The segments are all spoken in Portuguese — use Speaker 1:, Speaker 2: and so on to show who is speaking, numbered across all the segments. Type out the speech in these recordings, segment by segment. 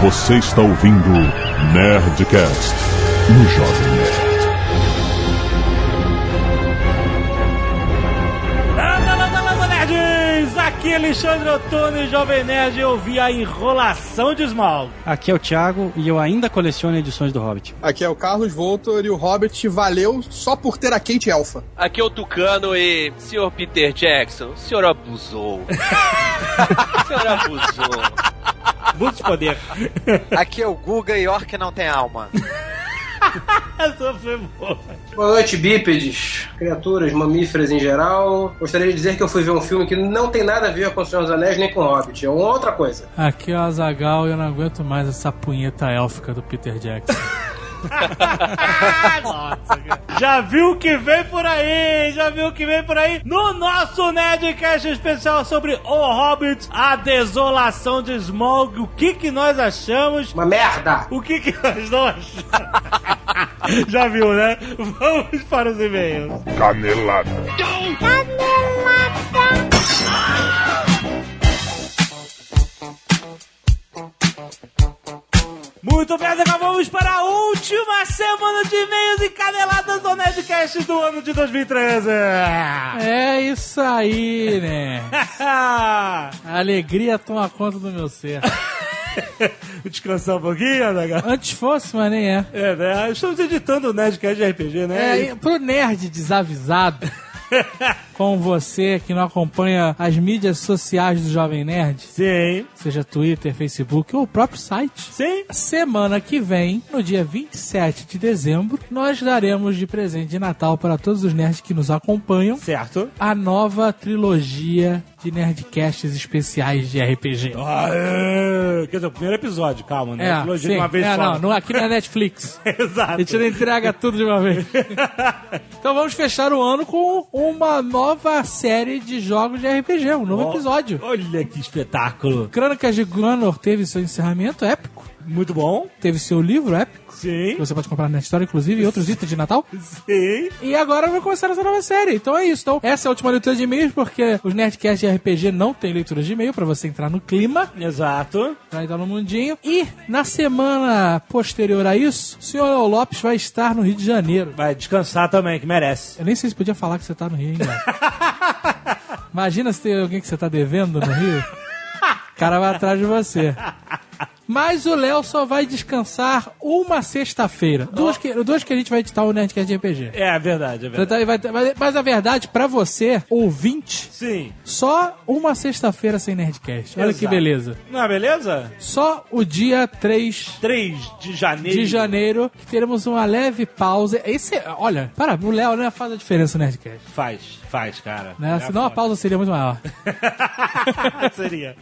Speaker 1: Você está ouvindo Nerdcast no Jovem Nerd.
Speaker 2: Landa, landa, landa, nerds! Aqui é Alexandre Otono e Jovem Nerd eu vi a enrolação de Smaug.
Speaker 3: Aqui é o Thiago e eu ainda coleciono edições do Hobbit.
Speaker 4: Aqui é o Carlos Voltor e o Hobbit valeu só por ter a Kate Elfa.
Speaker 5: Aqui é o Tucano e Sr. Peter Jackson, o senhor abusou. o senhor abusou.
Speaker 2: Muito poder.
Speaker 6: Aqui é o Guga e Orc não tem alma.
Speaker 2: Essa foi boa.
Speaker 7: Boa noite, bípedes, criaturas, mamíferas em geral. Gostaria de dizer que eu fui ver um filme que não tem nada a ver com o Senhor dos Anéis nem com o Hobbit. É uma outra coisa.
Speaker 8: Aqui é o Azagal e eu não aguento mais essa punheta élfica do Peter Jackson.
Speaker 2: Nossa, cara. já viu o que vem por aí? Já viu o que vem por aí? No nosso Nerdcast especial sobre O Hobbit, a desolação de Smaug, o que que nós achamos?
Speaker 7: Uma merda!
Speaker 2: O que que nós não achamos? já viu, né? Vamos para os e-mails.
Speaker 1: Canelada. Canelada.
Speaker 2: Muito bem, acabamos para a última semana de e-mails e caneladas do Nerdcast do ano de 2013.
Speaker 8: É isso aí, né? a alegria toma conta do meu ser.
Speaker 2: Descansar um pouquinho, né, cara?
Speaker 8: Antes fosse, mas nem é.
Speaker 2: É, né? Estamos editando o Nerdcast de RPG, né?
Speaker 8: É, pro nerd desavisado. com você que não acompanha as mídias sociais do Jovem Nerd.
Speaker 2: Sim.
Speaker 8: Seja Twitter, Facebook ou o próprio site.
Speaker 2: Sim.
Speaker 8: Semana que vem, no dia 27 de dezembro, nós daremos de presente de Natal para todos os nerds que nos acompanham.
Speaker 2: Certo.
Speaker 8: A nova trilogia de Nerdcasts especiais de RPG.
Speaker 2: Aê! Quer dizer, o primeiro episódio, calma, né?
Speaker 8: É, trilogia sim. de uma vez é, só. Não, não, aqui na Netflix.
Speaker 2: Exato.
Speaker 8: A gente não entrega tudo de uma vez. então vamos fechar o ano com uma nova série de jogos de RPG, um novo oh, episódio.
Speaker 2: Olha que espetáculo!
Speaker 8: Crônicas de Glanor teve seu encerramento épico.
Speaker 2: Muito bom.
Speaker 8: Teve seu livro épico.
Speaker 2: Sim.
Speaker 8: Que você pode comprar na história, inclusive, e outros itens de Natal.
Speaker 2: Sim.
Speaker 8: E agora vai começar essa nova série. Então é isso. Então, essa é a última leitura de e-mails, porque os Nerdcast de RPG não tem leitura de e-mail pra você entrar no clima.
Speaker 2: Exato.
Speaker 8: Pra entrar no mundinho. E na semana posterior a isso, o senhor Lopes vai estar no Rio de Janeiro.
Speaker 2: Vai descansar também, que merece.
Speaker 8: Eu nem sei se podia falar que você tá no Rio ainda. Imagina se tem alguém que você tá devendo no Rio. O cara vai atrás de você. Mas o Léo só vai descansar uma sexta-feira. Duas que, duas que a gente vai editar o Nerdcast de RPG.
Speaker 2: É, verdade, é verdade.
Speaker 8: tá Vai, vai, mas a verdade, pra você, ouvinte,
Speaker 2: Sim.
Speaker 8: só uma sexta-feira sem Nerdcast. Olha Exato. que beleza.
Speaker 2: Não é beleza?
Speaker 8: Só o dia 3...
Speaker 2: 3 de janeiro.
Speaker 8: De janeiro, que teremos uma leve pausa. Esse, é, olha, para, o Léo né, faz a diferença no Nerdcast.
Speaker 2: Faz, faz, cara.
Speaker 8: Né? Senão foda. a pausa seria muito maior.
Speaker 2: seria.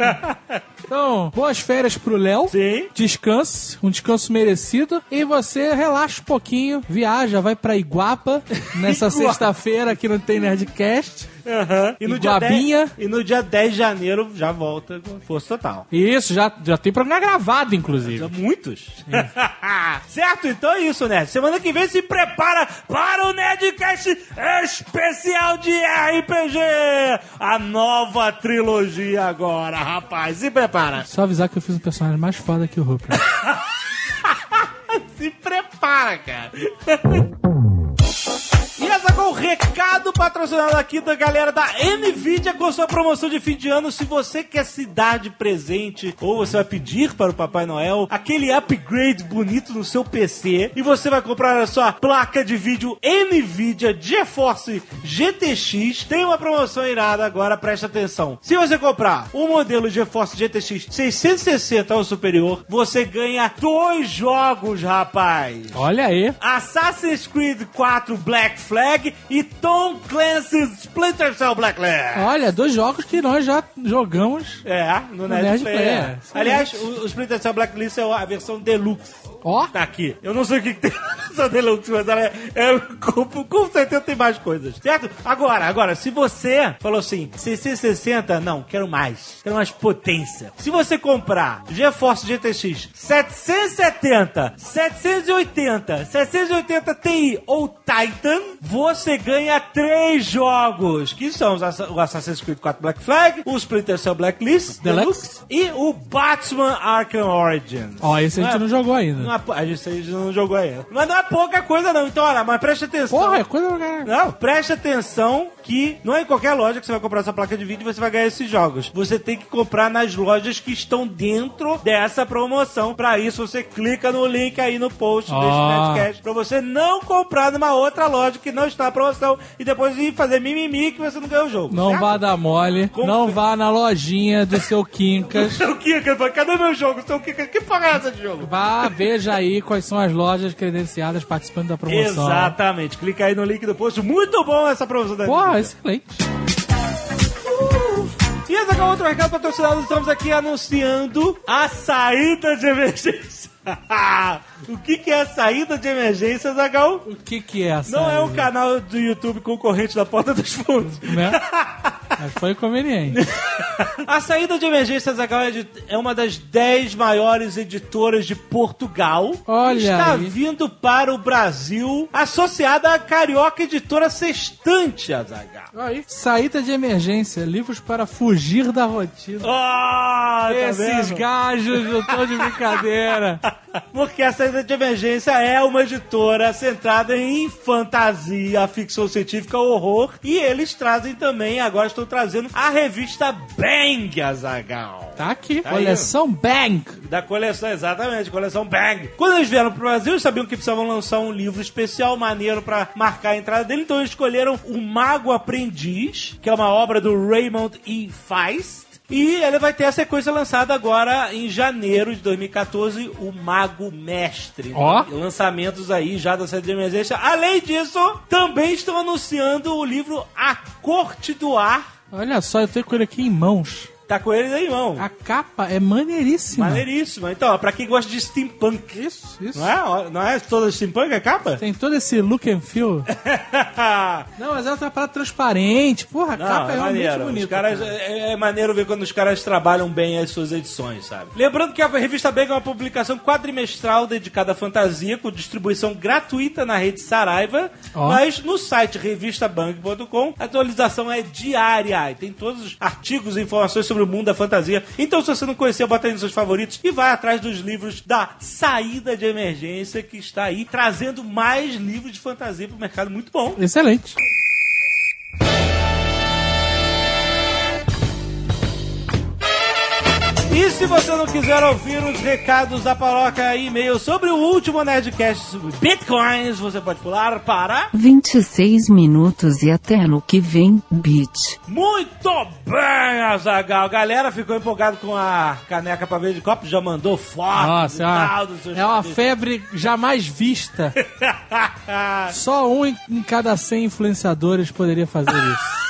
Speaker 8: então, boas férias pro Léo.
Speaker 2: Sim.
Speaker 8: Descanse, um descanso merecido. E você relaxa um pouquinho, viaja, vai pra Iguapa nessa sexta-feira que não tem Nerdcast.
Speaker 2: Uhum. E, no
Speaker 8: Iguabinha.
Speaker 2: dia 10, e no dia 10 de janeiro já volta com força total.
Speaker 8: Isso, já, já tem programa gravado, inclusive. Já,
Speaker 2: muitos. certo, então é isso, Nerd. Semana que vem se prepara para o Nerdcast especial de RPG. A nova trilogia agora, rapaz. Se prepara.
Speaker 8: Só avisar que eu fiz um personagem mais foda que o Rupert.
Speaker 2: se prepara, cara. E essa com o recado patrocinado aqui da galera da NVIDIA com sua promoção de fim de ano. Se você quer se dar de presente ou você vai pedir para o Papai Noel aquele upgrade bonito no seu PC e você vai comprar a sua placa de vídeo NVIDIA GeForce GTX, tem uma promoção irada agora, presta atenção. Se você comprar o um modelo GeForce GTX 660 ou superior, você ganha dois jogos, rapaz.
Speaker 8: Olha aí.
Speaker 2: Assassin's Creed 4 Black Flag e Tom Clancy's Splinter Cell Black Flag.
Speaker 8: Olha, dois jogos que nós já jogamos
Speaker 2: é, no, no Nerd, Nerd Player. Player. Aliás, o, o Splinter Cell Blacklist é a versão deluxe.
Speaker 8: Ó.
Speaker 2: Tá aqui. Eu não sei o que, que tem na mesa dele, Lucas, mas ela é, é com, com certeza tem mais coisas, certo? Agora, agora, se você falou assim, CC60, não, quero mais. Quero mais potência. Se você comprar GeForce GTX 770, 780, 780 Ti ou Titan, você ganha três jogos, que são os Assa- o Assassin's Creed 4 Black Flag, o Splinter Cell Blacklist
Speaker 8: Deluxe.
Speaker 2: e o Batman Arkham Origins.
Speaker 8: Ó, esse a gente não jogou ainda.
Speaker 2: Não é, pou- a gente a gente não jogou ainda. Mas não é pouca coisa, não. Então, olha, mas preste atenção.
Speaker 8: Porra, é coisa pra caralho.
Speaker 2: Não, preste atenção que não é em qualquer loja que você vai comprar essa placa de vídeo e você vai ganhar esses jogos. Você tem que comprar nas lojas que estão dentro dessa promoção. Pra isso, você clica no link aí no post
Speaker 8: Ah.
Speaker 2: desse podcast pra você não comprar numa outra loja que não está na promoção e depois ir fazer mimimi que você não ganhou o jogo.
Speaker 8: Não
Speaker 2: certo?
Speaker 8: vá dar mole,
Speaker 2: Como
Speaker 8: não
Speaker 2: que-
Speaker 8: vá na lojinha do seu Quincas.
Speaker 2: Seu Kika, cadê meu jogo? Seu Kika, que porra é essa de jogo?
Speaker 8: Vá, veja aí quais são as lojas credenciadas participando da promoção.
Speaker 2: Exatamente. Clica aí no link do post. Muito bom essa promoção da
Speaker 8: Porra,
Speaker 2: Nvidia.
Speaker 8: excelente.
Speaker 2: E esse aqui é outro recado patrocinado. Estamos aqui anunciando a saída de emergência. o que, que é a saída de emergência, Zagão?
Speaker 8: O que que é essa?
Speaker 2: Não é
Speaker 8: aí?
Speaker 2: um canal do YouTube concorrente da Porta dos Fundos.
Speaker 8: Né? Mas foi conveniente.
Speaker 2: A saída de emergência Zagal é de- é uma das 10 maiores editoras de Portugal.
Speaker 8: Olha
Speaker 2: Está
Speaker 8: aí.
Speaker 2: vindo para o Brasil associada à Carioca Editora Sextante, Azagal.
Speaker 8: Saída de emergência, livros para fugir da rotina.
Speaker 2: Ah, tá
Speaker 8: Esses
Speaker 2: vendo?
Speaker 8: gajos não estão de brincadeira.
Speaker 2: Porque a saída de emergência é uma editora centrada em fantasia, ficção científica, horror. E eles trazem também, agora estou trazendo, a revista Bang, Azagal.
Speaker 8: Tá aqui.
Speaker 2: Tá aí,
Speaker 8: Coleção Bang.
Speaker 2: Da coleção, exatamente, coleção Bang. Quando eles vieram pro Brasil, eles sabiam que precisavam lançar um livro especial, maneiro, pra marcar a entrada dele, então eles escolheram O Mago Aprendiz, que é uma obra do Raymond E. Feist. E ele vai ter a sequência lançada agora em janeiro de 2014, O Mago Mestre.
Speaker 8: Ó.
Speaker 2: Lançamentos aí já da série de emergência. Além disso, também estão anunciando o livro A Corte do Ar.
Speaker 8: Olha só, eu tenho com ele aqui em mãos.
Speaker 2: Tá com eles aí, irmão.
Speaker 8: A capa é maneiríssima.
Speaker 2: Maneiríssima. Então, ó, pra quem gosta de steampunk.
Speaker 8: Isso, isso.
Speaker 2: Não é? Ó, Não é toda steampunk a capa?
Speaker 8: Tem todo esse look and feel. Não, mas ela tem uma parada transparente. Porra, a
Speaker 2: Não,
Speaker 8: capa é,
Speaker 2: é
Speaker 8: realmente
Speaker 2: maneiro.
Speaker 8: bonita.
Speaker 2: Os caras,
Speaker 8: cara.
Speaker 2: é, é maneiro ver quando os caras trabalham bem as suas edições, sabe? Lembrando que a revista Bang é uma publicação quadrimestral dedicada à fantasia, com distribuição gratuita na rede Saraiva,
Speaker 8: Ó.
Speaker 2: mas no site revistabang.com a atualização é diária e tem todos os artigos e informações sobre o mundo da fantasia. Então, se você não conhecer, bota aí nos seus favoritos e vai atrás dos livros da saída de emergência que está aí trazendo mais livros de fantasia para o mercado. Muito bom.
Speaker 8: Excelente.
Speaker 2: E se você não quiser ouvir os recados da paróquia e e-mail sobre o último Nerdcast sobre Bitcoins, você pode pular para...
Speaker 9: 26 minutos e até ano que vem, bitch.
Speaker 2: Muito bem, Azagal. Galera ficou empolgado com a caneca pra ver de copo, já mandou foto
Speaker 8: Nossa, é uma,
Speaker 2: dos Ah, seus
Speaker 8: é uma
Speaker 2: cabelos.
Speaker 8: febre jamais vista. Só um em, em cada 100 influenciadores poderia fazer isso.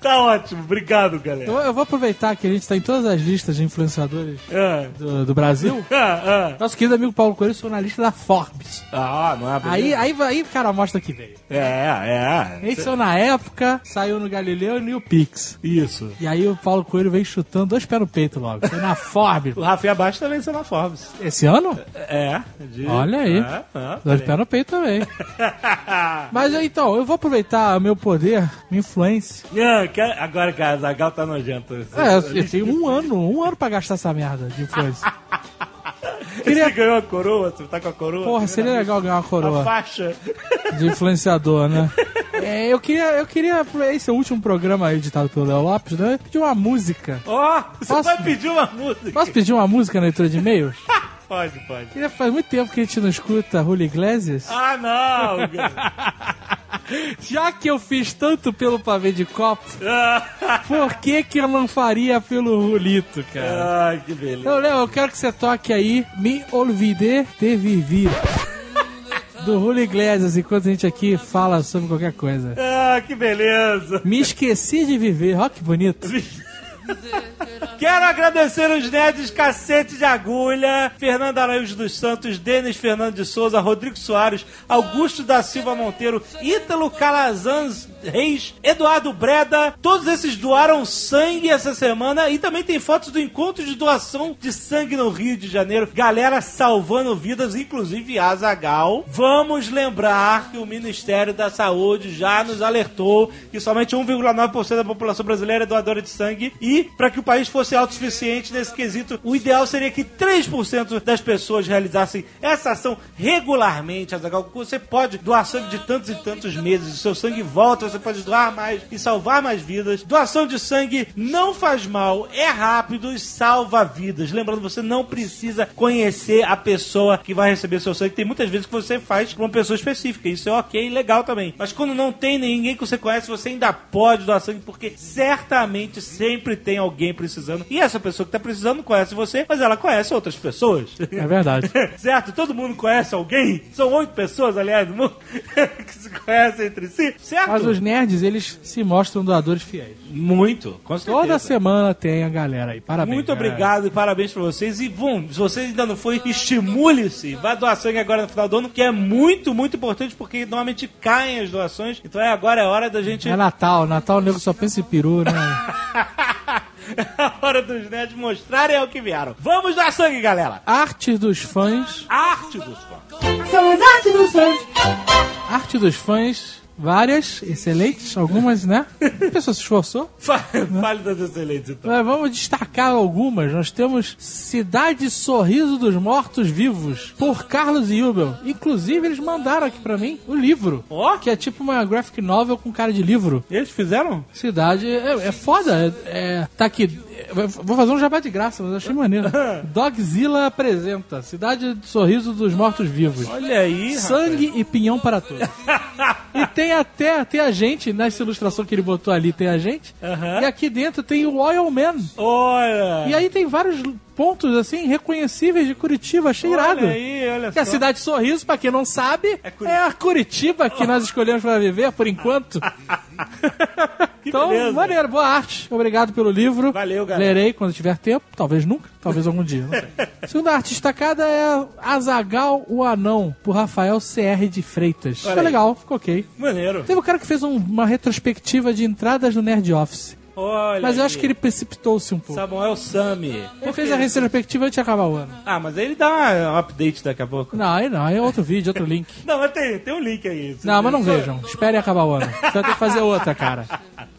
Speaker 2: Tá ótimo. Obrigado, galera.
Speaker 8: Eu, eu vou aproveitar que a gente está em todas as listas de influenciadores
Speaker 2: Ah,
Speaker 8: do, do Brasil.
Speaker 2: ah, ah.
Speaker 8: Nosso querido amigo Paulo Coelho, jornalista da Forbes.
Speaker 2: Ah, não é
Speaker 8: Aí,
Speaker 2: beleza?
Speaker 8: aí, aí, cara, mostra que veio.
Speaker 2: É, é.
Speaker 8: Edição na época, saiu no Galileu e no Pix.
Speaker 2: Isso.
Speaker 8: E aí o Paulo Coelho veio chutando dois pés no peito logo. Foi na Forbes.
Speaker 2: O Rafinha Baixo também saiu na Forbes.
Speaker 8: Esse ano?
Speaker 2: É. de-
Speaker 8: Olha aí.
Speaker 2: É, é.
Speaker 8: Dois pés tá no peito também. Mas então, eu vou aproveitar meu poder, minha influência.
Speaker 2: Não, que- é. agora que a Zagal tá nojento.
Speaker 8: É, eu, eu tenho um ano, um ano pra gastar essa merda de influência.
Speaker 2: Você ganhou a coroa? Você tá com a coroa?
Speaker 8: Porra, seria legal ganhar uma
Speaker 2: A
Speaker 8: coroa
Speaker 2: faixa.
Speaker 8: de influenciador, né? É, eu queria, eu queria, esse é o último programa editado pelo Léo Lopes, né? Eu pedi uma música.
Speaker 2: Ó, você
Speaker 8: Posso?
Speaker 2: vai pedir uma música.
Speaker 8: Posso pedir uma música na leitura de e-mails?
Speaker 2: Pode, pode.
Speaker 8: Queria- Faz muito tempo que a gente não escuta Julio Iglesias.
Speaker 2: Ah, não! cara.
Speaker 8: Já que eu fiz tanto pelo pavê de copo, por que que eu não faria pelo Rulito, cara?
Speaker 2: Ai, que beleza.
Speaker 8: Então, Léo, eu quero que você toque aí Me Olvidé de Vivir. Do Julio Iglesias, enquanto a gente aqui fala sobre qualquer coisa.
Speaker 2: Ah, que beleza.
Speaker 8: Me esqueci de viver, ó que bonito.
Speaker 2: Quero agradecer os nerds Cacete de Agulha, Fernando Araújo dos Santos, Denis Fernando de Souza, Rodrigo Soares, Augusto da Silva Monteiro, Ítalo Calazans Reis, Eduardo Breda. Todos esses doaram sangue essa semana e também tem fotos do encontro de doação de sangue no Rio de Janeiro. Galera salvando vidas, inclusive Azagal. Vamos lembrar que o Ministério da Saúde já nos alertou que somente 1,9% da população brasileira é doadora de sangue e para que o país fosse autossuficiente nesse quesito, o ideal seria que 3% das pessoas realizassem essa ação regularmente, Azagal. Você pode doar sangue de tantos e tantos meses, o seu sangue volta, você pode doar mais e salvar mais vidas. Doação de sangue não faz mal, é rápido e salva vidas. Lembrando, você não precisa conhecer a pessoa que vai receber seu sangue. Tem muitas vezes que você faz pra uma pessoa específica, isso é ok e legal também. Mas quando não tem ninguém que você conhece, você ainda pode doar sangue, porque certamente sempre tem alguém precisando. E essa pessoa que tá precisando conhece você, mas ela conhece outras pessoas.
Speaker 8: É verdade.
Speaker 2: certo? Todo mundo conhece alguém? São oito pessoas, aliás, no mundo que se conhecem entre si, certo?
Speaker 8: Mas os nerds, eles se mostram doadores fiéis.
Speaker 2: Muito, com certeza.
Speaker 8: Toda semana tem a galera aí. Parabéns.
Speaker 2: Muito
Speaker 8: galera.
Speaker 2: obrigado e parabéns pra vocês. E, bom, se você ainda não foi, estimule-se. Vá doar sangue agora no final do ano, que é muito, muito importante, porque normalmente caem as doações. Então é agora é a hora da gente...
Speaker 8: É Natal, Natal o nego só pensa em peru, né?
Speaker 2: é a hora dos nerds mostrarem ao que vieram. Vamos dar sangue, galera!
Speaker 8: Arte dos fãs.
Speaker 2: Arte dos fãs.
Speaker 8: Arte dos fãs. Várias, excelentes, algumas, né? A pessoa se esforçou.
Speaker 2: Fa- Fale das excelentes, então.
Speaker 8: Nós vamos destacar algumas. Nós temos Cidade Sorriso dos Mortos Vivos, por Carlos Yubel. Inclusive, eles mandaram aqui pra mim o livro.
Speaker 2: Ó.
Speaker 8: Que é tipo uma graphic novel com cara de livro.
Speaker 2: Eles fizeram?
Speaker 8: Cidade é, é foda. É, é- tá aqui. é, Vou fazer um jabá de graça, mas eu achei maneiro. Dogzilla apresenta Cidade do Sorriso dos Mortos Vivos.
Speaker 2: Olha aí,
Speaker 8: Sangue e pinhão para todos. e tem até tem a gente, nessa ilustração que ele botou ali, tem a gente.
Speaker 2: Aham.
Speaker 8: E aqui dentro tem o Oil Man.
Speaker 2: Olha!
Speaker 8: E aí tem vários pontos, assim, reconhecíveis de Curitiba. Achei é irado.
Speaker 2: Olha aí, olha
Speaker 8: Que a
Speaker 2: só.
Speaker 8: cidade Sorriso, pra quem não sabe, é,
Speaker 2: Curitiba.
Speaker 8: a Curitiba que nós escolhemos pra viver por enquanto. então,
Speaker 2: beleza.
Speaker 8: maneiro, boa arte. Obrigado pelo livro.
Speaker 2: Valeu, galera.
Speaker 8: Lerei quando tiver tempo, talvez nunca, talvez algum dia, não sei. Segunda arte destacada é Azagal o Anão, por Rafael CR de Freitas. Ficou
Speaker 2: aí.
Speaker 8: legal, ficou ok.
Speaker 2: Maneiro.
Speaker 8: Teve um cara que fez um- uma retrospectiva de entradas do Nerd Office.
Speaker 2: Olha
Speaker 8: Mas eu acho
Speaker 2: aí.
Speaker 8: que ele precipitou-se um pouco.
Speaker 2: Samuel Sami.
Speaker 8: Ele fez a retrospectiva antes de acabar o ano.
Speaker 2: Ah, mas ele dá um update daqui a pouco.
Speaker 8: Não, aí não, aí é outro vídeo, outro link.
Speaker 2: Não, mas tem, tem um link aí. Você
Speaker 8: Não, mas não
Speaker 2: viu?
Speaker 8: vejam. Espere acabar o ano. Você vai ter que fazer outra, cara.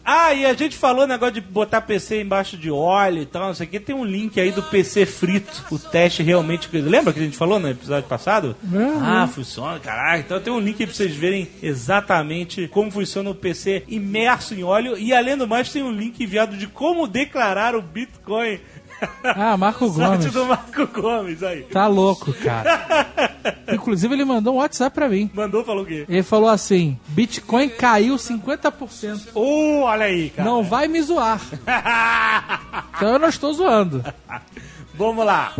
Speaker 2: Ah, e a gente falou negócio de botar PC embaixo de óleo e tal, não sei o que. Tem um link aí do PC frito. O teste realmente. Lembra que a gente falou no episódio passado? Ah, funciona, caralho. Então tem um link aí pra vocês verem exatamente como funciona o PC imerso em óleo. E além do mais, tem um link enviado de como declarar o Bitcoin.
Speaker 8: Ah, Marco Gomes.
Speaker 2: Site do Marco Gomes aí.
Speaker 8: Tá louco, cara. Inclusive, ele mandou um WhatsApp pra mim.
Speaker 2: Mandou, falou o quê?
Speaker 8: Ele falou assim: Bitcoin caiu 50%.
Speaker 2: Ô, olha aí, cara.
Speaker 8: Não vai me zoar. Então eu não estou zoando.
Speaker 2: Vamos lá.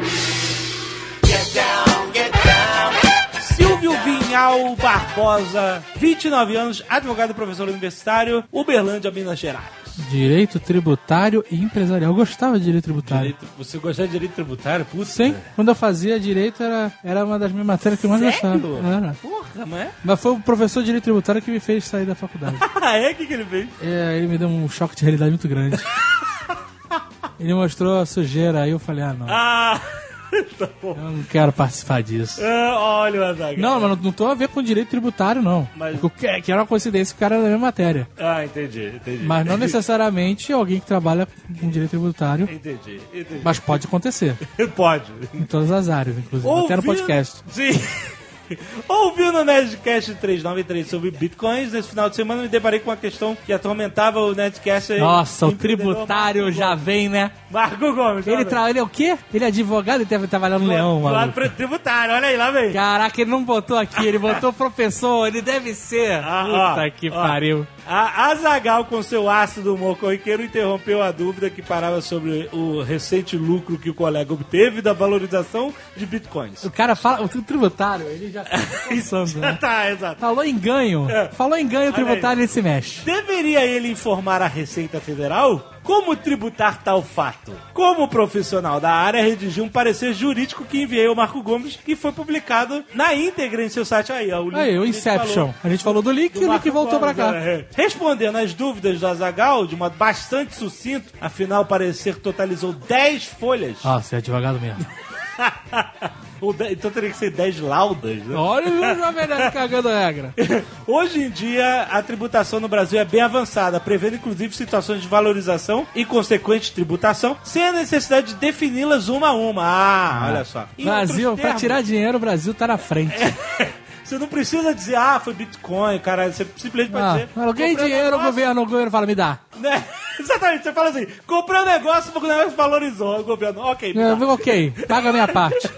Speaker 2: Silvio Vinhal Barbosa, 29 anos, advogado e professor universitário, Uberlândia, Minas Gerais.
Speaker 8: Direito tributário e empresarial. Eu gostava de direito tributário.
Speaker 2: Direito- você gostar de direito tributário? Putz, né?
Speaker 8: Sim, quando eu fazia direito era, era uma das minhas matérias que eu mais
Speaker 2: Sério?
Speaker 8: gostava. Era.
Speaker 2: Porra, mas é?
Speaker 8: Mas foi o professor de direito tributário que me fez sair da faculdade.
Speaker 2: Ah, é? O que, que ele fez?
Speaker 8: É, ele me deu um choque de realidade muito grande. Ele mostrou a sujeira, aí eu falei, ah não,
Speaker 2: Ah, tá bom.
Speaker 8: eu não quero participar disso.
Speaker 2: Ah, olha o Azaghal.
Speaker 8: Não, mas não, não tô a ver com direito tributário, não.
Speaker 2: Mas-
Speaker 8: O Que, que era uma coincidência que o cara era da mesma matéria.
Speaker 2: Ah, entendi, entendi.
Speaker 8: Mas não necessariamente alguém que trabalha com direito tributário,
Speaker 2: Entendi, entendi.
Speaker 8: mas pode acontecer.
Speaker 2: Pode.
Speaker 8: Em todas as áreas, inclusive. Até
Speaker 2: Ouvindo-
Speaker 8: no podcast.
Speaker 2: Sim. Ouvindo o Nerdcast 393 sobre bitcoins, nesse final de semana me deparei com uma questão que atormentava o Nerdcast.
Speaker 8: Nossa, o
Speaker 2: Empreendedor
Speaker 8: tributário
Speaker 2: Marco
Speaker 8: já
Speaker 2: Gomes.
Speaker 8: vem, né?
Speaker 2: Marco Gomes.
Speaker 8: Ele,
Speaker 2: olha.
Speaker 8: tra... ele é o quê? Ele é advogado e deve trabalhar no Leão,
Speaker 2: Do lado
Speaker 8: mano.
Speaker 2: pro tributário, olha aí, lá vem.
Speaker 8: Caraca, ele não botou aqui, ele botou professor, ele deve ser.
Speaker 2: Ah,
Speaker 8: Puta
Speaker 2: ó,
Speaker 8: que
Speaker 2: ó.
Speaker 8: pariu.
Speaker 2: A Azagal, com seu ácido humor corriqueiro, interrompeu a dúvida que parava sobre o recente lucro que o colega obteve da valorização de bitcoins.
Speaker 8: O cara fala, o tributário, ele já tá pensando, né?
Speaker 2: tá, exato. É.
Speaker 8: Falou em ganho, falou em ganho, o
Speaker 2: Olha
Speaker 8: tributário ele se mexe.
Speaker 2: Deveria ele informar a Receita Federal? Como tributar tal fato? Como profissional da área, redigi um parecer jurídico que enviei ao Marco Gomes e foi publicado na íntegra em seu site. Aí, ó, o link
Speaker 8: Aí,
Speaker 2: que
Speaker 8: o
Speaker 2: a gente falou
Speaker 8: Inception. A gente falou do link e o
Speaker 2: Marco
Speaker 8: link voltou pra
Speaker 2: Gomes,
Speaker 8: cá.
Speaker 2: é. Respondendo às dúvidas do Azagal de modo bastante sucinto, afinal o parecer totalizou 10 folhas.
Speaker 8: Ah, você é advogado mesmo.
Speaker 2: Ou de- Então teria que ser 10 laudas, né?
Speaker 8: Olha o jovem nerd cagando a regra.
Speaker 2: Hoje em dia, a tributação no Brasil é bem avançada, prevendo inclusive situações de valorização e consequente tributação, sem a necessidade de defini-las uma a uma. Ah, olha só. Em
Speaker 8: Brasil,
Speaker 2: outros
Speaker 8: pra
Speaker 2: termos, É,
Speaker 8: tirar dinheiro, o Brasil tá na frente.
Speaker 2: Você não precisa dizer, ah, foi Bitcoin, cara. Você simplesmente pode
Speaker 8: Ah,
Speaker 2: dizer. comprei
Speaker 8: alguém
Speaker 2: um
Speaker 8: dinheiro, o
Speaker 2: negócio,
Speaker 8: governo, o governo fala, me dá.
Speaker 2: né? Exatamente, você fala assim: comprei um negócio, o negócio valorizou. O governo, ok, me
Speaker 8: Eu,
Speaker 2: dá.
Speaker 8: ok, paga a minha parte.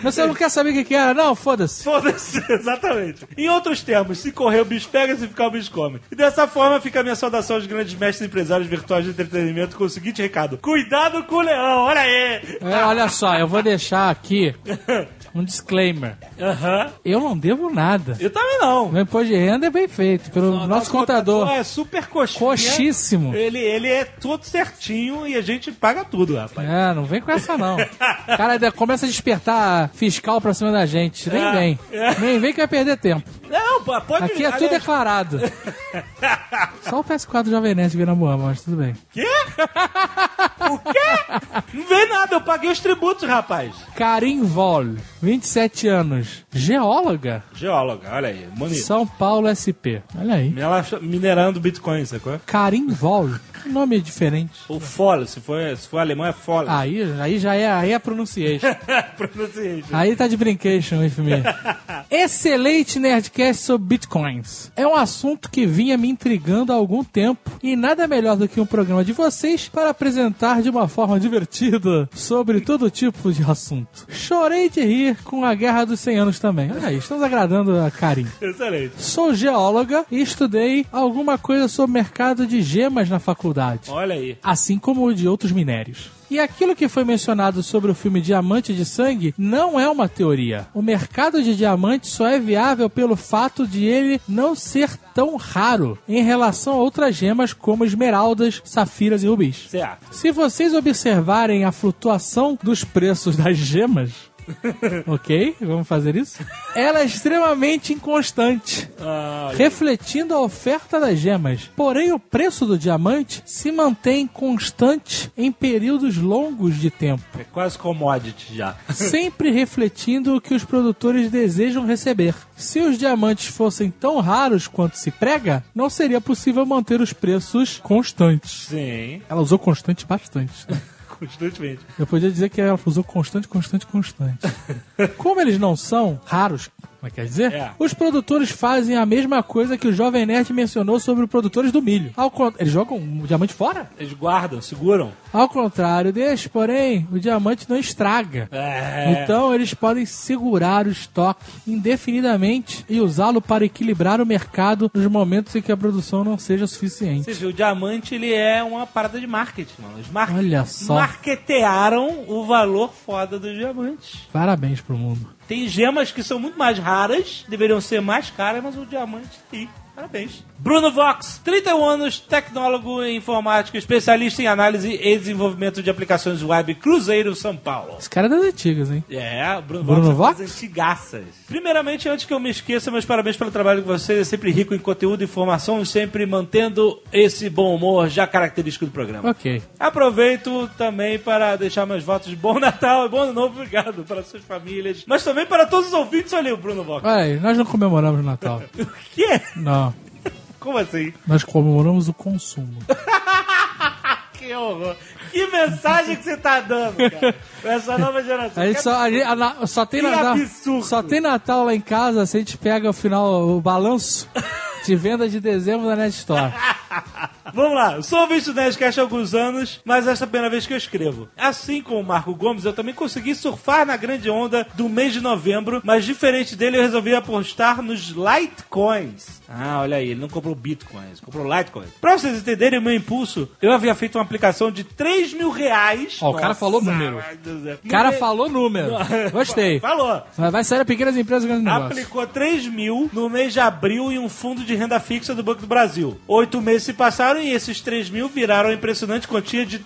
Speaker 8: Mas Você não quer saber o que, que era? Não, foda-se.
Speaker 2: Foda-se, exatamente. Em outros termos, se correr o bicho pega, se ficar o bicho come. E dessa forma fica a minha saudação aos grandes mestres empresários virtuais de entretenimento com o seguinte recado: Cuidado com o leão, olha aí!
Speaker 8: É, olha só, eu vou deixar aqui um disclaimer.
Speaker 2: Aham.
Speaker 8: Eu não devo nada.
Speaker 2: Eu também não.
Speaker 8: Meu imposto de renda é bem feito pelo nosso, contador.
Speaker 2: É super coxinha.
Speaker 8: Coxíssimo.
Speaker 2: Ele, ele é todo certinho e a gente paga tudo, rapaz.
Speaker 8: É, não vem com essa não. O cara ainda começa a despertar fiscal pra cima da gente. Nem
Speaker 2: É.
Speaker 8: vem.
Speaker 2: É.
Speaker 8: Nem vem que vai perder tempo.
Speaker 2: Não, pô, pode né?
Speaker 8: Aqui é tudo
Speaker 2: aliás,
Speaker 8: declarado. Só o PS4 Jovem Nerd vira Moama, mas tudo bem.
Speaker 2: Quê? O quê? Não vem nada, eu paguei os tributos, rapaz.
Speaker 8: Karim Vol, 27 anos. Geóloga.
Speaker 2: Geóloga, olha aí, bonito.
Speaker 8: São Paulo SP. Olha aí.
Speaker 2: Ela minerando Bitcoin, sacou?
Speaker 8: Karim Vol. Que nome diferente.
Speaker 2: Ou Folle, se for, se for alemão é Folle.
Speaker 8: Ah, Aí, aí já é, aí é pronunciation.
Speaker 2: Pronunciation.
Speaker 8: Aí tá de brincation, FMI. Excelente Nerdcast sobre bitcoins. É um assunto que vinha me intrigando há algum tempo e nada melhor do que um programa de vocês para apresentar de uma forma divertida sobre todo tipo de assunto. Chorei de rir com a Guerra dos 100 Anos também. Olha aí, estamos agradando a Karim.
Speaker 2: Excelente.
Speaker 8: Sou geóloga e estudei alguma coisa sobre mercado de gemas na faculdade
Speaker 2: Olha aí.
Speaker 8: assim como o de outros minérios. E aquilo que foi mencionado sobre o filme Diamante de Sangue não é uma teoria. O mercado de diamantes só é viável pelo fato de ele não ser tão raro em relação a outras gemas como esmeraldas, safiras e rubis.
Speaker 2: Certo.
Speaker 8: Se vocês observarem a flutuação dos preços das gemas, ok? Vamos fazer isso? Ela é extremamente inconstante
Speaker 2: ah,
Speaker 8: refletindo a oferta das gemas. Porém, o preço do diamante se mantém constante em períodos longos de tempo,
Speaker 2: É quase commodity já.
Speaker 8: sempre refletindo o que os produtores desejam receber. Se os diamantes fossem tão raros quanto se prega, não seria possível manter os preços constantes.
Speaker 2: Sim,
Speaker 8: Ela usou constante bastante.
Speaker 2: constantemente.
Speaker 8: Eu podia dizer que ela usou constante, constante, constante. Como eles não são raros, como é que quer dizer?
Speaker 2: É.
Speaker 8: Os produtores fazem a mesma coisa que o Jovem Nerd mencionou sobre os produtores do milho. Ao con- Eles jogam o diamante fora?
Speaker 2: Eles guardam, seguram.
Speaker 8: Ao contrário deles, porém, o diamante não estraga.
Speaker 2: É.
Speaker 8: Então eles podem segurar o estoque indefinidamente e usá-lo para equilibrar o mercado nos momentos em que a produção não seja suficiente.
Speaker 2: Você viu, o diamante ele é uma parada de marketing, mano. Os mar...
Speaker 8: Olha só.
Speaker 2: marketearam o valor foda dos diamantes.
Speaker 8: Parabéns pro mundo.
Speaker 2: Tem gemas que são muito mais raras, deveriam ser mais caras, mas o diamante sim. Parabéns. Bruno Vox, 31 anos, tecnólogo em informática, especialista em análise e desenvolvimento de aplicações web, Cruzeiro, São Paulo.
Speaker 8: Esse cara é das antigas, hein?
Speaker 2: É, Bruno,
Speaker 8: Bruno
Speaker 2: Bruno Vox
Speaker 8: Vox?
Speaker 2: é coisa antigaças. Primeiramente, antes que eu me esqueça, meus parabéns pelo trabalho de vocês. É sempre rico em conteúdo e informação, sempre mantendo esse bom humor já característico do programa.
Speaker 8: Ok.
Speaker 2: Aproveito também para deixar meus votos de bom Natal e bom ano novo, obrigado, para suas famílias, mas também para todos os ouvintes. Olha aí o Bruno Vox.
Speaker 8: Olha aí, nós não comemoramos o Natal.
Speaker 2: O que é?
Speaker 8: Não.
Speaker 2: Como assim?
Speaker 8: Nós comemoramos o consumo.
Speaker 2: Que horror. Que mensagem que você tá dando, cara, pra essa nova geração.
Speaker 8: A gente só, a gente- a na- só tem
Speaker 2: Que
Speaker 8: Natal.
Speaker 2: absurdo.
Speaker 8: Só tem Natal lá em casa se a gente pega o final, o balanço de venda de dezembro da Net Store.
Speaker 2: Vamos lá, eu sou um ouvinte do Nerdcast há alguns anos, mas essa é a primeira vez que eu escrevo. Assim como o Marco Gomes, eu também consegui surfar na grande onda do mês de novembro, mas diferente dele, eu resolvi apostar nos Litecoins. Ah, olha aí, ele não comprou Bitcoins, comprou Litecoins. Pra vocês entenderem o meu impulso, eu havia feito uma aplicação de 3 mil reais.
Speaker 8: Ó, o cara falou número. O cara falou número. Gostei.
Speaker 2: é Falou.
Speaker 8: Mas vai sair a pequenas empresas grandes negócios.
Speaker 2: Aplicou 3 mil no mês de abril em um fundo de renda fixa do Banco do Brasil. Oito meses se passaram e e esses 3 mil viraram a impressionante quantia de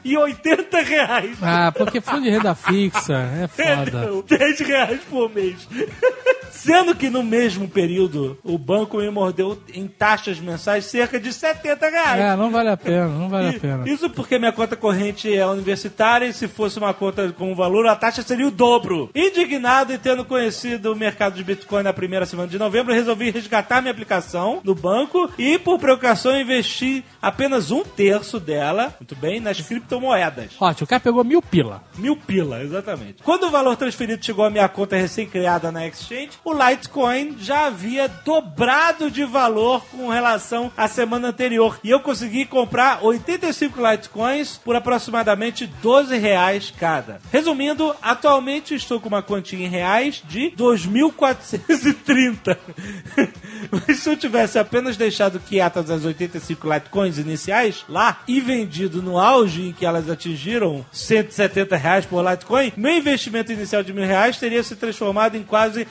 Speaker 2: 3.080 reais.
Speaker 8: Ah, porque fundo de renda fixa é foda.
Speaker 2: Entendeu? 10 reais por mês. Sendo que no mesmo período o banco me mordeu em taxas mensais cerca de 70 reais.
Speaker 8: É, não vale a pena, não vale a pena.
Speaker 2: Isso porque minha conta corrente é universitária e se fosse uma conta com um valor, a taxa seria o dobro. Indignado e tendo conhecido o mercado de Bitcoin na primeira semana de novembro, resolvi resgatar minha aplicação no banco e, por preocupação, investi apenas um terço dela, muito bem, nas criptomoedas.
Speaker 8: Ótimo, o cara pegou mil pila.
Speaker 2: Mil pila, exatamente. Quando o valor transferido chegou à minha conta recém-criada na Exchange, o Litecoin já havia dobrado de valor com relação à semana anterior. E eu consegui comprar 85 Litecoins por aproximadamente 12 reais cada. Resumindo, atualmente estou com uma quantia em reais de 2.430. Mas se eu tivesse apenas deixado quietas as 85 Litecoins iniciais lá e vendido no auge em que elas atingiram 170 reais por Litecoin, meu investimento inicial de mil reais teria se transformado em quase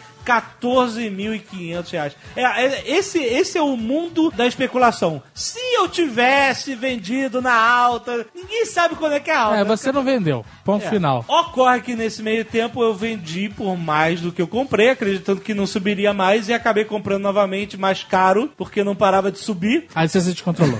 Speaker 2: 14.500 reais. É, é, esse, esse é o mundo da especulação. Se eu tivesse vendido na alta, ninguém sabe quando é que é a alta.
Speaker 8: É, você não vendeu. Ponto
Speaker 2: É.
Speaker 8: final.
Speaker 2: Ocorre que nesse meio tempo eu vendi por mais do que eu comprei, acreditando que não subiria mais e acabei comprando novamente mais caro, porque não parava de subir.
Speaker 8: Aí você se descontrolou.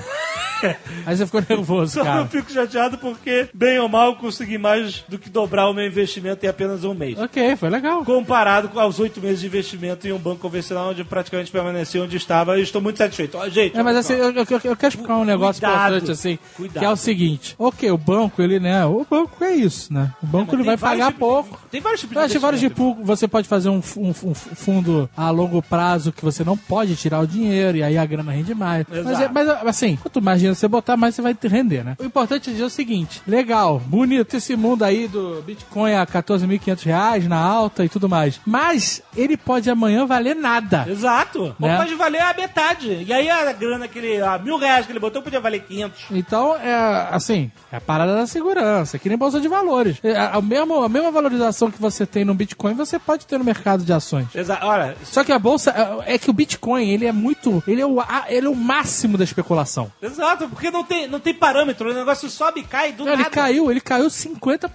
Speaker 8: Aí você ficou nervoso,
Speaker 2: Só que eu
Speaker 8: cara.
Speaker 2: fico chateado porque, bem ou mal, eu consegui mais do que dobrar o meu investimento em apenas um mês.
Speaker 8: Ok, foi legal.
Speaker 2: Comparado com aos oito meses de investimento em um banco convencional, onde eu praticamente permaneci onde estava, e estou muito satisfeito. Ó, gente,
Speaker 8: É, mas
Speaker 2: ó,
Speaker 8: assim, eu, eu- eu quero explicar um negócio
Speaker 2: Cuidado.
Speaker 8: importante, assim,
Speaker 2: Cuidado.
Speaker 8: que é o seguinte. Ok, o banco, ele, né, o banco é isso, né? O banco, ele
Speaker 2: tem
Speaker 8: vai
Speaker 2: vários
Speaker 8: pagar
Speaker 2: tipos de-
Speaker 8: pouco.
Speaker 2: tem vários tipos de
Speaker 8: Mas tem vários
Speaker 2: investimento.
Speaker 8: tipos. Você pode fazer um, f- um f- um f- fundo a longo prazo que você não pode tirar o dinheiro e aí a grana rende mais. Mas, é-
Speaker 2: Exato.
Speaker 8: mas, assim, quanto mais dinheiro você botar, mais você vai te render, né? O importante é dizer o seguinte. Legal, bonito esse mundo aí do Bitcoin a 14.500 reais na alta e tudo mais. Mas ele pode amanhã valer nada.
Speaker 2: Exato.
Speaker 8: Né?
Speaker 2: Ou pode valer a metade. E aí a grana que ele. A mil reais que ele botou podia valer 500.
Speaker 8: Então, é assim, é a parada da segurança, é que nem bolsa de valores. É, a, a mesmo, a mesma valorização que você tem no Bitcoin, você pode ter no mercado de ações.
Speaker 2: Exato. Olha,
Speaker 8: Só que a bolsa, é é que o Bitcoin, ele é muito, ele é o, a- ele é o máximo da especulação.
Speaker 2: Exato, porque não tem, não tem parâmetro, o negócio sobe e cai do
Speaker 8: Não, ele
Speaker 2: nada.
Speaker 8: caiu, ele caiu 50%.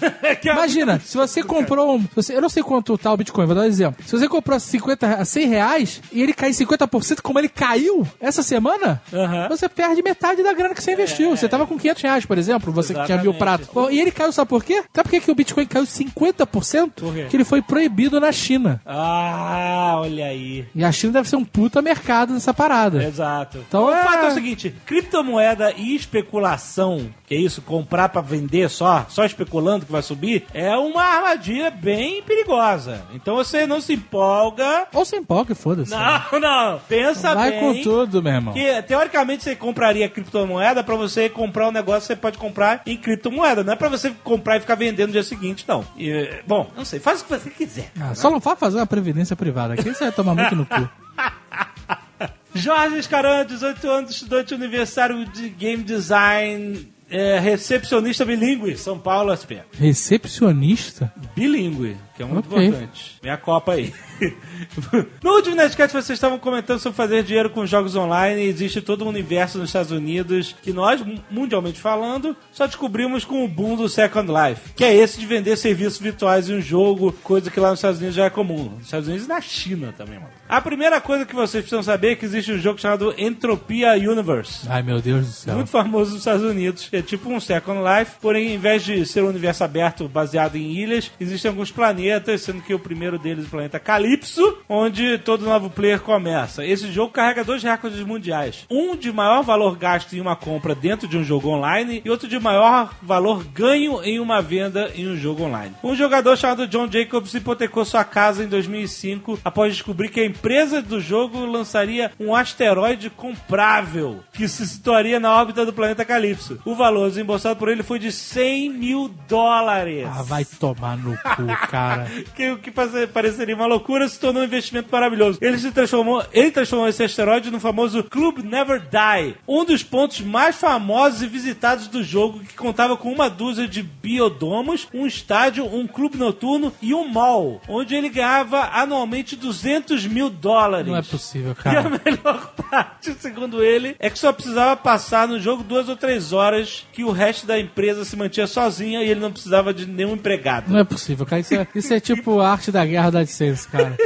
Speaker 2: Que é
Speaker 8: Imagina,
Speaker 2: muito
Speaker 8: se você comprou um. se você- eu não sei quanto tá o Bitcoin, vou dar um exemplo. Se você comprou 50, a 100 reais e ele cai 50%, como ele caiu essa semana,
Speaker 2: Aham. É.
Speaker 8: você perde metade da grana que você investiu. Você tava com 500 reais, por exemplo, você que tinha mil
Speaker 2: Exatamente.
Speaker 8: pratos. Bom, E ele caiu, sabe por quê? Sabe por que que o Bitcoin caiu 50%?
Speaker 2: Por quê?
Speaker 8: Que ele foi proibido na China.
Speaker 2: Ah, olha aí.
Speaker 8: E a China deve ser um puta mercado nessa parada.
Speaker 2: Exato.
Speaker 8: Então
Speaker 2: o
Speaker 8: é-
Speaker 2: fato é o seguinte: criptomoeda e especulação, que é isso, comprar pra vender só, só especulando que vai subir, é uma armadilha bem perigosa. Então você não se empolga.
Speaker 8: Ou sem pau, que foda-se.
Speaker 2: Não, não. Pensa
Speaker 8: Vai
Speaker 2: bem.
Speaker 8: com tudo, meu irmão.
Speaker 2: Que teoricamente você compraria criptomoeda pra você comprar um negócio, você pode comprar em criptomoeda, não é pra você comprar e ficar vendendo no dia seguinte, não. E, bom, não sei, faz o que você quiser.
Speaker 8: Ah, só não vá fazer uma previdência privada, que você vai tomar muito no cu.
Speaker 2: Jorge Escaran, 18 anos, estudante universitário de game design, é, recepcionista bilíngue, São Paulo, SP.
Speaker 8: Recepcionista?
Speaker 2: Bilíngue, que é muito
Speaker 8: Ok.
Speaker 2: importante. Minha copa aí. no último Nerdcast vocês estavam comentando sobre fazer dinheiro com jogos online e existe todo um universo nos Estados Unidos que nós, mu- mundialmente falando, só descobrimos com o boom do Second Life, que é esse de vender serviços virtuais em um jogo, coisa que lá nos Estados Unidos já é comum. Nos Estados Unidos e na China também, mano. A primeira coisa que vocês precisam saber é que existe um jogo chamado Entropia Universe.
Speaker 8: Ai, meu Deus do céu.
Speaker 2: Muito famoso nos Estados Unidos. É tipo um Second Life, porém, em vez de ser um universo aberto baseado em ilhas, existem alguns planetas, sendo que o primeiro deles é o planeta Calypso, onde todo novo player começa. Esse jogo carrega dois recordes mundiais. Um de maior valor gasto em uma compra dentro de um jogo online e outro de maior valor ganho em uma venda em um jogo online. Um jogador chamado John Jacobs hipotecou sua casa em 2005 após descobrir que a empresa do jogo lançaria um asteroide comprável que se situaria na órbita do planeta Calypso. O valor valor desembolsado por ele foi de 100 mil dólares.
Speaker 8: Ah, vai tomar no cu, cara.
Speaker 2: que o que pase- pareceria uma loucura se tornou um investimento maravilhoso. Ele se transformou, ele transformou esse asteroide no famoso Club Never Die, um dos pontos mais famosos e visitados do jogo, que contava com uma dúzia de biodomos, um estádio, um clube noturno e um mall, onde ele ganhava anualmente 200 mil dólares.
Speaker 8: Não é possível,
Speaker 2: E a
Speaker 8: cara.
Speaker 2: melhor parte, segundo ele, é que só precisava passar no jogo duas ou três horas que o resto da empresa se mantinha sozinha e ele não precisava de nenhum empregado.
Speaker 8: Não é possível, cara. Isso é, isso é tipo a arte da guerra da AdSense, cara.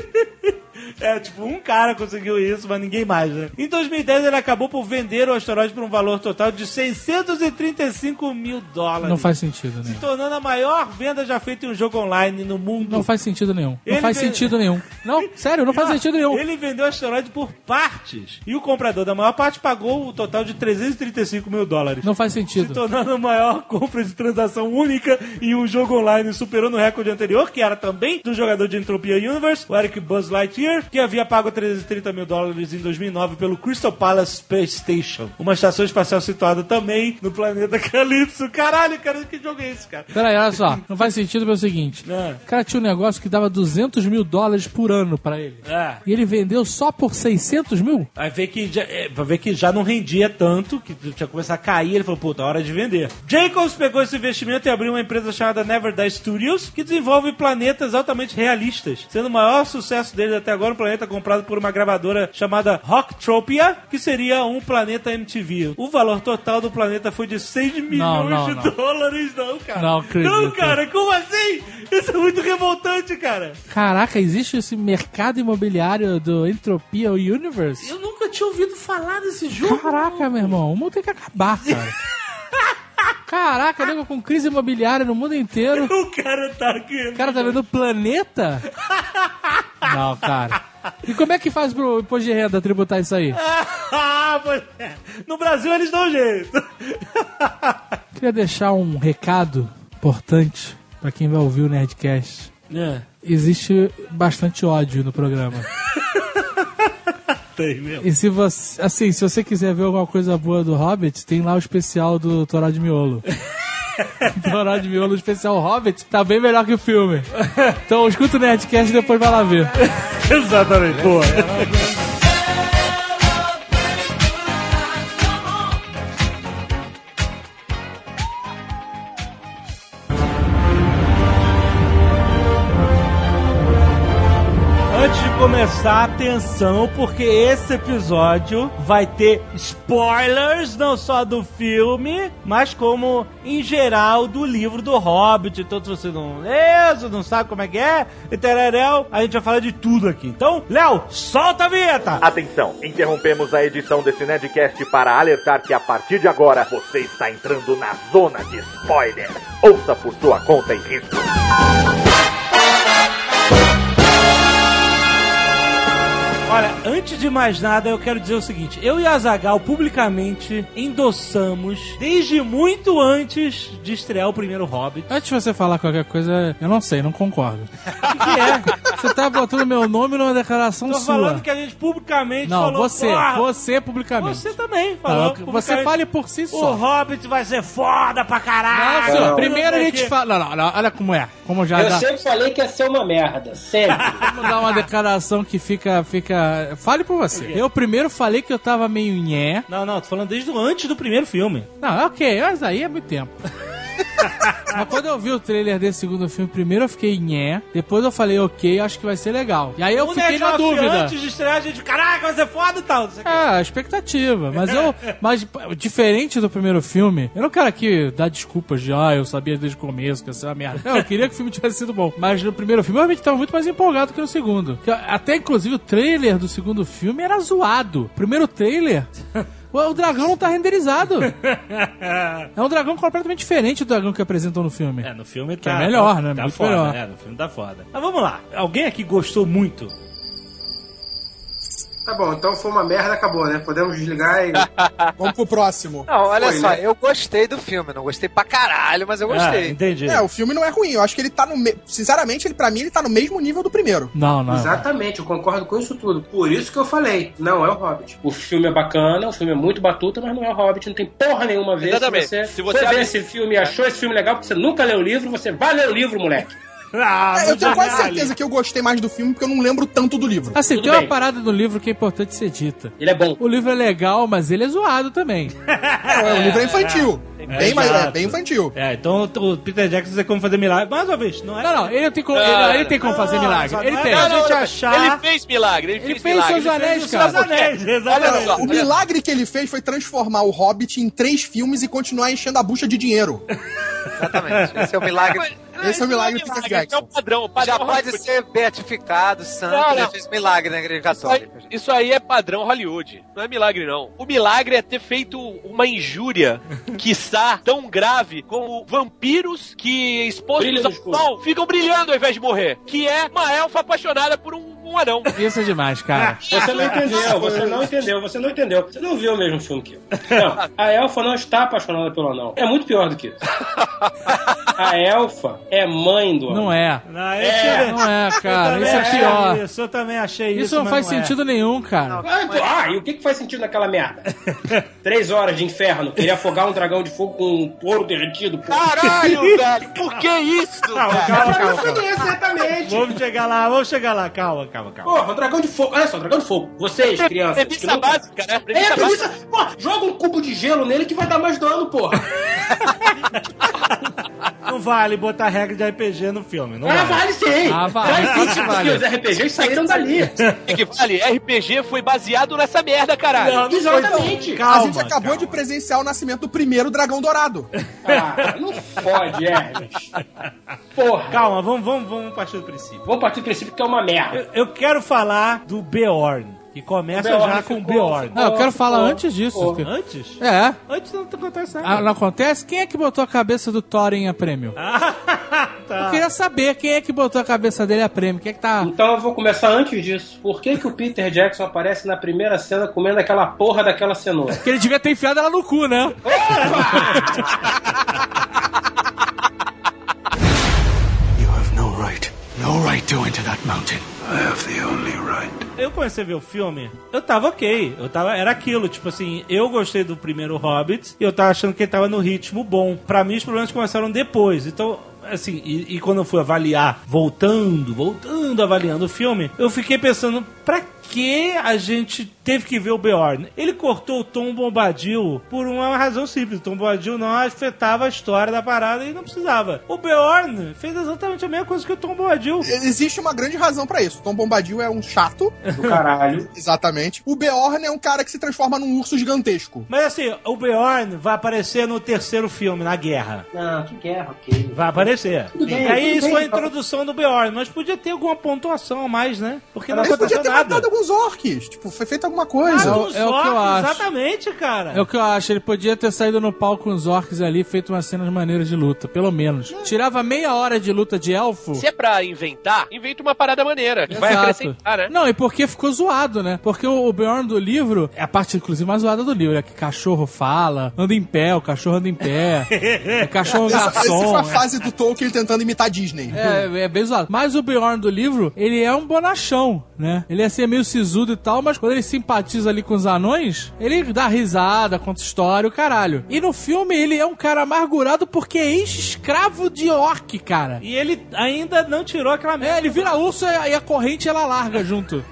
Speaker 2: É, tipo, um cara conseguiu isso, mas ninguém mais, né? Em 2010, ele acabou por vender o asteroide por um valor total de 635 mil dólares.
Speaker 8: Não faz sentido né? nenhum.
Speaker 2: Tornando a maior venda já feita em um jogo online no mundo.
Speaker 8: Não faz sentido nenhum. Não
Speaker 2: Ele
Speaker 8: faz
Speaker 2: vem-
Speaker 8: sentido nenhum. Não, sério, não faz
Speaker 2: Não,
Speaker 8: sentido nenhum.
Speaker 2: Ele vendeu o asteroide por partes. E o comprador da maior parte pagou o total de 335 mil dólares.
Speaker 8: Não faz
Speaker 2: se
Speaker 8: sentido.
Speaker 2: tornando a maior compra de transação única em um jogo online, superando o recorde anterior, que era também do jogador de Entropia Universe, o Eric Buzz Lightyear, que havia pago 330 mil dólares em 2009 pelo Crystal Palace Space Station, uma estação espacial situada também no planeta Calypso. Caralho, cara, que jogo é esse, cara?
Speaker 8: Peraí, olha só. Não faz sentido pelo seguinte.
Speaker 2: É.
Speaker 8: O cara tinha um negócio que dava 200 mil dólares por ano pra ele.
Speaker 2: É.
Speaker 8: E ele vendeu só por 600 mil?
Speaker 2: Vai ver, que já, é, vai ver que já não rendia tanto, que tinha começado a cair. Ele falou, puta, é hora de vender. Jacobs pegou esse investimento e abriu uma empresa chamada Never Die Studios, que desenvolve planetas altamente realistas. Sendo o maior sucesso deles até agora, um planeta comprado por uma gravadora chamada Rocktropia, que seria um planeta MTV. O valor total do planeta foi de 6 milhões
Speaker 8: não,
Speaker 2: de
Speaker 8: não.
Speaker 2: dólares. Não, cara.
Speaker 8: Não acredito.
Speaker 2: Não, cara, como assim? Isso é muito revoltante, cara.
Speaker 8: Caraca, existe esse mercado imobiliário do Entropia Universe?
Speaker 2: Eu nunca tinha ouvido falar desse jogo.
Speaker 8: Caraca, meu irmão, o mundo tem que acabar, cara. Caraca, nego com crise imobiliária no mundo inteiro.
Speaker 2: O cara tá aqui.
Speaker 8: O cara tá vendo planeta? Não, cara. E como é que faz pro imposto de renda tributar isso aí?
Speaker 2: Ah, pois é. no Brasil eles dão jeito.
Speaker 8: Queria deixar um recado importante pra quem vai ouvir o Nerdcast.
Speaker 2: É.
Speaker 8: Existe bastante ódio no programa.
Speaker 2: Tem mesmo.
Speaker 8: E se você, assim, se você quiser ver alguma coisa boa do Hobbit, tem lá o especial do Toró de Miolo. Toró de Miolo, o especial Hobbit, tá bem melhor que o filme. Então escuta o Nerdcast e depois vai lá ver.
Speaker 2: Exatamente, boa. Antes de começar, atenção, porque esse episódio vai ter spoilers, não só do filme, mas como em geral do livro do Hobbit. Então, se você não leu, se não sabe como é que é, e tereréu, a gente vai falar de tudo aqui. Então, Léo, solta a vinheta!
Speaker 10: Atenção, interrompemos a edição desse Nerdcast para alertar que a partir de agora você está entrando na zona de spoiler. Ouça por sua conta e risco.
Speaker 2: Olha, antes de mais nada, eu quero dizer o seguinte: eu e a Zagal publicamente endossamos, desde muito antes de estrear o primeiro Hobbit.
Speaker 8: Antes de você falar qualquer coisa, eu não sei, não concordo. O que é? Você tá botando meu nome numa declaração
Speaker 2: Tô
Speaker 8: sua.
Speaker 2: falando que a gente publicamente
Speaker 8: Não,
Speaker 2: falou.
Speaker 8: você,
Speaker 2: "Porra,
Speaker 8: você publicamente.
Speaker 2: Você também
Speaker 8: Não,
Speaker 2: falou.
Speaker 8: você
Speaker 2: publicamente,
Speaker 8: fale por si
Speaker 2: O
Speaker 8: só.
Speaker 2: Hobbit vai ser foda pra
Speaker 8: Não,
Speaker 2: caralho.
Speaker 8: senhor,
Speaker 2: Não
Speaker 8: primeiro a
Speaker 2: sei o
Speaker 8: gente
Speaker 2: quê.
Speaker 8: fala. Não, não, não, olha como é. Como
Speaker 5: Ah,
Speaker 8: já
Speaker 7: Eu
Speaker 5: tá.
Speaker 8: dá-
Speaker 7: sempre falei que ia ser uma merda, sempre.
Speaker 8: Vamos dar uma declaração que fica. fica... Fale por você. Eu primeiro falei que eu tava meio nhé.
Speaker 2: Não, não, tô falando desde o antes do primeiro filme.
Speaker 8: Não, ok, mas aí é muito tempo. Mas quando eu vi o trailer desse segundo filme, primeiro eu fiquei nhé, depois eu falei, ok, acho que vai ser legal. E aí eu
Speaker 2: O
Speaker 8: fiquei
Speaker 2: Um Nerd
Speaker 8: na
Speaker 2: Off,
Speaker 8: dúvida.
Speaker 2: Antes de estrear, a gente, caraca, vai ser foda e tal. não sei o quê.
Speaker 8: É, a expectativa. Mas eu. Mas p- diferente do primeiro filme, eu não quero aqui dar desculpas de ah, eu sabia desde o começo que ia ser uma merda. Não, eu queria que o filme tivesse sido bom. Mas no primeiro filme eu realmente tava muito mais empolgado que no segundo. Que Até inclusive o trailer do segundo filme era zoado. Primeiro trailer. o- O dragão não tá renderizado. É um dragão completamente diferente do dragão que apresentam no filme.
Speaker 2: É, no filme
Speaker 8: Que é
Speaker 2: tá.
Speaker 8: melhor, né?
Speaker 2: Tá
Speaker 8: Muito
Speaker 2: foda,
Speaker 8: melhor.
Speaker 2: É, no filme tá foda. Mas vamos lá. Alguém aqui gostou muito?
Speaker 7: Tá bom, então foi uma merda, acabou, né? Podemos desligar e.
Speaker 5: Ah.
Speaker 4: Vamos pro próximo.
Speaker 6: Não, olha
Speaker 7: Foi,
Speaker 6: só,
Speaker 7: né?
Speaker 6: eu gostei do filme, não gostei pra caralho, mas eu
Speaker 2: Ah,
Speaker 6: gostei.
Speaker 2: entendi.
Speaker 4: É, o filme não é ruim. Eu acho que ele tá no. Me... Sinceramente, ele, pra mim, ele tá no mesmo nível do primeiro.
Speaker 8: Não, não.
Speaker 7: Exatamente, eu concordo com isso tudo. Por isso que eu falei, não é o Hobbit. O filme é bacana, o filme é muito batuta, mas não é o Hobbit, não tem porra nenhuma a ver.
Speaker 5: Exatamente.
Speaker 7: Se você,
Speaker 5: Se você
Speaker 7: foi
Speaker 5: abre-
Speaker 7: ver esse filme e achou esse filme legal porque você nunca leu o livro, você vai ler o livro, moleque.
Speaker 2: Ah,
Speaker 4: É, eu tenho quase
Speaker 2: caralho.
Speaker 4: certeza que eu gostei mais do filme porque eu não lembro tanto do livro.
Speaker 8: Assim,
Speaker 7: Tudo
Speaker 8: tem
Speaker 7: bem.
Speaker 8: uma parada do livro que é importante ser dita.
Speaker 7: Ele é bom.
Speaker 8: O livro é legal, mas ele é zoado também.
Speaker 4: Não, é, o livro é infantil. bem, mais, é, bem infantil.
Speaker 2: É, então o Peter Jackson é como fazer milagre. Mais uma vez, não é?
Speaker 8: Não, não, ele não tem como, ele, não, ele tem como
Speaker 2: Não,
Speaker 8: fazer
Speaker 2: não,
Speaker 8: milagre.
Speaker 2: só
Speaker 8: Ele
Speaker 2: não é
Speaker 8: tem.
Speaker 2: pra
Speaker 5: Não, não,
Speaker 2: gente
Speaker 5: não, Ele
Speaker 2: achar.
Speaker 5: fez milagre, ele fez,
Speaker 8: Ele fez
Speaker 5: milagre.
Speaker 8: seus anéis,
Speaker 2: Os
Speaker 8: cara.
Speaker 2: Seus anéis,
Speaker 5: Olha
Speaker 2: exatamente.
Speaker 5: só,
Speaker 4: O milagre que ele fez foi transformar o Hobbit em três filmes e continuar enchendo a bucha de dinheiro.
Speaker 6: Exatamente. Esse é o milagre.
Speaker 4: Esse é o milagre do Peter
Speaker 5: Esse é o
Speaker 4: Jackson.
Speaker 5: padrão, o
Speaker 6: Já
Speaker 5: padrão
Speaker 6: pode
Speaker 5: Hollywood.
Speaker 6: ser beatificado, santo,
Speaker 5: Não,
Speaker 6: já
Speaker 5: não.
Speaker 6: fez milagre na igreja
Speaker 5: Isso aí,
Speaker 6: católica. gente.
Speaker 5: isso aí é padrão Hollywood. Não é milagre, não. O milagre é ter feito uma injúria, quiçá, tão grave como vampiros que
Speaker 7: Brilha
Speaker 5: expostos
Speaker 7: no
Speaker 5: ao
Speaker 7: escuro.
Speaker 5: sol ficam brilhando ao invés de morrer. Que é uma elfa apaixonada por um, um anão.
Speaker 8: Isso é demais, cara.
Speaker 7: Você não entendeu, você não entendeu, você não entendeu. Você não viu o mesmo filme que eu. Não, a elfa não está apaixonada pelo anão. É muito pior do que isso. A elfa é mãe do anão.
Speaker 8: Não é.
Speaker 2: Não, eu tirei-
Speaker 8: Não é, cara.
Speaker 2: eu
Speaker 8: Isso é
Speaker 2: também achei
Speaker 8: pior.
Speaker 2: Isso, eu também achei isso.
Speaker 8: Isso não
Speaker 2: mas
Speaker 8: faz
Speaker 2: é.
Speaker 8: sentido nenhum, cara.
Speaker 7: Ah, pô, ah, e o que, que faz sentido naquela merda? Três horas de inferno, queria afogar um dragão de fogo com um touro derretido, pô.
Speaker 5: Ah, Caralho, velho, por que isso?
Speaker 2: Calma, calma,
Speaker 5: cara?
Speaker 7: eu
Speaker 2: calma.
Speaker 7: não
Speaker 2: calma.
Speaker 7: sabia certamente.
Speaker 2: Vamos chegar lá, vamos chegar lá. Calma, calma, calma.
Speaker 7: Porra, um dragão de fogo. Olha só, um dragão de fogo. Vocês, crianças. que
Speaker 5: Premissa
Speaker 7: nunca-
Speaker 5: básica, né?
Speaker 7: É,
Speaker 5: Premissa
Speaker 7: a
Speaker 5: básica.
Speaker 7: premissa. Pô, joga um cubo de gelo nele que vai dar mais dano, porra.
Speaker 2: Não vale botar regra de RPG no filme, não
Speaker 7: Ah,
Speaker 2: vale.
Speaker 7: vale sim.
Speaker 8: Ah, vale, claro que vale.
Speaker 7: Porque os RPGs saíram dali.
Speaker 5: É que vale, RPG foi baseado nessa merda, caralho.
Speaker 2: Não, não foi
Speaker 7: Exatamente.
Speaker 2: tão- Calma,
Speaker 4: a gente acabou de presenciar o nascimento do primeiro Dragão Dourado.
Speaker 7: Ah, não fode, Hermes. Porra.
Speaker 2: Calma, vamos, vamos, vamos partir do princípio.
Speaker 7: Vamos partir do princípio que é uma merda.
Speaker 2: Eu, eu quero falar do Beorn, que começa
Speaker 7: Beorn
Speaker 2: já com
Speaker 7: ficou-
Speaker 2: Beorn.
Speaker 8: Não, eu quero falar antes disso.
Speaker 7: Pô.
Speaker 8: porque-
Speaker 2: Antes?
Speaker 8: É.
Speaker 2: Antes não acontece
Speaker 8: Ah,
Speaker 2: nada.
Speaker 8: não acontece? Quem é que botou a cabeça do Thorin a prêmio?
Speaker 2: Ah.
Speaker 8: Eu queria saber quem é que botou a cabeça dele a prêmio. Quem é que tá.
Speaker 7: Então eu vou começar antes disso. Por que, que o Peter Jackson aparece na primeira cena comendo aquela porra daquela cenoura?
Speaker 8: Que ele devia ter enfiado ela no cu, né?
Speaker 2: Eu comecei a ver o filme, eu tava ok. Eu tava, era aquilo, tipo assim, eu gostei do primeiro Hobbit e eu tava achando que ele tava no ritmo bom. Pra mim, os problemas começaram depois. Então, assim, e, e quando eu fui avaliar, voltando, voltando, avaliando o filme, eu fiquei pensando, pra que a gente teve que ver o Beorn? Ele cortou o Tom Bombadil por uma razão simples. O Tom Bombadil não afetava a história da parada e não precisava. O Beorn fez exatamente a mesma coisa que o Tom Bombadil.
Speaker 4: Existe uma grande razão pra isso. Tom Bombadil é um chato,
Speaker 7: Do caralho.
Speaker 4: exatamente. O Beorn é um cara que se transforma num urso gigantesco.
Speaker 2: Mas assim, o Beorn vai aparecer no terceiro filme, na guerra.
Speaker 7: Não, que guerra, ok.
Speaker 2: Vai aparecer.
Speaker 7: Tudo bem,
Speaker 2: Aí
Speaker 7: tudo
Speaker 2: isso
Speaker 7: bem,
Speaker 2: é a introdução do Beorn, mas podia ter alguma pontuação a mais, né? Porque não
Speaker 4: Ele podia
Speaker 2: aconteceu
Speaker 4: ter
Speaker 2: nada.
Speaker 4: matado alguns orques. Tipo, foi feito alguma coisa.
Speaker 2: Ah,
Speaker 8: É o-
Speaker 2: dos
Speaker 8: é o que eu
Speaker 2: orcs,
Speaker 8: acho.
Speaker 2: Exatamente, cara.
Speaker 8: É o que eu acho, ele podia ter saído no palco com os orcs ali e feito umas cenas maneiras de luta, pelo menos. Tirava meia hora de luta de elfo.
Speaker 5: Se é pra inventar, inventa uma parada maneira. Que vai
Speaker 8: Exato.
Speaker 5: acrescentar, né?
Speaker 8: Não, e porque ficou zoado, né? Porque o, o Bjorn do livro é a parte, inclusive, mais zoada do livro. É que cachorro fala, anda em pé, o cachorro anda em pé, o cachorro é um
Speaker 4: Essa, essa foi
Speaker 5: né?
Speaker 8: garçom.
Speaker 4: a fase do Tolkien tentando imitar a Disney.
Speaker 8: É, é bem zoado. Mas o Bjorn do livro, ele é um bonachão, né? Ele é assim, meio sisudo e tal, mas quando ele simpatiza ali com os anões, ele dá risada, conta história, o caralho. E no filme ele é um cara amargurado porque é ex-escravo de orc, cara.
Speaker 2: E ele ainda não tirou aquela merda.
Speaker 8: É, ele vira urso e a- e a corrente ela larga junto.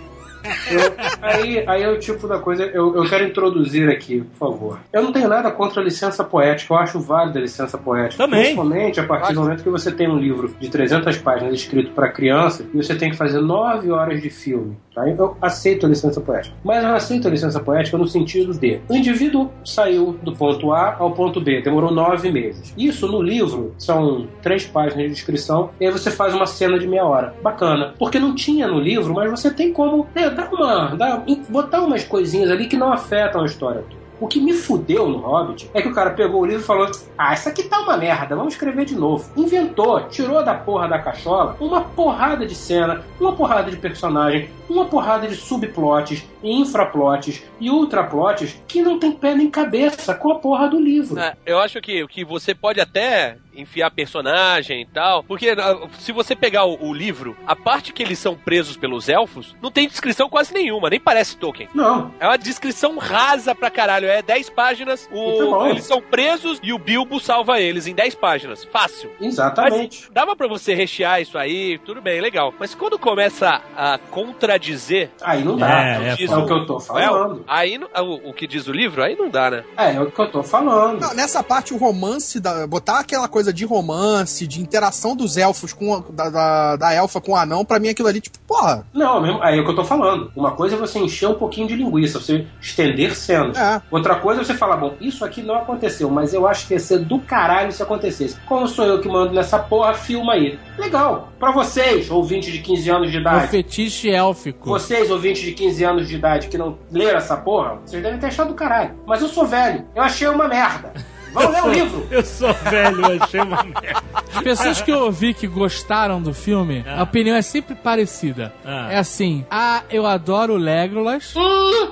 Speaker 7: Aí, aí é o tipo da coisa, eu, eu quero introduzir aqui, por favor. Eu não tenho nada contra a licença poética, eu acho válida a licença poética.
Speaker 2: Também.
Speaker 7: Principalmente a partir do momento que você tem um livro de 300 páginas escrito pra criança e você tem que fazer 9 horas de filme. Tá? Eu aceito a licença poética. Mas eu não aceito a licença poética no sentido de: o indivíduo saiu do ponto A ao ponto B, demorou 9 meses. Isso no livro são três páginas de descrição, e aí você faz uma cena de meia hora. Bacana. Porque não tinha no livro, mas você tem como né, dar uma, dar- botar umas coisinhas ali que não afetam a história toda. O que me fudeu no Hobbit é que o cara pegou o livro e falou: Ah, isso aqui tá uma merda, vamos escrever de novo. Inventou, tirou da porra da cachola uma porrada de cena, uma porrada de personagem, uma porrada de subplotes, infraplotes e ultraplotes que não tem pé nem cabeça com a porra do livro.
Speaker 5: Ah, Eu acho que o que você pode até enfiar personagem e tal, porque ah, se você pegar o, o livro, a parte que eles são presos pelos elfos, não tem descrição quase nenhuma, nem parece Tolkien.
Speaker 7: Não,
Speaker 5: É uma descrição rasa pra caralho, é 10 páginas, o-
Speaker 7: Isso é bom.
Speaker 5: eles são presos e o Bilbo salva eles em 10 páginas, fácil.
Speaker 7: exatamente.
Speaker 5: Dava pra você rechear isso aí, tudo bem, legal. Mas quando começa a contradizer
Speaker 7: Aí não dá.
Speaker 2: É, é
Speaker 7: é,
Speaker 5: foda.
Speaker 7: o que eu tô falando.
Speaker 5: aí não- ah, o, o que diz o livro, aí não dá, né?
Speaker 7: É, é o que eu tô falando.
Speaker 4: Não, nessa parte, o romance, da, botar aquela coisa de romance, de interação dos elfos com a- da, da, da elfa com o anão, pra mim aquilo ali, tipo, porra,
Speaker 7: Não, mesmo, aí é o que eu tô falando. Uma coisa é você encher um pouquinho de linguiça, você estender cenas.
Speaker 4: É.
Speaker 7: Outra coisa é você falar, bom, isso aqui não aconteceu, mas eu acho que ia ser do caralho se acontecesse. Como sou eu que mando nessa porra, filma aí. Legal, pra vocês, ouvintes de 15 anos de
Speaker 8: É um
Speaker 7: idade.
Speaker 8: fetiche élfico.
Speaker 7: Vocês, ouvintes de 15 anos de idade que não leram essa porra, vocês devem ter achado do caralho. Mas eu sou velho, eu achei uma merda. Vão ler é o livro.
Speaker 2: Eu sou velho, eu achei uma merda.
Speaker 8: As pessoas que eu ouvi que gostaram do filme, a opinião é sempre parecida.
Speaker 2: Ah.
Speaker 8: É assim: ah, eu adoro o Legolas.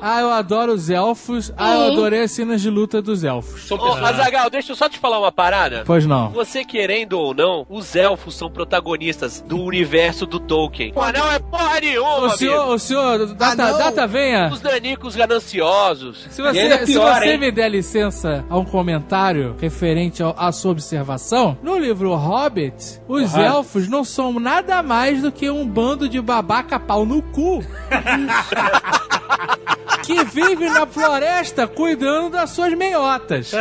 Speaker 8: Ah, eu adoro os elfos. Ah, eu adorei as cenas de luta dos elfos.
Speaker 5: Ô, Azagal, deixa eu só te falar uma parada.
Speaker 8: Pois não.
Speaker 5: Você querendo ou não, os elfos são protagonistas do universo do Tolkien. Mas não é porra nenhuma,
Speaker 8: O senhor,
Speaker 5: amigo.
Speaker 8: o senhor, data,
Speaker 4: não.
Speaker 8: data venha.
Speaker 5: Os nanicos gananciosos.
Speaker 8: Se
Speaker 7: E ainda
Speaker 8: você,
Speaker 7: pior,
Speaker 8: se você
Speaker 7: hein?
Speaker 8: me der licença a um comentário referente ao- à sua observação, no livro O Hobbit, os elfos não são nada mais do que um bando de babaca pau no cu. que vive na floresta cuidando das suas meiotas.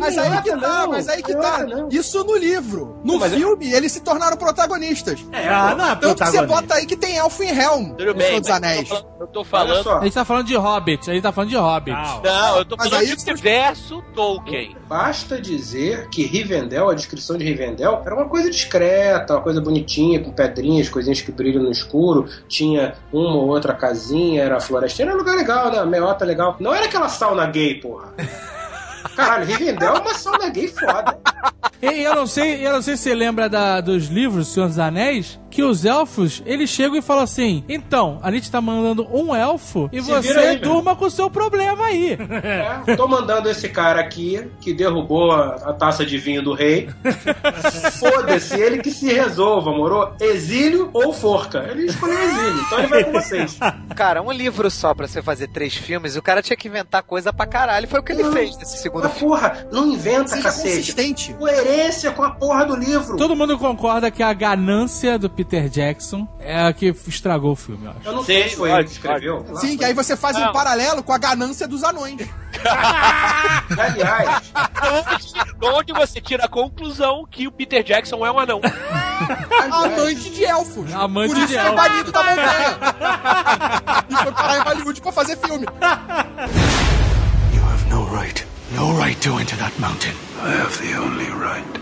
Speaker 4: mas aí que tá,
Speaker 7: não,
Speaker 4: mas aí que
Speaker 7: idiota
Speaker 4: tá.
Speaker 7: não.
Speaker 4: Isso no livro. No
Speaker 5: é-
Speaker 7: Mas eu-
Speaker 4: filme, eles se tornaram protagonistas.
Speaker 2: É, ah, não é
Speaker 4: Tanto que você
Speaker 2: protagonista.
Speaker 4: bota aí que tem elfo em Helm,
Speaker 5: Tudo
Speaker 4: no Senhor
Speaker 5: bem.
Speaker 4: dos
Speaker 5: mas
Speaker 4: Anéis.
Speaker 5: eu tô falando- Eu tô falando.
Speaker 7: Olha só.
Speaker 8: A gente tá falando de Hobbit, a gente tá falando de Hobbit.
Speaker 2: Não.
Speaker 5: Não, eu tô
Speaker 4: Mas
Speaker 5: falando
Speaker 4: aí
Speaker 5: de
Speaker 4: você-
Speaker 5: universo Tolkien.
Speaker 7: Basta dizer que Rivendell, a descrição de Rivendell, era uma coisa discreta, uma coisa bonitinha, com pedrinhas, coisinhas que brilham no escuro, tinha uma ou outra casinha, era floresta, era um lugar legal, né? Meiota legal. Não era aquela sauna gay, porra. Caralho, Rivendell é uma sauna gay foda.
Speaker 8: E eu não sei, eu não sei se você lembra da- dos livros Senhor dos Anéis, que os elfos, eles chegam e falam assim: "Então, a gente tá mandando um elfo e
Speaker 7: Se
Speaker 8: você
Speaker 7: vira aí,
Speaker 8: durma com o seu problema aí".
Speaker 7: É, tô mandando esse cara aqui, que derrubou a, a taça de vinho do rei. Foda-se, ele que se resolva, moro? Exílio ou forca? Ele escolheu exílio, então ele vai com vocês.
Speaker 6: Cara, um livro só pra você fazer três filmes, o cara tinha que inventar coisa pra caralho. Foi o que ele
Speaker 7: Não.
Speaker 6: fez nesse segundo
Speaker 7: Mas
Speaker 6: filme.
Speaker 7: porra, não inventa,
Speaker 4: Seja
Speaker 7: cacete.
Speaker 4: consistente.
Speaker 7: coerência com a porra do livro.
Speaker 8: Todo mundo concorda que a ganância do Peter Jackson é a que estragou o filme, eu acho.
Speaker 7: Eu não sei
Speaker 5: Sim,
Speaker 7: se foi ele
Speaker 5: pode,
Speaker 7: que escreveu. Sei lá.
Speaker 4: Sim, que aí você faz um paralelo com a ganância dos anões.
Speaker 7: Aliás,
Speaker 5: De Onde você tira a conclusão que o Peter Jackson é um anão.
Speaker 4: Amante de elfos.
Speaker 8: Amante
Speaker 4: Por isso
Speaker 8: de
Speaker 4: foi
Speaker 8: elfos.
Speaker 4: banido da montanha. e foi parar em Hollywood pra fazer filme.
Speaker 8: Tá.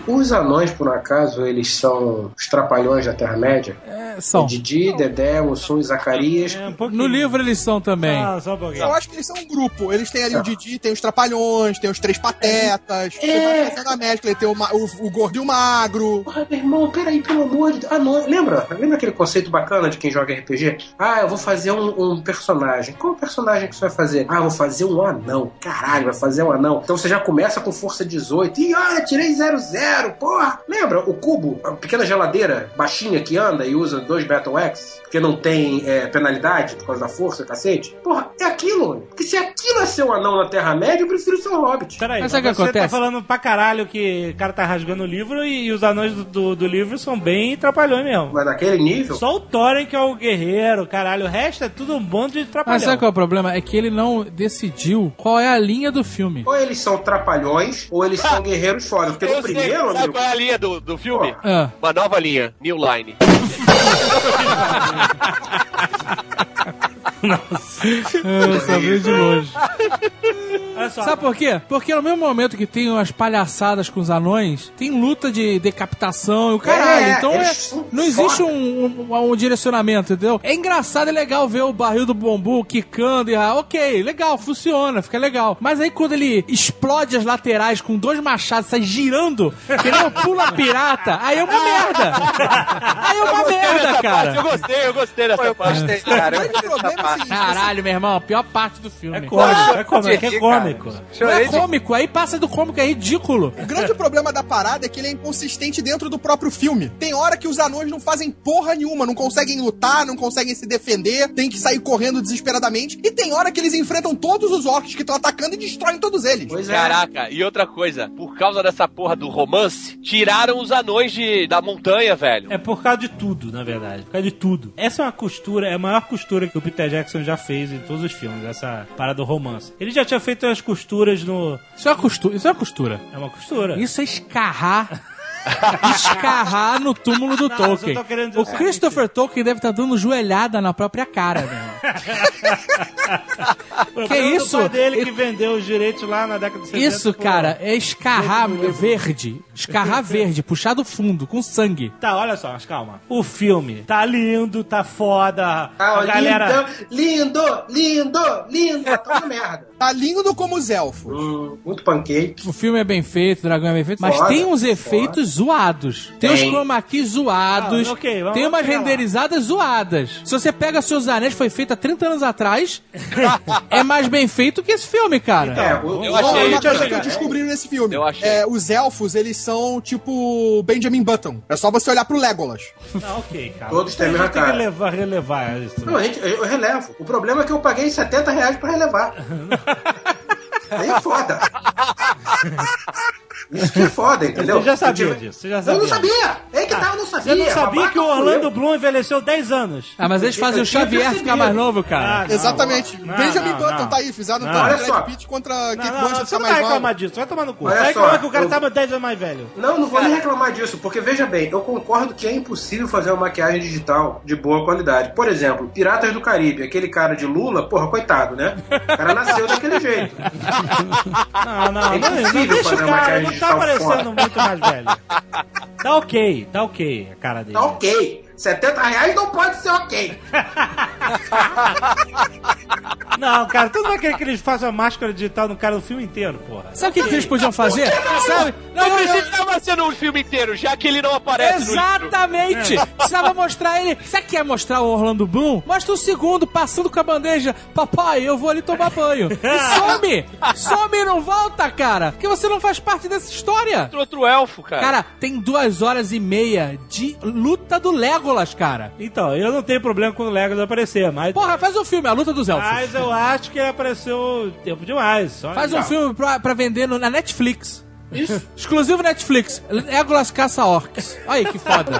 Speaker 7: os anões, por um acaso, eles são os trapalhões da Terra-média?
Speaker 8: É, são.
Speaker 7: Didi, Dedé, Mussum e Zacarias.
Speaker 2: É, um pouquinho.
Speaker 8: No livro eles são também.
Speaker 2: Ah, só um pouquinho.
Speaker 4: Eu acho que eles são um grupo. Eles têm ali
Speaker 8: Tá.
Speaker 4: o Didi, tem os Trapalhões, tem os Três Patetas, tem vai fazendo a mescla, tem o, ma- o- o Gordo e o Magro.
Speaker 7: Porra, meu irmão, peraí, pelo amor de Deus. Anões, lembra? Lembra aquele conceito bacana de quem joga RPG? Ah, eu vou fazer um, um personagem. Qual personagem que você vai fazer? Ah, eu vou fazer um anão. Caralho, vai fazer um anão. Então você já começa com força 18. Ih, olha, tirei 00, porra. Lembra o cubo, a pequena geladeira baixinha que anda e usa dois Battle X, porque não tem é, penalidade por causa da força, cacete? Porra, é aquilo. Porque se aquilo é ser um anão na Terra-média, eu prefiro ser um hobbit.
Speaker 2: Peraí, mas
Speaker 8: Mas sabe o que
Speaker 2: você tá
Speaker 8: acontece?
Speaker 2: falando pra caralho que o cara tá rasgando o livro e, e os anões do, do, do livro são bem trapalhões mesmo.
Speaker 7: Mas naquele nível.
Speaker 2: Só o Thorin que é o guerreiro, caralho. O resto é tudo um bando de
Speaker 8: Mas sabe
Speaker 2: trapalhão.
Speaker 8: qual é o problema? É que ele não decidiu qual é a linha do filme.
Speaker 7: Ou eles são trapalhões, ou eles são guerreiros foda. Porque no
Speaker 5: Eu sei,
Speaker 7: primeiro,
Speaker 5: sabe
Speaker 7: amigo.
Speaker 5: qual é a linha do, do filme?
Speaker 7: Porra.
Speaker 8: Ah.
Speaker 5: Uma nova linha, New Line.
Speaker 2: Nossa.
Speaker 8: Eu só vejo de longe.
Speaker 2: olha só.
Speaker 8: Sabe por quê? Porque no mesmo momento que tem umas palhaçadas com os anões, tem luta de decapitação e o caralho.
Speaker 7: É,
Speaker 8: então
Speaker 7: eles
Speaker 8: é-
Speaker 7: são
Speaker 8: não
Speaker 7: foda.
Speaker 8: existe um, um- um direcionamento, entendeu? É engraçado e legal ver o barril do bombu quicando e ah, ok, legal, funciona, fica legal. Mas aí quando ele explode as laterais com dois machados, sai girando, que nem um pula pirata, aí é uma merda. Aí é uma merda,
Speaker 5: Parte, eu
Speaker 8: cara.
Speaker 5: gostei, eu gostei dessa
Speaker 6: Pô, eu
Speaker 5: parte.
Speaker 6: gostei, cara. Eu
Speaker 4: Mas o
Speaker 6: gostei dessa
Speaker 4: problema é o
Speaker 6: parte.
Speaker 4: seguinte,
Speaker 8: Caralho, meu irmão, a pior parte do filme.
Speaker 2: É cômico, é cômico, é
Speaker 6: Ri,
Speaker 2: cômico.
Speaker 6: cara.
Speaker 8: Não é
Speaker 6: Chorei de
Speaker 8: cômico, aí passa do cômico, é ridículo.
Speaker 4: O grande problema da parada é que ele é inconsistente dentro do próprio filme. Tem hora que os anões não fazem porra nenhuma, não conseguem lutar, não conseguem se defender, tem que sair correndo desesperadamente. E tem hora que eles enfrentam todos os orcs que estão atacando e destroem todos eles.
Speaker 7: Pois é.
Speaker 5: Caraca, e outra coisa, por causa dessa porra do romance, tiraram os anões de, da montanha, velho.
Speaker 2: É por causa de tudo, na verdade. Por causa de tudo. Essa é uma costura, é a maior costura que o Peter Jackson já fez em todos os filmes, essa parada do romance. Ele já tinha feito as costuras no.
Speaker 8: Isso é costura. Isso é costura.
Speaker 2: É uma costura.
Speaker 8: Isso é escarrar. escarrar no túmulo do
Speaker 2: Não,
Speaker 8: Tolkien.
Speaker 2: mas eu tô querendo dizer assim.
Speaker 8: O
Speaker 2: o seguinte.
Speaker 8: Christopher Tolkien deve estar dando joelhada na própria cara, meu irmão.
Speaker 2: O problema
Speaker 8: que
Speaker 2: do
Speaker 8: isso?
Speaker 2: pai dele
Speaker 8: Eu-
Speaker 2: que vendeu os direitos lá na década de 70.
Speaker 8: Isso,
Speaker 2: pô.
Speaker 8: cara, é escarrar verde. Escarrar verde, puxar do fundo, com sangue.
Speaker 2: Tá, olha só, mas calma. O filme tá lindo, tá foda.
Speaker 7: Ah,
Speaker 2: a galera.
Speaker 7: Lindo, lindo, lindo, lindo. Tá uma merda.
Speaker 4: Tá lindo como os elfos.
Speaker 7: Hum, muito pancake.
Speaker 8: O filme é bem feito, o dragão é bem feito, mas
Speaker 7: Foda,
Speaker 8: tem uns efeitos zoados. Tem uns
Speaker 7: Tem.
Speaker 8: chroma keys zoados,
Speaker 2: Ah, ok, vamos-
Speaker 8: tem umas
Speaker 2: vamos chegar lá.
Speaker 8: renderizadas zoadas. Se você pega Seus Anéis, foi feito há 30 anos atrás, é mais bem feito que esse filme, cara.
Speaker 7: É, o,
Speaker 5: Eu
Speaker 7: o-
Speaker 4: Ó,
Speaker 5: achei.
Speaker 4: uma coisa que eu
Speaker 5: cara.
Speaker 4: descobri nesse filme.
Speaker 5: Eu achei.
Speaker 4: É, os elfos, eles são tipo Benjamin Button. É só você olhar pro Legolas.
Speaker 2: Ah, ok, cara.
Speaker 7: Todos têm a
Speaker 2: Então a
Speaker 7: mesma
Speaker 2: gente tem que
Speaker 7: cara.
Speaker 2: relevar, relevar isso.
Speaker 7: Não, gente, eu eu relevo. O problema é que eu paguei 70 reais pra relevar. Aí é foda. Isso que é foda, entendeu?
Speaker 2: Você já sabia
Speaker 7: Eu
Speaker 2: disso, você já sabia. Ah,
Speaker 7: Eu não sabia. É que tá, eu não sabia.
Speaker 2: Você não sabia
Speaker 7: Babaca
Speaker 2: que o
Speaker 7: fui eu.
Speaker 2: Orlando Bloom envelheceu 10 anos?
Speaker 8: Ah, mas eles fazem o
Speaker 7: Eu tinha
Speaker 8: Xavier
Speaker 7: percebido.
Speaker 8: ficar mais novo, cara.
Speaker 2: Ah, não.
Speaker 4: Exatamente.
Speaker 2: Não,
Speaker 4: Benjamin
Speaker 2: não,
Speaker 4: Button
Speaker 2: não.
Speaker 4: tá aí, fizeram
Speaker 2: Não,
Speaker 4: tanto
Speaker 7: olha
Speaker 4: Brad
Speaker 7: só.
Speaker 4: Pitt contra
Speaker 2: Não,
Speaker 4: Kate
Speaker 2: não, não,
Speaker 4: Blanchett
Speaker 2: você não tá
Speaker 4: ficar
Speaker 2: vai
Speaker 4: mais
Speaker 2: reclamar
Speaker 4: nova.
Speaker 2: disso, vai tomar no cu.
Speaker 7: Olha
Speaker 2: Vai
Speaker 7: só,
Speaker 2: reclamar que o cara
Speaker 7: eu-
Speaker 2: tava 10 anos mais velho.
Speaker 7: Não, não vou nem reclamar disso, porque veja bem, eu concordo que é impossível fazer uma maquiagem digital de boa qualidade. Por exemplo, Piratas do Caribe, aquele cara de Lula, porra, coitado, né? O cara nasceu daquele jeito. Tá
Speaker 2: Não, não,
Speaker 7: É
Speaker 2: não, não,
Speaker 7: impossível
Speaker 2: deixa o
Speaker 7: fazer uma
Speaker 2: cara,
Speaker 7: cara
Speaker 2: não
Speaker 7: de
Speaker 2: tá
Speaker 7: tal
Speaker 2: parecendo
Speaker 7: forma.
Speaker 2: muito mais velho. Tá ok, tá ok a cara dele.
Speaker 7: Tá ok. 70 reais não pode ser ok.
Speaker 2: Não, cara, tu não vai querer que eles façam a máscara digital no cara do filme inteiro, porra.
Speaker 8: Sabe o que, que eles podiam fazer? Sabe? Não,
Speaker 5: Não
Speaker 8: não, não.
Speaker 5: precisava ser no um filme inteiro, já que ele não aparece no livro.
Speaker 8: Exatamente! Precisava mostrar ele. Você quer mostrar o Orlando Bloom? Mostra um segundo, passando com a bandeja. Papai, eu vou ali tomar banho. E some! Some e não volta, cara! Porque você não faz parte dessa história!
Speaker 5: Outro, outro elfo, cara.
Speaker 8: Cara, tem duas horas e meia de luta do Legolas, cara.
Speaker 2: Então, eu não tenho problema com o Legolas aparecer, mas.
Speaker 8: Porra, faz um filme, a luta dos elfos.
Speaker 2: Mas eu acho que ele apareceu tempo demais. Só
Speaker 8: Faz um
Speaker 2: Não.
Speaker 8: filme pra, pra vender no- na Netflix.
Speaker 7: Isso.
Speaker 8: Exclusivo Netflix. Legolas caça orcs. Olha aí que foda.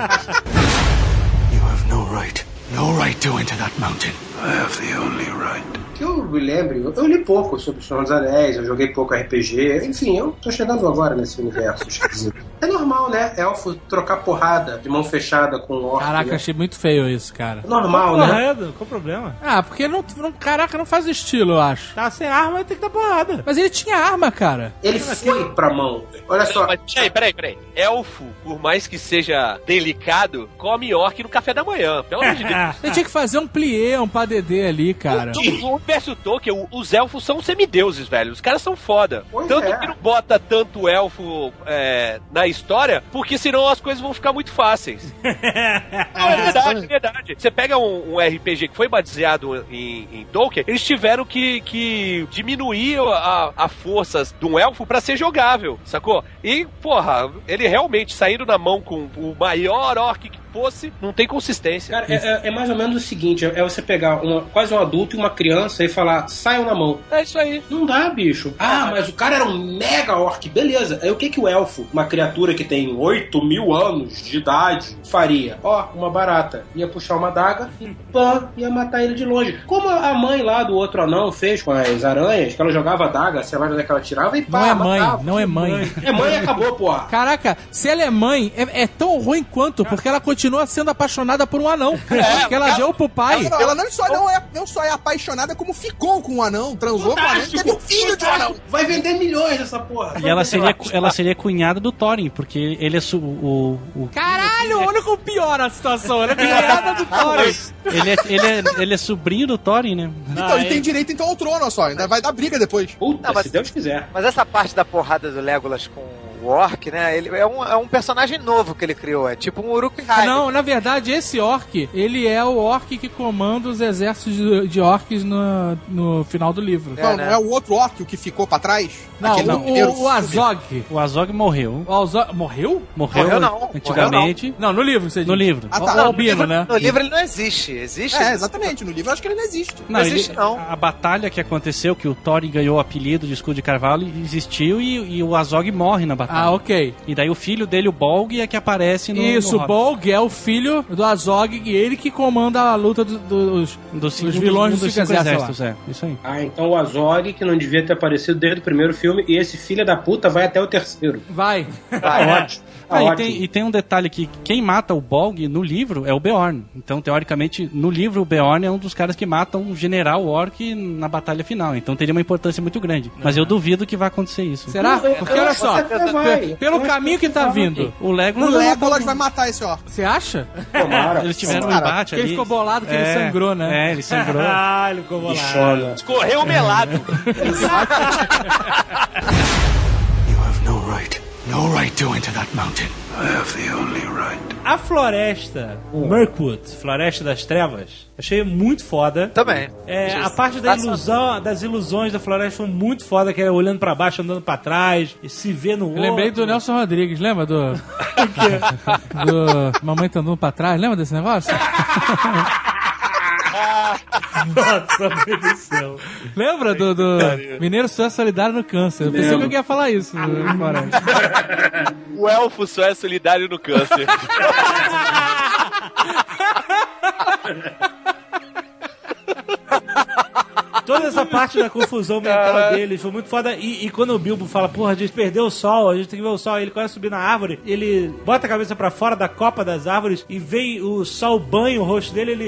Speaker 7: Que eu me lembre, eu eu li pouco sobre o Senhor dos Anéis, eu joguei pouco RPG, enfim, eu tô chegando agora nesse universo esquisito. É normal, né? Elfo trocar porrada de mão fechada com orc.
Speaker 8: Caraca,
Speaker 7: né?
Speaker 8: achei muito feio isso, cara.
Speaker 7: É normal, né?
Speaker 2: Correto, qual o problema?
Speaker 8: Ah, porque não, não- Caraca, não faz o estilo, eu acho.
Speaker 2: Tá sem arma, tem que dar porrada.
Speaker 8: Mas ele tinha arma, cara.
Speaker 7: Ele foi pra mão. Olha só.
Speaker 5: Mas peraí, peraí, peraí. Elfo, por mais que seja delicado, come orc no café da manhã. Pelo amor de Deus.
Speaker 8: Ele tinha que fazer um plié, um padedê ali, cara.
Speaker 5: No universo Tolkien, o- os elfos são semideuses, velho. Os caras são foda.
Speaker 7: Pois
Speaker 5: tanto
Speaker 7: é.
Speaker 5: que não bota tanto elfo é, na história, porque senão as coisas vão ficar muito fáceis. não, é verdade, é verdade. Você pega um, um RPG que foi baseado em, em Tolkien, eles tiveram que, que diminuir a, a força de um elfo pra ser jogável, sacou? E, porra, ele realmente saindo na mão com o maior orc que fosse, não tem consistência.
Speaker 7: Cara, é, é- é mais ou menos o seguinte: é é você pegar uma- quase um adulto e uma criança e falar, saiam na mão.
Speaker 5: É isso aí.
Speaker 7: Não dá, bicho. Ah, mas o cara era um mega orc. Beleza. Aí o que que o elfo, uma criatura que tem 8 mil anos de idade, faria? Ó, uma barata. Ia puxar uma daga e pã, ia matar ele de longe. Como a mãe lá do outro anão fez com as aranhas, que ela jogava a daga, sei lá onde é que ela tirava e pá,
Speaker 8: Não é mãe,
Speaker 7: matava.
Speaker 8: não é mãe.
Speaker 7: É mãe e acabou, porra.
Speaker 8: Caraca, se ela é mãe, é, é tão ruim quanto, porque ela continua sendo apaixonada por um anão. que ela deu pro pai.
Speaker 4: Ela, ela não, só não, é, não só é apaixonada, como ficou com o anão, transou com o
Speaker 7: Tá,
Speaker 4: anão, e teve um filho de um anão.
Speaker 7: Vai vender milhões essa porra.
Speaker 3: E ela seria, ela seria cunhada do Thorin, porque ele é su- o, o-
Speaker 8: Caralho, olha como piora a situação. Ela é piada do Thorin.
Speaker 3: ele, é, ele, é, ele é sobrinho do Thorin, né?
Speaker 4: Então, e tem direito então ao trono só, ainda vai dar briga depois.
Speaker 7: Puta,
Speaker 6: Não, mas-
Speaker 7: se Deus quiser.
Speaker 6: Mas essa parte da porrada do Legolas com o Orc, né? Ele é um, é um personagem novo que ele criou. É tipo um Uruk-hai.
Speaker 8: Ah, Não, na verdade, esse orc, ele é o orc que comanda os exércitos de, de orcs no, no final do livro.
Speaker 4: Não,
Speaker 6: né?
Speaker 4: não é o outro orc o que ficou pra trás?
Speaker 8: Não,
Speaker 4: Aquele do
Speaker 8: o,
Speaker 4: primeiro
Speaker 8: o, o Azog.
Speaker 3: O Azog morreu.
Speaker 8: O Azog morreu?
Speaker 3: Morreu,
Speaker 6: Morreu não,
Speaker 3: antigamente.
Speaker 8: Não, no livro, você
Speaker 3: No
Speaker 8: diz.
Speaker 3: livro.
Speaker 4: Ah,
Speaker 8: O-
Speaker 4: tá.
Speaker 8: o
Speaker 4: No
Speaker 8: Albino, né?
Speaker 6: No livro ele não existe. Existe?
Speaker 4: É, exatamente. No livro eu acho que ele não existe.
Speaker 3: Não, ele-
Speaker 6: existe, não.
Speaker 3: A batalha que aconteceu, que o Thorin ganhou o apelido de escudo de carvalho, existiu e, e o Azog morre na batalha.
Speaker 8: Ah, ok.
Speaker 3: E daí o filho dele, o Bolg, é que aparece no.
Speaker 8: Isso,
Speaker 3: no
Speaker 8: o
Speaker 3: Hobbit.
Speaker 8: Bolg é o filho do Azog e ele que comanda a luta do- dos...
Speaker 3: Dos cinco-
Speaker 8: Os vilões dos cinco exércitos,
Speaker 3: é. Isso aí.
Speaker 7: Ah, então o Azog, que não devia ter aparecido desde o primeiro filme, e esse filho da puta vai até o terceiro.
Speaker 8: Vai.
Speaker 7: Tá ótimo. Tá
Speaker 3: Ah, e,
Speaker 7: ótimo.
Speaker 3: tem, e tem um detalhe que quem mata o Bolg no livro é o Beorn. Então, teoricamente, no livro, o Beorn é um dos caras que mata um general orc na batalha final. Então, teria uma importância muito grande. Mas eu duvido que vai acontecer isso.
Speaker 8: Será?
Speaker 7: Eu- eu
Speaker 8: Porque olha
Speaker 7: acho
Speaker 8: só,
Speaker 7: que até vai.
Speaker 8: pe- pelo
Speaker 7: Eu acho
Speaker 8: caminho que tá vindo...
Speaker 3: O Legolas...
Speaker 4: O
Speaker 3: não matou
Speaker 4: Legolas
Speaker 3: o
Speaker 4: vai matar esse orc.
Speaker 8: Você acha?
Speaker 7: Tomara.
Speaker 3: Eles tiveram um
Speaker 4: Cara,
Speaker 3: embate
Speaker 8: ele
Speaker 3: ali.
Speaker 8: ficou bolado que ele sangrou, né?
Speaker 3: É, ele sangrou.
Speaker 2: Ah, ele ficou bolado.
Speaker 7: Bichona.
Speaker 5: Escorreu melado.
Speaker 2: A floresta
Speaker 6: Hum.
Speaker 2: Mirkwood, Floresta das Trevas, achei muito foda.
Speaker 6: Também.
Speaker 2: É, a
Speaker 6: Jesus.
Speaker 2: parte da
Speaker 6: Passa-
Speaker 2: ilusão, das ilusões da floresta foi muito foda, que era olhando pra baixo, andando pra trás, e se vê no
Speaker 8: Eu lembrei do
Speaker 2: outro.
Speaker 8: Nelson Rodrigues, lembra do. do Mamãe tá andando pra trás, lembra desse negócio?
Speaker 2: Nossa, meu Deus do céu.
Speaker 8: Lembra do. do Mineiro Sué Solidário no Câncer? Eu pensei que eu ia falar isso. né, Fora.
Speaker 5: O elfo só é solidário no câncer.
Speaker 2: Toda essa parte da confusão mental deles foi muito foda. E, e quando o Bilbo fala, porra, a gente perdeu o sol, a gente tem que ver o sol, Aí ele começa a subir na árvore, ele bota a cabeça pra fora da copa das árvores e vem o sol banha o rosto dele, ele.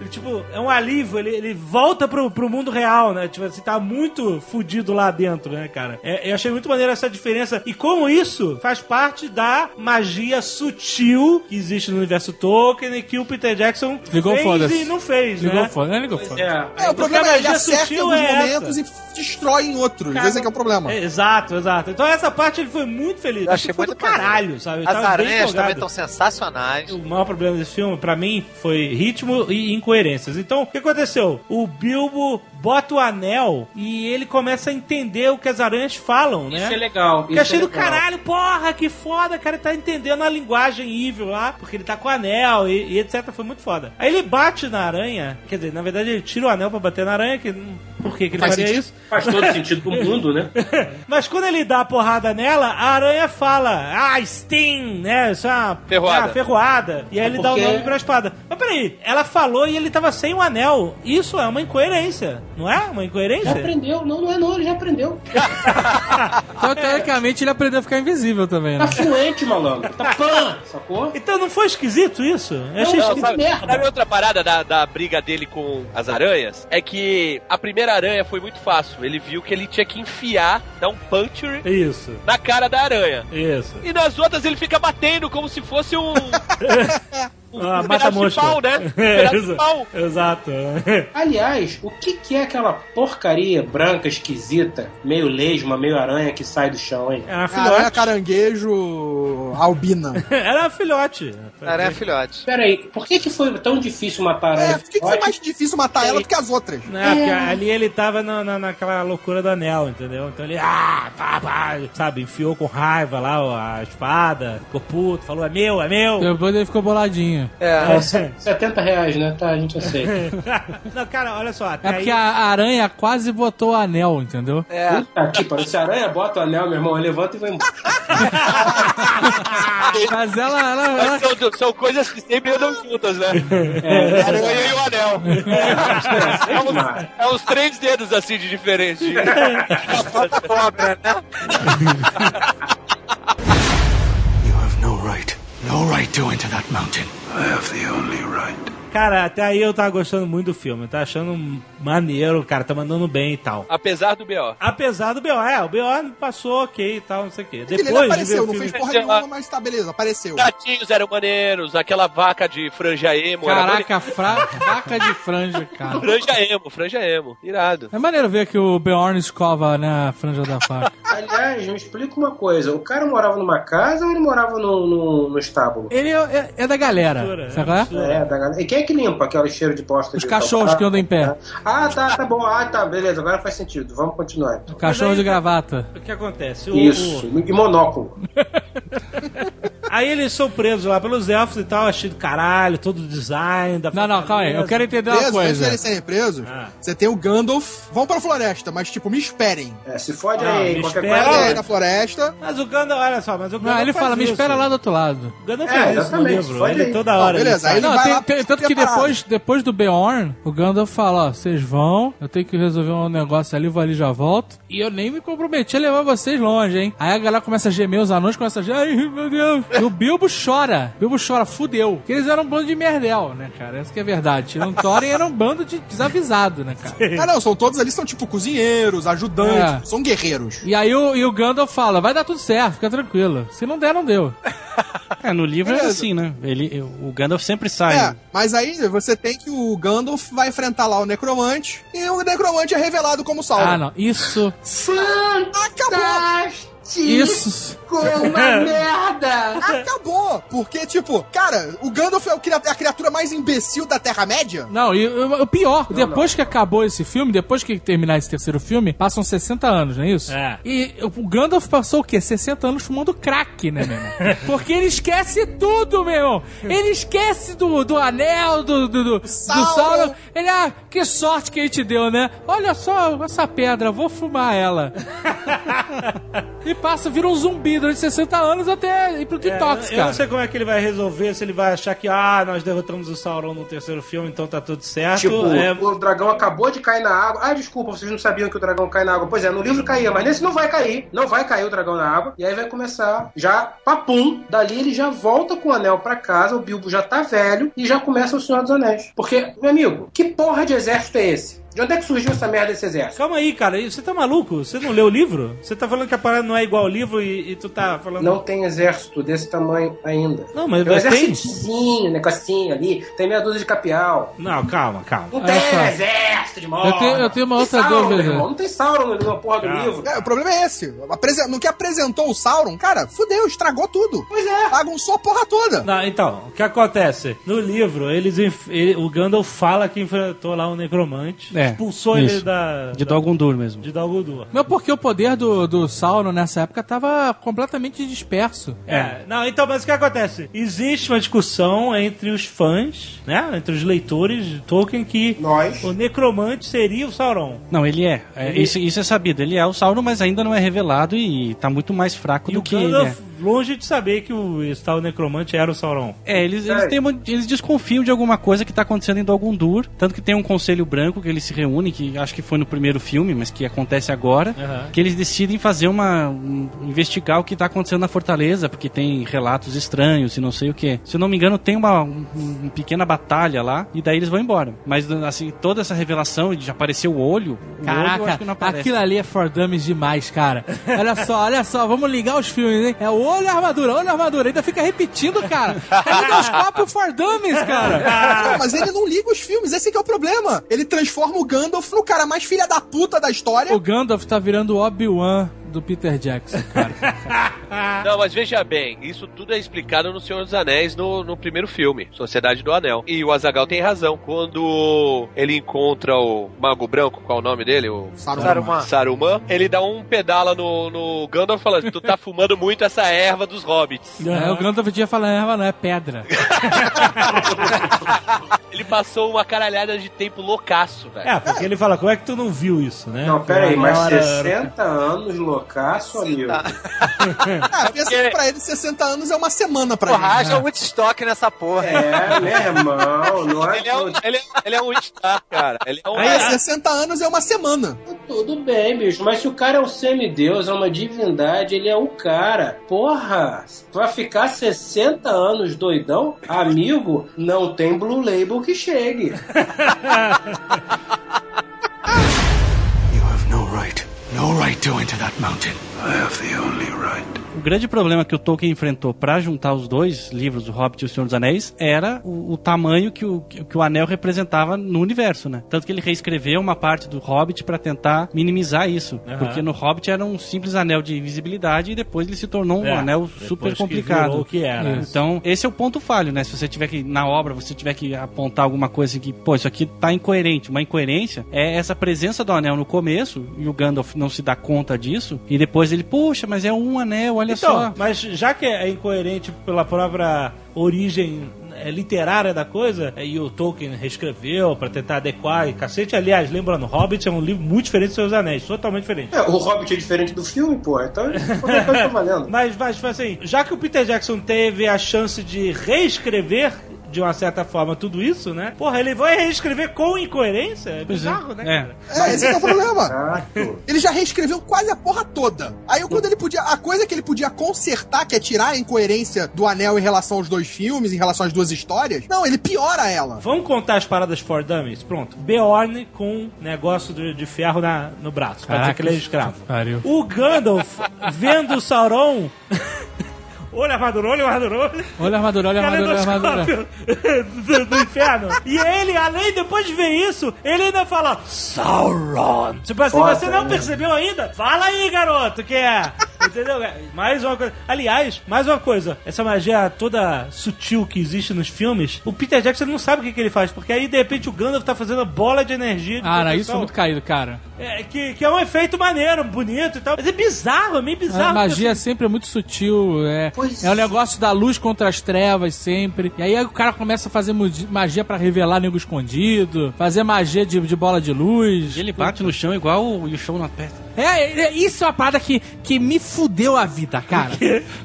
Speaker 2: ele, Tipo, é um alívio, ele, ele volta pro, pro mundo real, né? Tipo assim, tá muito fudido lá dentro, né, cara? É, eu achei muito maneiro essa diferença. E como isso faz parte da magia sutil que existe no universo Tolkien e que o Peter Jackson
Speaker 8: Ligou
Speaker 2: fez
Speaker 8: foda-se.
Speaker 2: e não fez,
Speaker 8: Ligou
Speaker 2: né?
Speaker 8: foda, não ligou foda.
Speaker 7: É,
Speaker 4: É, o problema
Speaker 2: a
Speaker 4: é ele
Speaker 2: magia
Speaker 4: acerta em
Speaker 2: sutil
Speaker 4: alguns
Speaker 2: é
Speaker 4: momentos e destrói em outros. Esse é que é o problema.
Speaker 2: É, exato, exato. Então essa parte ele foi muito feliz.
Speaker 6: Eu achei
Speaker 2: foi
Speaker 6: muito
Speaker 2: do caralho,
Speaker 6: maneiro.
Speaker 2: sabe? Eu
Speaker 6: As
Speaker 2: tava bem
Speaker 6: aranhas
Speaker 2: empolgado.
Speaker 6: também estão sensacionais.
Speaker 2: O maior problema desse filme, pra mim, foi ritmo e incoerências. Então, o que aconteceu? O Bilbo bota o anel e ele começa a entender o que as aranhas falam, né?
Speaker 7: Isso é legal.
Speaker 2: Que
Speaker 7: isso
Speaker 2: eu achei
Speaker 7: é
Speaker 2: do
Speaker 7: legal.
Speaker 2: caralho, porra, que foda, cara, ele tá entendendo a linguagem evil lá, porque ele tá com o anel e, e etc, foi muito foda. Aí ele bate na aranha, quer dizer, na verdade ele tira o anel pra bater na aranha, que não- por que, que ele
Speaker 4: Faz
Speaker 2: faria
Speaker 4: sentido.
Speaker 2: isso?
Speaker 7: Faz todo sentido pro mundo, né?
Speaker 2: Mas quando ele dá a porrada nela, a aranha fala, ah, Steam, né? Isso é uma
Speaker 5: Ferroada.
Speaker 2: é uma ferroada. E aí ele dá o
Speaker 7: Porque-
Speaker 2: nome pra espada. Mas peraí, ela falou e ele tava sem o anel. Isso é uma incoerência, não é? Uma
Speaker 7: Já
Speaker 2: incoerência?
Speaker 7: aprendeu. Não, não é não, ele já aprendeu.
Speaker 8: Então, teoricamente, ele aprendeu a ficar invisível também, né?
Speaker 7: Tá fluente, malandro. Tá pã, sacou?
Speaker 2: Então não foi esquisito isso? Eu achei
Speaker 5: Não,
Speaker 2: esquisito.
Speaker 5: sabe,
Speaker 7: merda.
Speaker 5: sabe outra parada da, da briga dele com as aranhas? É que a primeira aranha foi muito fácil. Ele viu que ele tinha que enfiar, dar um puncture
Speaker 2: Isso,
Speaker 5: na cara da aranha.
Speaker 2: isso.
Speaker 5: E nas outras ele fica batendo como se fosse um. um
Speaker 2: Ah,
Speaker 5: pedaço
Speaker 2: mata
Speaker 5: de
Speaker 2: mosca.
Speaker 5: pau, né? Um pedaço de pau.
Speaker 2: Exato. Exato.
Speaker 7: Aliás, o que, que é aquela porcaria branca, esquisita, meio lesma, meio aranha que sai do chão, hein?
Speaker 2: Era É uma
Speaker 4: Aranha
Speaker 2: filhote.
Speaker 4: é caranguejo albina.
Speaker 2: Era uma filhote.
Speaker 6: Aranha filhote.
Speaker 7: Pera aí, por que, que foi tão difícil matar a
Speaker 4: É,
Speaker 7: aranha?
Speaker 4: por que, que foi mais difícil matar ela do que as outras?
Speaker 2: Não, Né? porque ali ele tava na, na- naquela loucura do anel, entendeu? Então ele, ah, pá, pá, sabe, enfiou com raiva lá ó, a espada, ficou puto, falou, é meu, é meu.
Speaker 8: Depois ele ficou boladinho.
Speaker 6: É.
Speaker 7: É, se- 70 reais, né? Tá, a gente aceita.
Speaker 2: Não, cara, olha só, até
Speaker 8: É porque a aranha quase botou o anel, entendeu?
Speaker 6: É.
Speaker 7: Aqui, para se a aranha bota o anel, meu irmão, levanta e vai embora.
Speaker 8: Mas ah. ela. ela, ela-
Speaker 5: Mas são, são coisas que sempre andam juntas, né?
Speaker 7: É,
Speaker 5: A aranha e o anel. É uns, é uns três dedos assim de diferente.
Speaker 6: Falta cobra, né?
Speaker 10: You have no right.
Speaker 11: No right to enter that mountain. I have the only right.
Speaker 2: Cara, até aí eu tava gostando muito do filme, tá achando maneiro, cara, tá mandando bem e tal.
Speaker 5: Apesar do B.O.
Speaker 2: Apesar do BO, é, o BO passou ok e tal, não sei o quê.
Speaker 4: É Ele
Speaker 2: Depois
Speaker 4: não
Speaker 2: de ver
Speaker 4: apareceu,
Speaker 2: o
Speaker 4: não
Speaker 2: filme...
Speaker 4: fez porra
Speaker 5: Sei lá.
Speaker 4: nenhuma, mas tá, beleza, apareceu.
Speaker 5: É, Gatinhos eram maneiros, aquela vaca de franja emo. era
Speaker 8: Caraca, fra... vaca de franja, cara.
Speaker 5: maneiro. Franja emo, franja emo. Irado.
Speaker 8: É maneiro ver que o Beorn escova né, a franja da faca.
Speaker 7: Aliás, me explica uma coisa: o cara morava numa casa ou ele morava no, no, no estábulo?
Speaker 8: Ele é, é- é da galera, sabe qual é?
Speaker 7: É, da galera. E quem é que limpa aquele cheiro de bosta?
Speaker 8: Os
Speaker 7: de-
Speaker 8: cachorros que andam em pé.
Speaker 7: Ah, tá, tá bom. Ah, tá, beleza. Agora faz sentido. Vamos continuar. então.
Speaker 8: Cachorro de gravata.
Speaker 2: O que acontece? O-
Speaker 7: Isso.
Speaker 2: o-
Speaker 7: E monóculo.
Speaker 2: Aí eles são presos lá pelos elfos e tal, achei do caralho, todo o design da
Speaker 8: Não, não, calma aí. Eu quero entender uma
Speaker 4: Presos, antes
Speaker 8: coisa.
Speaker 4: deles serem presos,
Speaker 7: Ah.
Speaker 4: você tem o Gandalf. Vão pra floresta, mas tipo, me esperem.
Speaker 7: É, se fode
Speaker 2: Ah,
Speaker 7: aí,
Speaker 2: me
Speaker 7: qualquer
Speaker 2: espera.
Speaker 7: coisa.
Speaker 4: Parem
Speaker 2: é.
Speaker 4: aí na floresta.
Speaker 2: Mas o Gandalf, olha só, mas o Gandalf
Speaker 3: Ah,
Speaker 8: Não, ele
Speaker 2: faz
Speaker 8: fala, me
Speaker 2: isso.
Speaker 8: espera lá do outro lado.
Speaker 2: O Gandalf
Speaker 7: É,
Speaker 2: faz isso no
Speaker 7: exatamente,
Speaker 2: livro,
Speaker 7: faz
Speaker 2: ele
Speaker 7: aí.
Speaker 2: toda
Speaker 4: Não,
Speaker 2: hora... ele
Speaker 4: beleza,
Speaker 2: faz.
Speaker 4: aí ele
Speaker 8: Não,
Speaker 4: vai
Speaker 8: tem-
Speaker 4: lá
Speaker 8: tem- tanto que
Speaker 4: preparado.
Speaker 8: depois, depois do Beorn, o Gandalf fala, ó, vocês vão, eu tenho que resolver um negócio ali, vou ali e já volto. E eu nem me comprometi a levar vocês longe, hein? Aí a galera começa a gemer, os anões começam a gemer, ai, meu Deus. E o Bilbo chora. Bilbo chora, fudeu. Porque eles eram um bando de merdel, né, cara? Essa que é a verdade. Tirando Thorin era um bando de desavisado, né, cara?
Speaker 4: Ah, não, são todos ali, são tipo cozinheiros, ajudantes,
Speaker 8: É.
Speaker 4: são guerreiros.
Speaker 8: E aí o, e o Gandalf fala, vai dar tudo certo, fica tranquilo. Se não der, não deu.
Speaker 3: É, no livro é
Speaker 4: Beleza.
Speaker 3: assim, né? Ele, o Gandalf sempre sai. né?
Speaker 4: É, mas aí você tem que o Gandalf vai enfrentar lá o Necromante e o Necromante é revelado como salvo.
Speaker 8: Ah, não. Isso,
Speaker 7: Tá.
Speaker 4: Acabou!
Speaker 8: isso...
Speaker 4: Acabou! Porque, tipo, cara, o Gandalf é o cria- a criatura mais imbecil da Terra-média?
Speaker 8: Não, e e o pior, depois que acabou esse filme, depois que terminar esse terceiro filme, passam 60 anos, não é isso?
Speaker 2: É.
Speaker 8: E o Gandalf passou o quê? 60 anos fumando crack, né, meu irmão? Porque ele esquece tudo, meu irmão. Ele esquece do, do anel, do, do, do, do
Speaker 4: Sauron.
Speaker 8: Sauron. Ele, ah, que sorte que a gente deu, né? Olha só essa pedra, vou fumar ela. e passa, vira um zumbi durante 60 anos até ir pro
Speaker 2: É,
Speaker 8: detox,
Speaker 2: eu- Eu
Speaker 8: cara.
Speaker 2: não sei como é que ele vai resolver, se ele vai achar que, ah, nós derrotamos o Sauron no terceiro filme, então tá tudo certo.
Speaker 7: Tipo,
Speaker 2: é,
Speaker 7: o dragão acabou de cair na água. Ah, desculpa, vocês não sabiam que o dragão cai na água. Pois é, no livro caía, mas nesse não vai cair. Não vai cair o dragão na água. E aí vai começar já papum. Dali ele já volta com o anel pra casa. O Bilbo já tá velho e já começa o Senhor dos Anéis. Porque, meu amigo, que porra de exército é esse? De onde é que surgiu essa merda desse exército?
Speaker 2: Calma aí, cara. E Você tá maluco? Você não leu o livro? Você tá falando que a parada não é igual ao livro e, e tu tá falando.
Speaker 7: Não tem exército desse tamanho ainda.
Speaker 2: Não, mas
Speaker 7: tem um
Speaker 2: tem?
Speaker 7: exercíciozinho, negocinho ali. Tem meia dúzia de capial.
Speaker 2: Não, calma, calma.
Speaker 7: Não
Speaker 8: Olha
Speaker 7: tem
Speaker 8: só.
Speaker 7: exército de morte.
Speaker 8: Eu tenho- eu tenho uma outra dúvida.
Speaker 7: Não tem Sauron no livro, na porra do
Speaker 2: Cara.
Speaker 7: livro.
Speaker 4: É, o problema é esse. Apresen- No que apresentou o Sauron, cara, fudeu, estragou tudo.
Speaker 7: Pois é.
Speaker 4: Bagunçou a porra toda.
Speaker 2: Não, então, o que acontece? No livro, eles enf- ele- o Gandalf fala que enfrentou lá um necromante,
Speaker 3: É,
Speaker 2: expulsou ele
Speaker 3: isso.
Speaker 2: da.
Speaker 3: De
Speaker 2: da-
Speaker 3: Dolgundur mesmo.
Speaker 2: de Dalgudur.
Speaker 8: Mas porque o poder do, do Sauron nessa época tava completamente disperso.
Speaker 2: É, não, então, mas o que acontece? Existe uma discussão entre os fãs, né? Entre os leitores de Tolkien que
Speaker 7: Nós.
Speaker 2: o necromante seria o Sauron.
Speaker 3: Não, ele é. É,
Speaker 2: Ele-
Speaker 3: Isso, isso é sabido. Ele é o Sauron, mas ainda não é revelado e tá muito mais fraco
Speaker 2: E
Speaker 3: do
Speaker 2: o
Speaker 3: que ele é.
Speaker 2: Gandalf, longe de saber que o esse tal necromante era o Sauron.
Speaker 3: É, eles, eles,
Speaker 7: Sério?
Speaker 3: têm uma- eles desconfiam de alguma coisa que tá acontecendo em Dolgundur. Tanto que tem um conselho branco que eles se reúnem, que acho que foi no primeiro filme, mas que acontece agora.
Speaker 2: Aham.
Speaker 3: Que eles decidem fazer uma. um- investigar o que tá acontecendo na fortaleza, porque tem relatos estranhos e não sei o que. Se eu não me engano, tem uma, um- uma pequena batalha lá, e daí eles vão embora. Mas, assim, toda essa revelação de aparecer o olho. o olho eu acho que não
Speaker 8: Caraca,
Speaker 3: aparece.
Speaker 8: aquilo ali é for dummies demais, cara. Olha só, olha só, vamos ligar os filmes, hein? É o olho e a armadura, olho e a armadura. Ainda fica repetindo, cara. Ainda os papos for dummies, cara.
Speaker 4: Não, mas ele não liga os filmes, esse que é o problema. Ele transforma o Gandalf no cara mais filha da puta da história.
Speaker 8: O Gandalf tá virando o Obi-Wan do Peter Jackson, cara.
Speaker 5: Não, mas veja bem, isso tudo é explicado no Senhor dos Anéis, no, no primeiro filme, Sociedade do Anel. E o Azagal tem razão. Quando ele encontra o Mago Branco, qual é o nome dele? O
Speaker 6: Saruman.
Speaker 5: Saruman, ele dá um pedala no, no Gandalf falando: Tu tá fumando muito essa erva dos hobbits.
Speaker 8: É, o Gandalf tinha falado, erva não, é pedra.
Speaker 5: Ele passou uma caralhada de tempo loucaço, velho.
Speaker 2: É, porque ele fala, como é que tu não viu isso,
Speaker 8: é
Speaker 2: né?
Speaker 7: Não, pera aí,
Speaker 2: Uma
Speaker 7: mas
Speaker 2: hora-
Speaker 7: 60 anos loucaço, amigo.
Speaker 4: Ah, pensa que pra ele 60 anos é uma semana pra ele.
Speaker 6: Porra, haja Woodstock nessa porra.
Speaker 7: É, meu irmão, não é.
Speaker 5: um
Speaker 6: ah.
Speaker 5: Ele é um, ele é, ele é um Star, cara. Ele é um.
Speaker 4: É, 60 anos é uma semana.
Speaker 7: Tudo bem, bicho, mas se o cara é um semideus, é uma divindade, ele é o cara. Porra, vai ficar 60 anos doidão? Amigo, não tem Blue Label que chegue.
Speaker 11: No right. No right to enter that mountain. I have the only right.
Speaker 3: O grande problema que o Tolkien enfrentou para juntar os dois livros, O Hobbit e O Senhor dos Anéis, era o, o tamanho que o, que o anel representava no universo, né? Tanto que ele reescreveu uma parte do Hobbit para tentar minimizar isso.
Speaker 2: Aham.
Speaker 3: Porque no Hobbit era um simples anel de invisibilidade e depois ele se tornou um
Speaker 2: É,
Speaker 3: anel
Speaker 2: depois
Speaker 3: super
Speaker 2: que virou
Speaker 3: complicado.
Speaker 2: o que era.
Speaker 3: Isso. Então, esse é o ponto falho, né? Se você tiver que, na obra, você tiver que apontar alguma coisa assim que, pô, isso aqui tá incoerente. Uma incoerência é essa presença do anel no começo e o Gandalf não se dá conta disso e depois ele, puxa, mas é um anel, olha
Speaker 2: então,
Speaker 3: só.
Speaker 2: mas já que é incoerente pela própria origem é, literária da coisa, é, e o Tolkien reescreveu pra tentar adequar e cacete, aliás, lembrando, Hobbit é um livro muito diferente do Senhor dos Anéis, totalmente diferente.
Speaker 7: É, o Hobbit é diferente do filme, porra, então qualquer coisa tá valendo.
Speaker 2: Mas, mas tipo assim, já que o Peter Jackson teve a chance de reescrever de uma certa forma tudo isso, né? Porra, ele vai reescrever com incoerência? É
Speaker 3: Pois é.
Speaker 2: bizarro, né?
Speaker 3: É.
Speaker 2: cara?
Speaker 4: É, esse que é o problema.
Speaker 7: Exato.
Speaker 4: Ele já reescreveu quase a porra toda. Aí quando ele podia. A coisa que ele podia consertar, que é tirar a incoerência do anel em relação aos dois filmes, em relação às duas histórias, não, ele piora ela.
Speaker 2: Vamos contar as paradas for dummies? Pronto. Beorn com negócio de, de ferro na, no braço. Pra dizer
Speaker 8: Caraca,
Speaker 2: que ele é escravo.
Speaker 8: que pariu.
Speaker 2: O Gandalf vendo o Sauron. olha a armadura, olha a armadura, olha.
Speaker 8: Olha a armadura, olha a armadura, olha a armadura.
Speaker 2: Caleidoscópio do, do inferno. E ele, além, depois de ver isso, ele ainda fala Sauron. Tipo assim,
Speaker 7: Nossa,
Speaker 2: você não
Speaker 7: é.
Speaker 2: percebeu ainda? Fala aí, garoto, que é. Entendeu? Mais uma coisa. Aliás, mais uma coisa. Essa magia toda sutil que existe nos filmes, o Peter Jackson não sabe o que, que ele faz, porque aí de repente o Gandalf tá fazendo a bola de energia.
Speaker 8: Cara, Ah, isso
Speaker 2: é
Speaker 8: foi muito caído, cara.
Speaker 2: é, que, que é um efeito maneiro, bonito e tal. Mas é bizarro, é meio bizarro.
Speaker 8: A magia sempre é muito sutil, é, é o negócio da luz contra as trevas sempre. E aí o cara começa a fazer mu- magia pra revelar nego escondido, fazer magia de, de bola de luz.
Speaker 3: E ele bate no chão igual o Yushou na pedra.
Speaker 8: É, é, é, isso é uma parada que, que me fudeu a vida, cara.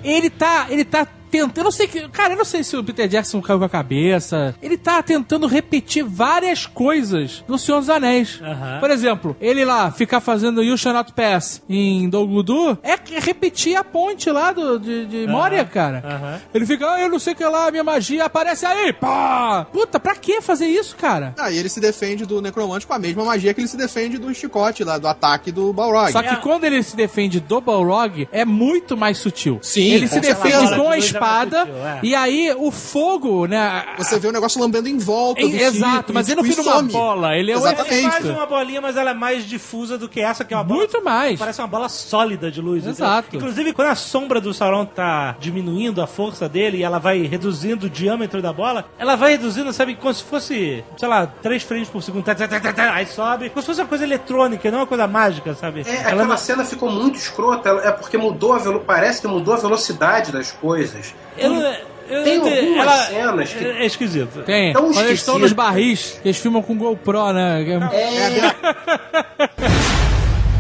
Speaker 8: Ele tá, ele tá tentando, eu não sei que, cara, eu não sei se o Peter Jackson caiu com a cabeça. Ele tá tentando repetir várias coisas no Senhor dos Anéis.
Speaker 2: Aham.
Speaker 8: Por exemplo, ele lá ficar fazendo You Shall Not Pass em Dolgudu é que- é repetir a ponte lá do, de, de Moria, cara.
Speaker 2: Aham.
Speaker 8: Ele fica, ah, eu não sei o que lá, minha magia aparece aí, pá! Puta, pra que fazer isso, cara?
Speaker 4: Aí Ah, ele se defende do necromante com a mesma magia que ele se defende do chicote lá, do ataque do Balrog.
Speaker 8: Só
Speaker 2: É.
Speaker 8: que quando ele se defende do Balrog, é muito mais sutil.
Speaker 4: Sim,
Speaker 8: Ele
Speaker 4: com
Speaker 8: se
Speaker 4: certeza.
Speaker 8: defende
Speaker 2: Bola de
Speaker 8: com a
Speaker 2: luz é mais
Speaker 8: espada,
Speaker 2: sutil, é.
Speaker 8: e aí o fogo, né? a-
Speaker 4: Você vê o negócio lambendo em volta
Speaker 8: É,
Speaker 4: do tipo,
Speaker 8: exato, mas ele não
Speaker 4: fica
Speaker 8: vira uma bola, ele é um-
Speaker 2: Ele faz
Speaker 4: Exatamente.
Speaker 2: uma bolinha, mas ela é mais difusa do que essa, que é uma bola
Speaker 8: Muito mais.
Speaker 2: Parece uma bola sólida de luz. entendeu?
Speaker 8: Exato.
Speaker 2: Inclusive, quando a sombra do Sauron tá diminuindo a força dele e ela vai reduzindo o diâmetro da bola, ela vai reduzindo, sabe, como se fosse, sei lá, três frames por segundo. tá, tá, tá, tá, tá, Aí sobe. Como se fosse uma coisa eletrônica, não uma coisa mágica, sabe?
Speaker 7: É,
Speaker 2: ela
Speaker 7: aquela cena ficou muito escrota, ela- é porque mudou a velo... parece que mudou a velocidade das coisas.
Speaker 2: Eu não- eu
Speaker 7: Tem
Speaker 2: não entendi.
Speaker 7: algumas
Speaker 2: ela-
Speaker 7: cenas que-
Speaker 2: É, é esquisito.
Speaker 8: Tem.
Speaker 7: Tão
Speaker 6: um
Speaker 8: Quando eles estão nos
Speaker 7: esquisito.
Speaker 8: barris, eles filmam com GoPro, né?
Speaker 2: É.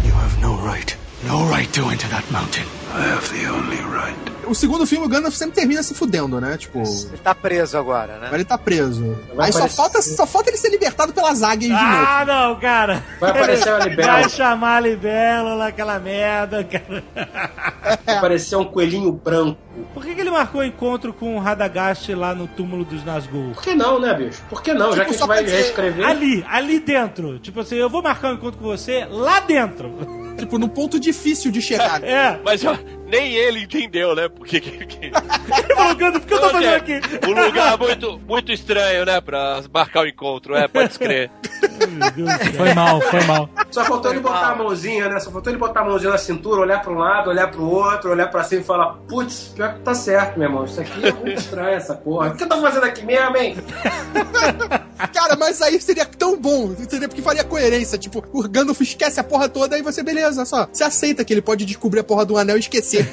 Speaker 11: You have no right. No right to enter that mountain. I have the only right.
Speaker 4: O segundo filme, o Gandalf sempre termina se fudendo, né? Tipo,
Speaker 6: Ele tá preso agora, né?
Speaker 4: agora ele tá preso.
Speaker 7: Vai
Speaker 4: Aí só
Speaker 7: aparecer-
Speaker 4: falta, só falta ele ser libertado pelas águias de novo.
Speaker 2: Ah, não, cara.
Speaker 7: Vai aparecer a
Speaker 2: Vai
Speaker 7: Libela,
Speaker 2: chamar a Libela naquela merda, cara.
Speaker 7: vai aparecer um coelhinho branco.
Speaker 2: Por que, que ele marcou o encontro com o Radagast lá no túmulo dos Nazgûl?
Speaker 7: Por que não, né, bicho? Por que não?
Speaker 4: Tipo,
Speaker 7: Já que a
Speaker 4: só
Speaker 7: gente vai
Speaker 4: pra dizer-
Speaker 7: reescrever.
Speaker 2: Ali, ali dentro. Tipo assim, eu vou marcar um encontro com você lá dentro.
Speaker 4: Tipo, num ponto difícil de chegar.
Speaker 2: É.
Speaker 5: Mas ó, nem ele entendeu, né? Porque que, que-
Speaker 2: Ele falou, "Gandalf, o que eu tô fazendo aqui?
Speaker 5: Um lugar muito, muito estranho, né? Pra marcar o encontro, é, pode crer.
Speaker 8: Foi mal, foi mal.
Speaker 7: Só faltou ele botar a mãozinha, né? Só faltou ele botar a mãozinha na cintura, olhar pra um lado, olhar pro outro, olhar pra cima e falar: Putz, pior que tá certo, meu irmão. Isso aqui é muito estranho, essa porra. O que você tá fazendo aqui mesmo, hein?
Speaker 4: Cara, mas aí seria tão bom, entendeu? Porque faria coerência. Tipo, o Gandalf esquece a porra toda, aí você, beleza, só. Você aceita que ele pode descobrir a porra do anel e esquecer.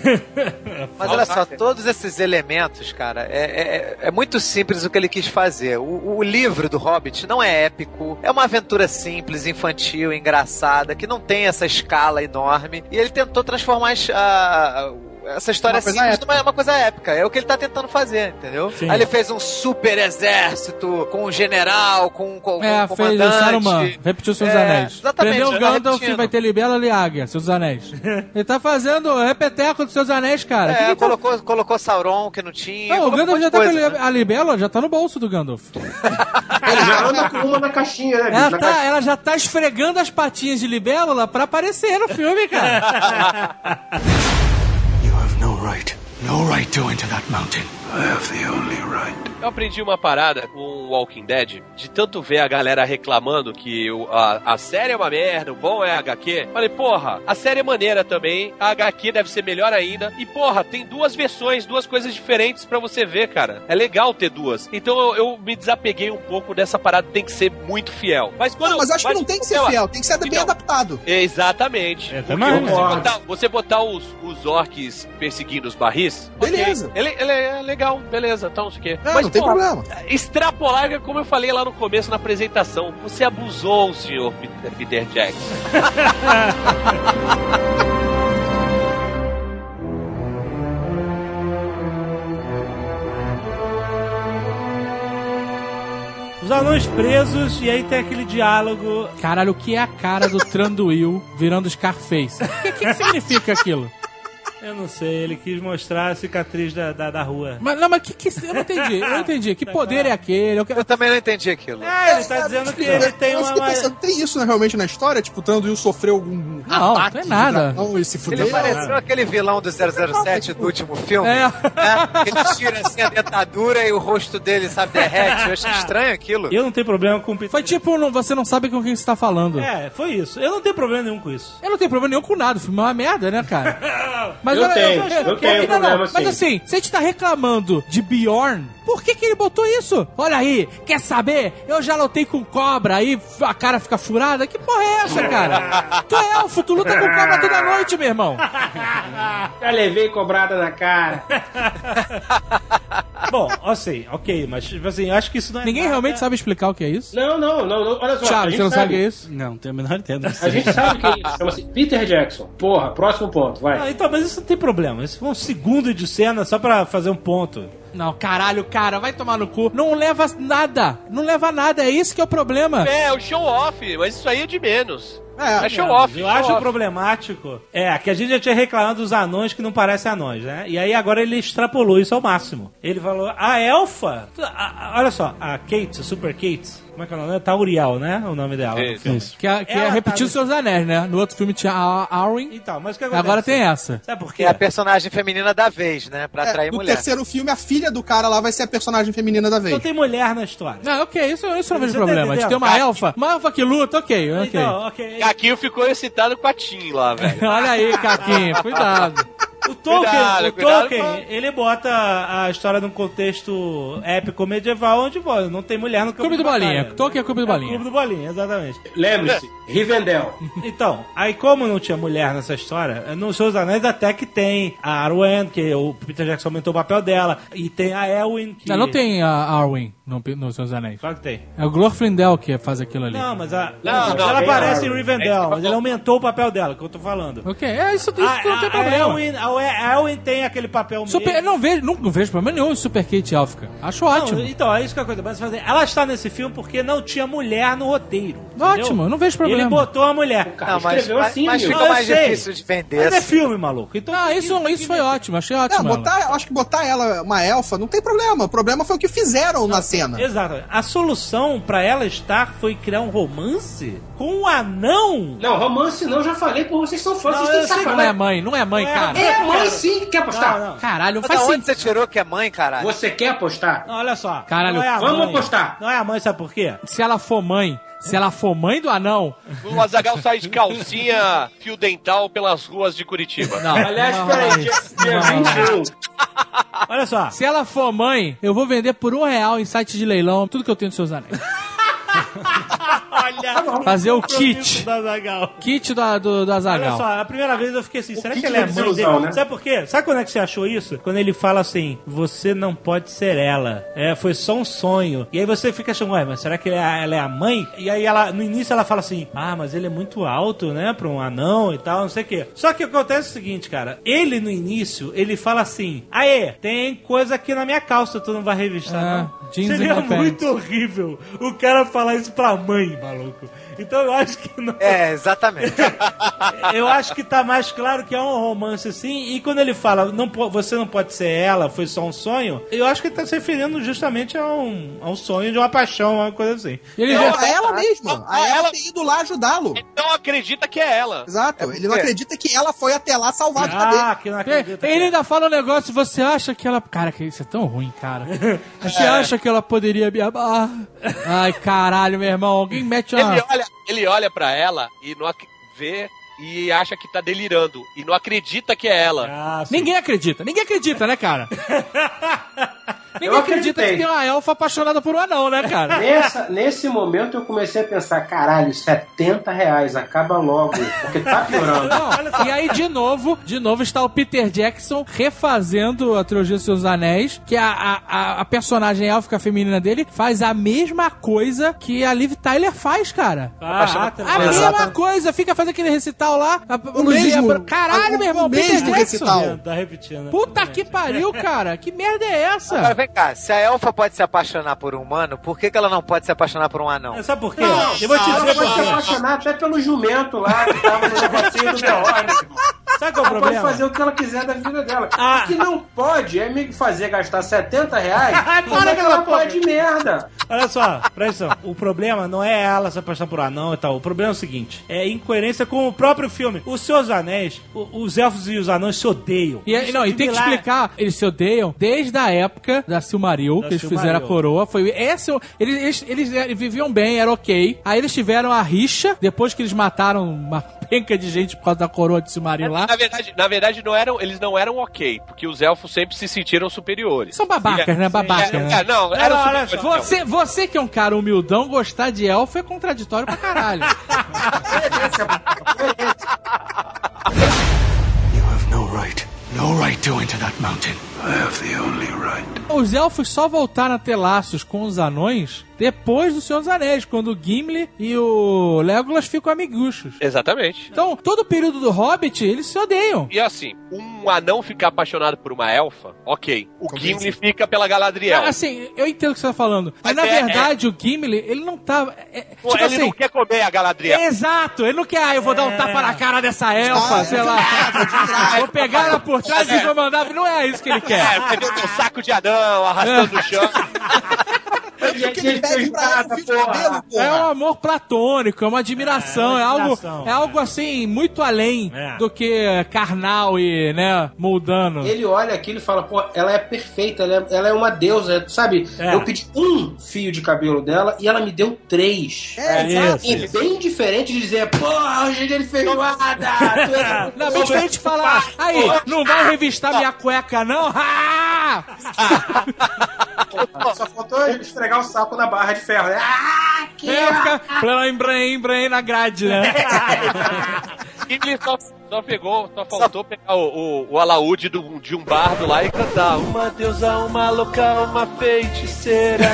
Speaker 6: Mas olha só, todos esses elementos, cara, é, é- é muito simples o que ele quis fazer. O, o livro do Hobbit não é épico, é uma aventura simples, infantil, engraçada, que não tem essa escala enorme. E ele tentou transformar as- a- a- Essa história
Speaker 4: Uma coisa
Speaker 6: simples
Speaker 4: épica.
Speaker 6: não é uma coisa épica. É o que ele tá tentando fazer, entendeu?
Speaker 8: Sim.
Speaker 6: Aí ele fez um super exército com um general, com, com,
Speaker 8: É,
Speaker 6: com um
Speaker 8: fez o Saruman,
Speaker 6: comandante.
Speaker 8: repetiu seus
Speaker 6: É,
Speaker 8: anéis.
Speaker 6: exatamente,
Speaker 8: Prendeu o
Speaker 6: tá
Speaker 8: Gandalf
Speaker 6: repetindo.
Speaker 8: vai ter libelo ali águia, seus anéis. Ele tá fazendo o repeteco dos seus anéis, cara. Que
Speaker 6: É,
Speaker 8: que tá-
Speaker 6: colocou, colocou Sauron que não tinha.
Speaker 8: Não, o
Speaker 6: colocou um
Speaker 8: Gandalf
Speaker 6: monte
Speaker 8: já
Speaker 6: de
Speaker 8: tá com
Speaker 6: coisa,
Speaker 8: a li- a libelo, já tá no bolso do Gandalf.
Speaker 7: Ele já anda com uma na caixinha, né, bicho?
Speaker 8: Ela,
Speaker 7: Na
Speaker 8: tá, ela já tá esfregando as patinhas de libélula pra aparecer no filme, cara.
Speaker 11: You have no right, no right to enter that mountain. I have the only right.
Speaker 5: Eu aprendi uma parada com o Walking Dead, de tanto ver a galera reclamando que o- a, a série é uma merda, o bom é a HQ. Falei, porra, a série é maneira também, a HQ deve ser melhor ainda. E porra, tem duas versões, duas coisas diferentes pra você ver, cara. É legal ter duas. Então eu, eu me desapeguei um pouco dessa parada, tem que ser muito fiel. Mas quando.
Speaker 4: Não, mas acho que não tem que ser
Speaker 5: ela-
Speaker 4: fiel, tem que ser bem
Speaker 5: Então,
Speaker 4: adaptado.
Speaker 5: Exatamente.
Speaker 2: É,
Speaker 5: Porque
Speaker 2: também,
Speaker 5: você,
Speaker 2: concordo.
Speaker 5: botar, você botar os, os orcs perseguindo os barris. ok.
Speaker 4: Beleza. Ah,
Speaker 5: Ele, ele é legal, beleza, então não sei o quê.
Speaker 4: Não,
Speaker 5: Mas,
Speaker 4: não tem
Speaker 5: porra,
Speaker 4: problema.
Speaker 5: extrapolar, é como eu falei lá no começo na apresentação. Você abusou o senhor Peter, Peter Jackson.
Speaker 2: Os anões presos, e aí tem aquele diálogo.
Speaker 8: Caralho, o que é a cara do Tranduil virando Scarface? O que, que que significa aquilo?
Speaker 2: Eu não sei, ele quis mostrar a cicatriz da, da, da rua.
Speaker 8: Mas, não, mas que, que. Eu não entendi, eu não entendi. Que poder é aquele? Eu que-
Speaker 6: Eu também não entendi aquilo.
Speaker 2: É, ele tá dizendo que ele tem
Speaker 4: eu
Speaker 2: uma.
Speaker 4: fiquei pensando, tem isso né, realmente na história? Tipo, o Tranduil sofreu algum
Speaker 8: Não,
Speaker 4: ataque
Speaker 8: não é nada.
Speaker 4: do dragão e se fudeu? né?
Speaker 6: Ele pareceu aquele vilão do 007 do último filme.
Speaker 8: É.
Speaker 6: Né? Ele tira assim a dentadura e o rosto dele, sabe, derrete. Eu achei estranho aquilo.
Speaker 2: Eu não tenho problema com o Peter
Speaker 8: Foi tipo, não- você não sabe com quem você tá falando.
Speaker 2: É, foi isso. Eu não tenho problema nenhum com isso.
Speaker 8: Eu não tenho problema nenhum com nada, o filme é uma merda, né, cara? Mas
Speaker 7: Eu tenho, eu tenho
Speaker 8: não, é não,
Speaker 7: problema,
Speaker 8: Mas
Speaker 7: sim.
Speaker 8: assim, se a gente tá reclamando de Bjorn, por que que ele botou isso? Olha aí, quer saber? Eu já lutei com cobra, aí a cara fica furada. Que porra é essa, cara? tu é elfo, tu luta com cobra toda noite, meu irmão.
Speaker 7: Já levei cobrada na cara.
Speaker 2: Bom, assim, ok, mas tipo assim, eu acho que isso não é.
Speaker 8: Ninguém
Speaker 2: nada-
Speaker 8: realmente sabe explicar o que é isso.
Speaker 7: Não, não, não, não. Olha só. a
Speaker 8: Thiago,
Speaker 7: gente
Speaker 8: você não sabe o que é isso?
Speaker 3: Não, não tenho a menor ideia. não
Speaker 7: A
Speaker 3: sei.
Speaker 7: gente sabe o que é isso. Chama-se Peter Jackson. Porra, próximo ponto, vai.
Speaker 2: Ah, então, mas isso não tem problema. Isso foi um segundo de cena só pra fazer um ponto.
Speaker 8: Não, caralho, cara, vai tomar no cu. Não leva nada. Não leva nada, é isso que é o problema.
Speaker 5: É, o show off, mas isso aí é de menos.
Speaker 4: Ah,
Speaker 5: É, show
Speaker 2: Não, mas
Speaker 5: off.
Speaker 2: Eu
Speaker 5: show
Speaker 2: acho
Speaker 5: off.
Speaker 2: problemático. É, que a gente já tinha reclamado dos anões que não parecem anões, né? E aí agora ele extrapolou isso ao máximo. Ele falou, a elfa. a- a- olha só, a Kate, Super Kate. Como é que é o nome? Tauriel, né? O nome dela.
Speaker 5: Isso.
Speaker 8: Que é, que é
Speaker 2: Ela
Speaker 8: repetir
Speaker 2: tá-
Speaker 8: os seus anéis, né? No outro filme tinha a a Arwen.
Speaker 2: Então, mas o que acontece?
Speaker 8: Agora tem essa.
Speaker 2: Sabe por
Speaker 6: Que
Speaker 2: quê?
Speaker 6: é a personagem feminina da vez, né? Pra atrair
Speaker 4: É, no
Speaker 6: mulher.
Speaker 4: terceiro filme, a filha do cara lá vai ser a personagem feminina da vez.
Speaker 2: Não tem mulher na história.
Speaker 8: Não, ok, isso, isso não vejo
Speaker 2: Você
Speaker 8: problema.
Speaker 2: tá
Speaker 8: De ter uma
Speaker 2: entendendo?
Speaker 8: elfa, uma elfa que luta, ok, ok.
Speaker 2: Então, ok.
Speaker 5: Caquinho ficou excitado com a Tim lá, velho.
Speaker 8: Olha aí, Caquinho, cuidado.
Speaker 2: O Tolkien,
Speaker 5: Cuidado,
Speaker 2: o
Speaker 5: cuidado
Speaker 2: Tolkien
Speaker 5: com-
Speaker 2: ele bota a história num contexto épico medieval onde pô, não tem mulher no campo
Speaker 8: Clube do
Speaker 2: de batalha.
Speaker 8: Bolinha. Tolkien é Clube do
Speaker 2: É o
Speaker 8: Bolinha.
Speaker 2: Clube do Bolinha, exatamente.
Speaker 7: Lembre-se, Rivendell.
Speaker 2: Então, aí como não tinha mulher nessa história, eh, nos seus anéis até que tem a Arwen, que o Peter Jackson aumentou o papel dela, e tem a Elwin, que...
Speaker 8: Não, não tem a Arwen no, nos seus anéis.
Speaker 2: Claro que tem.
Speaker 8: É o Glorfindel que faz aquilo ali.
Speaker 2: Não, mas a...
Speaker 5: Não,
Speaker 2: mas
Speaker 5: não,
Speaker 2: ela
Speaker 5: tem
Speaker 2: aparece
Speaker 7: a
Speaker 2: em
Speaker 7: Arwen.
Speaker 2: Rivendell, mas ele aumentou o papel dela, que eu tô falando.
Speaker 8: Ok, é isso, isso
Speaker 2: A,
Speaker 8: não tem
Speaker 2: a- a,
Speaker 8: problema.
Speaker 2: Elwin, a, a Elwin tem aquele papel
Speaker 8: Super, eu não vejo, não, não vejo problema nenhum em Super Kate Elfica. Acho
Speaker 2: Não,
Speaker 8: ótimo.
Speaker 2: então, é isso que é a coisa. Mas fazer. Ela está nesse filme porque não tinha mulher no roteiro. entendeu?
Speaker 8: Ótimo, eu não vejo problema.
Speaker 2: Ele botou a mulher.
Speaker 7: Cara,
Speaker 6: Não, mas,
Speaker 7: escreveu
Speaker 6: mas,
Speaker 7: assim,
Speaker 6: mas
Speaker 7: meu.
Speaker 6: fica
Speaker 2: Não, eu
Speaker 6: mais
Speaker 2: sei.
Speaker 6: difícil de vender.
Speaker 2: Mas é
Speaker 6: assim.
Speaker 2: filme, maluco. Então,
Speaker 8: Ah, isso, isso foi ótimo, achei ótimo.
Speaker 4: Não,
Speaker 8: ela.
Speaker 4: botar, eu acho que botar ela, uma elfa, não tem problema. O problema foi o que fizeram na cena.
Speaker 2: Exato. A solução pra ela estar foi criar um romance com um anão.
Speaker 7: Não, romance não, já falei, pô, vocês são fãs,
Speaker 2: Não,
Speaker 7: vocês
Speaker 2: eu
Speaker 7: têm
Speaker 2: sei
Speaker 8: Não é
Speaker 7: sacanagem.
Speaker 8: mãe, não é mãe,
Speaker 2: Não é
Speaker 8: cara.
Speaker 7: É mãe sim, quer apostar?
Speaker 2: Não, não.
Speaker 8: Caralho,
Speaker 6: Mas
Speaker 8: faz
Speaker 6: da onde
Speaker 8: sentido.
Speaker 6: você tirou que é mãe, caralho?
Speaker 7: Você quer apostar?
Speaker 2: Não, olha só.
Speaker 8: Caralho,
Speaker 2: não é a
Speaker 7: vamos
Speaker 2: mãe.
Speaker 7: apostar.
Speaker 2: Não é a mãe, sabe por quê?
Speaker 8: Se ela for mãe, se ela for mãe do anão,
Speaker 5: O Azagal sai de calcinha fio dental pelas ruas de Curitiba.
Speaker 8: Não.
Speaker 7: Aliás,
Speaker 8: não,
Speaker 7: peraí, dia, dia
Speaker 8: não.
Speaker 7: 21.
Speaker 2: Olha só.
Speaker 8: Se ela for mãe, eu vou vender por um real em site de leilão tudo que eu tenho dos seus anéis.
Speaker 2: Olha!
Speaker 8: Fazer o kit.
Speaker 2: Da Zagal.
Speaker 8: Kit do, do, do
Speaker 2: Olha
Speaker 8: Azagal.
Speaker 2: só, a primeira vez eu fiquei assim, será que
Speaker 7: kit
Speaker 2: ele é
Speaker 7: da
Speaker 2: mãe
Speaker 7: desilusão,
Speaker 2: dele?
Speaker 7: né?
Speaker 2: Sabe por quê? Sabe quando é que você achou isso? Quando ele fala assim, você não pode ser ela. É, foi só um sonho. E aí você fica achando, ué, mas será que ele é a- ela é a mãe? E aí ela, no início ela fala assim, ah, mas ele é muito alto, né, pra um anão e tal, não sei o quê. Só que acontece o seguinte, cara, ele no início, ele fala assim, aê, tem coisa aqui na minha calça, tu não vai revistar,
Speaker 8: Ah,
Speaker 2: não?
Speaker 8: jeans
Speaker 2: Seria
Speaker 8: and my pants.
Speaker 2: muito horrível o cara falar isso pra mãe, maluco. Então eu acho que não
Speaker 6: É, exatamente.
Speaker 2: eu acho que tá mais claro que é um romance assim. E quando ele fala, não, po- você não pode ser ela, foi só um sonho, eu acho que ele tá se referindo justamente a um, a um sonho de uma paixão, uma coisa assim.
Speaker 8: Ele já-
Speaker 4: Não, a ela mesma.
Speaker 8: Ah,
Speaker 4: A ela
Speaker 5: Ela-
Speaker 4: ter ido lá ajudá-lo.
Speaker 5: Ele não acredita que é ela.
Speaker 4: Exato. Ele não acredita que ela foi até lá salvar a vida dele.
Speaker 2: Ah, que não
Speaker 8: Ele
Speaker 2: acredita.
Speaker 8: ele ainda fala um negócio, você acha que ela. Cara, que isso é tão ruim, cara. Você acha que ela poderia me amar? Ai, caralho, meu irmão, alguém mete uma.
Speaker 5: Ele é um- olha, ele olha para ela e não ac- vê e acha que tá delirando e não acredita que é ela.
Speaker 2: Ah, sim.
Speaker 8: Ninguém acredita, ninguém acredita, né, cara? ninguém
Speaker 7: Eu
Speaker 8: acredita que
Speaker 7: acreditei.
Speaker 8: tem uma elfa apaixonada por um anão, né, cara?
Speaker 7: Nessa- nesse momento eu comecei a pensar, caralho, 70 reais, acaba logo, porque tá piorando.
Speaker 8: Não, e aí, de novo, de novo está o Peter Jackson refazendo a trilogia dos Seus Anéis, que a, a, a- a personagem élfica feminina dele faz a mesma coisa que a Liv Tyler faz, cara.
Speaker 2: Ah, ah, tá
Speaker 8: A
Speaker 2: bom.
Speaker 8: mesma coisa, fica fazendo aquele recital lá. a- o
Speaker 4: mesmo-
Speaker 8: meio- a- caralho,
Speaker 4: o-
Speaker 8: meu irmão,
Speaker 4: o
Speaker 8: Peter
Speaker 4: mesmo
Speaker 8: Jackson.
Speaker 4: recital.
Speaker 2: É, Tá repetindo. né?
Speaker 8: Puta que pariu, cara. Que merda é
Speaker 6: Agora
Speaker 8: essa?
Speaker 6: vem cá, se a elfa pode se apaixonar por um humano, por que, que ela não pode se apaixonar por um anão?
Speaker 2: É, Sabe por quê? eu vou te
Speaker 7: Ela
Speaker 2: dizer
Speaker 7: pode
Speaker 2: por
Speaker 7: se
Speaker 2: quê.
Speaker 7: apaixonar até pelo jumento lá, que tava no negocinho do Beorn.
Speaker 2: Sabe qual é o
Speaker 7: Ela pode
Speaker 2: problema?
Speaker 7: fazer o que ela quiser da vida dela.
Speaker 2: Ah.
Speaker 7: O que não pode é me fazer gastar 70 reais
Speaker 2: Para
Speaker 7: Para
Speaker 2: com essa
Speaker 7: aquela
Speaker 2: porra.
Speaker 7: porra de merda.
Speaker 2: Olha só, presta atenção. O problema não é ela se apaixonar por anão e tal. O problema é o seguinte: é incoerência com o próprio filme. Os seus anéis, o- os elfos e os anões se odeiam.
Speaker 8: E, aí- não, e tem que
Speaker 2: Similar-
Speaker 8: explicar, eles se odeiam desde a época da Silmaril,
Speaker 2: Da
Speaker 8: que eles
Speaker 2: Silmaril.
Speaker 8: fizeram a coroa. Foi essa, eles, eles, eles eh, viviam bem, era ok. Aí eles tiveram a rixa, depois que eles mataram uma penca de gente por causa da coroa de Silmaril lá.
Speaker 5: Na verdade, na verdade não eram, eles não eram ok, porque os elfos sempre se sentiram superiores.
Speaker 8: São babacas, né? Babacas,
Speaker 5: Era-
Speaker 8: né?
Speaker 5: é, não,
Speaker 2: Não,
Speaker 5: eram
Speaker 2: não, olha
Speaker 5: superiores.
Speaker 2: só.
Speaker 8: Você,
Speaker 5: não.
Speaker 8: você que é um cara humildão, gostar de elfo é contraditório pra caralho.
Speaker 2: é
Speaker 11: You have no right, no right to enter that mountain. I have the only right.
Speaker 8: Os elfos só voltaram a ter laços com os anões depois do Senhor dos Anéis, quando o Gimli e o Legolas ficam amiguchos.
Speaker 5: Exatamente.
Speaker 8: Então, todo o período do Hobbit, eles se odeiam.
Speaker 5: E assim, um anão ficar apaixonado por uma elfa, ok. O
Speaker 4: Compensa.
Speaker 5: Gimli fica pela Galadriel.
Speaker 8: Ah, assim, eu entendo o que você tá falando. Mas,
Speaker 5: Então. Mas
Speaker 8: na
Speaker 5: é-
Speaker 8: verdade, o Gimli, ele não tá. é- é-
Speaker 5: Pô,
Speaker 8: tipo
Speaker 5: ele
Speaker 8: assim. É.
Speaker 5: não quer comer a Galadriel.
Speaker 8: Exato, ele não quer, ah, eu vou dar um tapa na cara dessa elfa,
Speaker 4: Ah,
Speaker 8: sei
Speaker 4: é.
Speaker 8: lá. vou pegar ela por trás e vou mandar. Não é isso que ele quer.
Speaker 5: É, perdeu meu saco de anão, arrastando o chão.
Speaker 7: E aí
Speaker 4: Porque ele pede pra ela um
Speaker 7: coitada,
Speaker 4: fio de cabelo,
Speaker 8: É um
Speaker 4: porra.
Speaker 8: amor platônico, é uma admiração, é,
Speaker 2: É, é uma
Speaker 8: algo,
Speaker 2: admiração,
Speaker 8: é algo assim, muito além
Speaker 2: É.
Speaker 8: do que carnal e, né, moldano.
Speaker 7: Ele olha aquilo e fala, pô, ela é perfeita, ela é, ela é uma deusa, sabe?
Speaker 2: É.
Speaker 7: Eu pedi um fio de cabelo dela e ela me deu três.
Speaker 4: É,
Speaker 2: É
Speaker 4: exato.
Speaker 2: isso.
Speaker 7: E bem diferente de dizer, porra, hoje é dia de feijoada! tu é-
Speaker 8: Na mente pra gente falar, aí, não vai revistar minha cueca, não? Ah!
Speaker 7: Só faltou esfregar o saco na barra de ferro. né? Ah, que
Speaker 8: É, fica plano em brain, brain na grade, né?
Speaker 7: É.
Speaker 5: Gimli só, só pegou, só faltou pegar o, o, o alaúde do- de um bardo lá e cantar. Uma deusa, uma louca, uma feiticeira.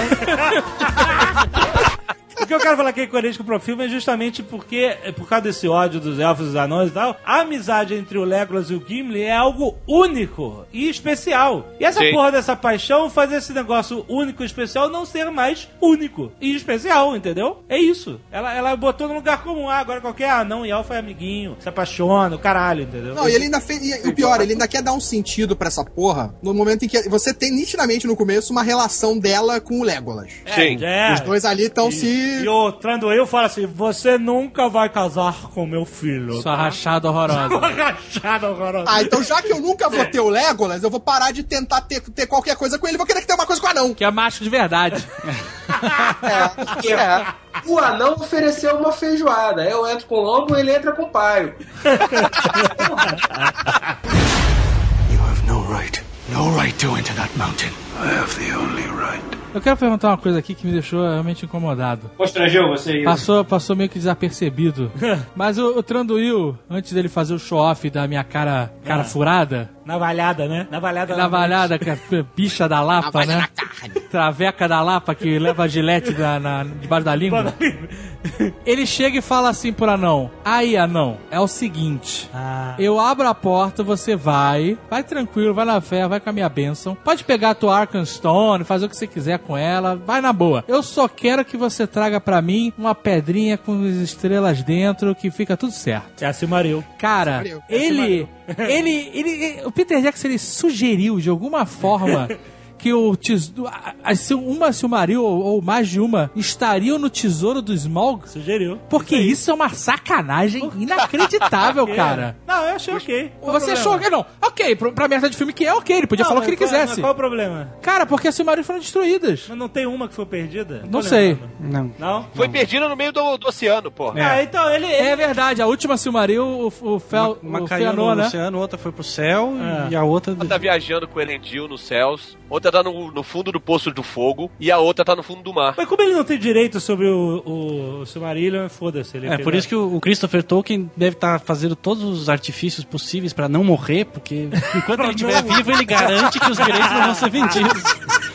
Speaker 2: O que eu quero falar que é coerente com o Profilme é justamente porque, é por causa desse ódio dos elfos e dos anões e tal, a amizade entre o Legolas e o Gimli é algo único e especial. E essa
Speaker 5: Sim.
Speaker 2: porra dessa paixão faz esse negócio único e especial não ser mais único e especial, entendeu? É isso. Ela, ela botou num lugar comum. Ah, agora qualquer anão e elfo é amiguinho, se apaixona, o caralho, entendeu?
Speaker 4: Não, e ele ainda fez. E o pior, ele ainda quer dar um sentido pra essa porra no momento em que você tem nitidamente no começo uma relação dela com o Legolas.
Speaker 5: Sim.
Speaker 2: É.
Speaker 4: Os dois ali estão
Speaker 2: E
Speaker 4: se.
Speaker 2: o Tranduil fala assim: Você nunca vai casar com meu filho.
Speaker 8: Sua rachada horrorosa.
Speaker 2: Uma rachada horrorosa.
Speaker 4: Ah, então já que eu nunca vou ter o Legolas, eu vou parar de tentar ter, ter qualquer coisa com ele, vou querer que tenha uma coisa com o anão.
Speaker 8: Que é macho de verdade.
Speaker 4: É, é.
Speaker 7: O anão ofereceu uma feijoada. Eu entro com o lombo, ele entra com o paio.
Speaker 11: You have no right, no right to enter that mountain. I have the only right.
Speaker 8: Eu quero perguntar uma coisa aqui que me deixou realmente incomodado.
Speaker 7: Constrangeu você, Igor?
Speaker 8: Passou, passou meio que desapercebido. Mas o, o Tranduil, antes dele fazer o show-off da minha cara, cara
Speaker 2: Ah.
Speaker 8: furada,
Speaker 2: Navalhada, né? Navalhada.
Speaker 8: navalhada, que é a bicha da lapa, né? Traveca da lapa que leva a gilete na, na- debaixo da língua. Ele chega e fala assim pro anão: Aí, anão, é o seguinte.
Speaker 2: Ah.
Speaker 8: Eu abro a porta, você vai, vai tranquilo, vai na fé, vai com a minha bênção. Pode pegar a tua Arkenstone, fazer o que você quiser com ela, vai na boa. Eu só quero que você traga pra mim uma pedrinha com as estrelas dentro, que fica tudo certo.
Speaker 2: É a Silmaril.
Speaker 8: Cara,
Speaker 4: Silmaril.
Speaker 8: ele, ele, ele, ele- o Peter Jackson ele sugeriu de alguma forma que o tesouro, uma Silmaril ou, ou mais de uma estariam no tesouro do Smaug,
Speaker 2: Sugeriu.
Speaker 8: porque isso é uma sacanagem inacreditável, cara.
Speaker 2: é. Não, eu achei ok. Qual
Speaker 8: Você
Speaker 2: o problema?
Speaker 8: achou que não? Ok, pro- pra merda de filme que é ok, ele podia
Speaker 2: Não,
Speaker 8: falar o que ele
Speaker 2: mas qual- mas
Speaker 8: quisesse.
Speaker 2: Qual o problema?
Speaker 8: Cara, porque as Silmarils foram destruídas.
Speaker 2: Mas não tem uma que foi perdida?
Speaker 8: Não
Speaker 2: Tô
Speaker 8: sei.
Speaker 2: lembrando.
Speaker 3: Não.
Speaker 2: Não?
Speaker 5: Foi perdida no meio do, do oceano, porra.
Speaker 2: Ah, então ele. ele-
Speaker 8: É verdade, a última Silmaril, o, o Fel,
Speaker 3: Uma,
Speaker 8: o
Speaker 3: uma caiu
Speaker 8: Fëanor,
Speaker 3: no
Speaker 8: né?
Speaker 3: oceano, outra foi pro céu
Speaker 2: É.
Speaker 3: e a outra.
Speaker 5: Uma tá viajando com o Elendil nos céus, outra tá no, no fundo do Poço do Fogo e a outra tá no fundo do mar.
Speaker 2: Mas como ele não tem direito sobre o, o, o Silmarillion, foda-se. Ele
Speaker 3: É por isso que o o Christopher Tolkien deve estar fazendo todos os artifícios possíveis pra não morrer, porque enquanto ele estiver vivo, ele garante que os direitos não vão ser vendidos.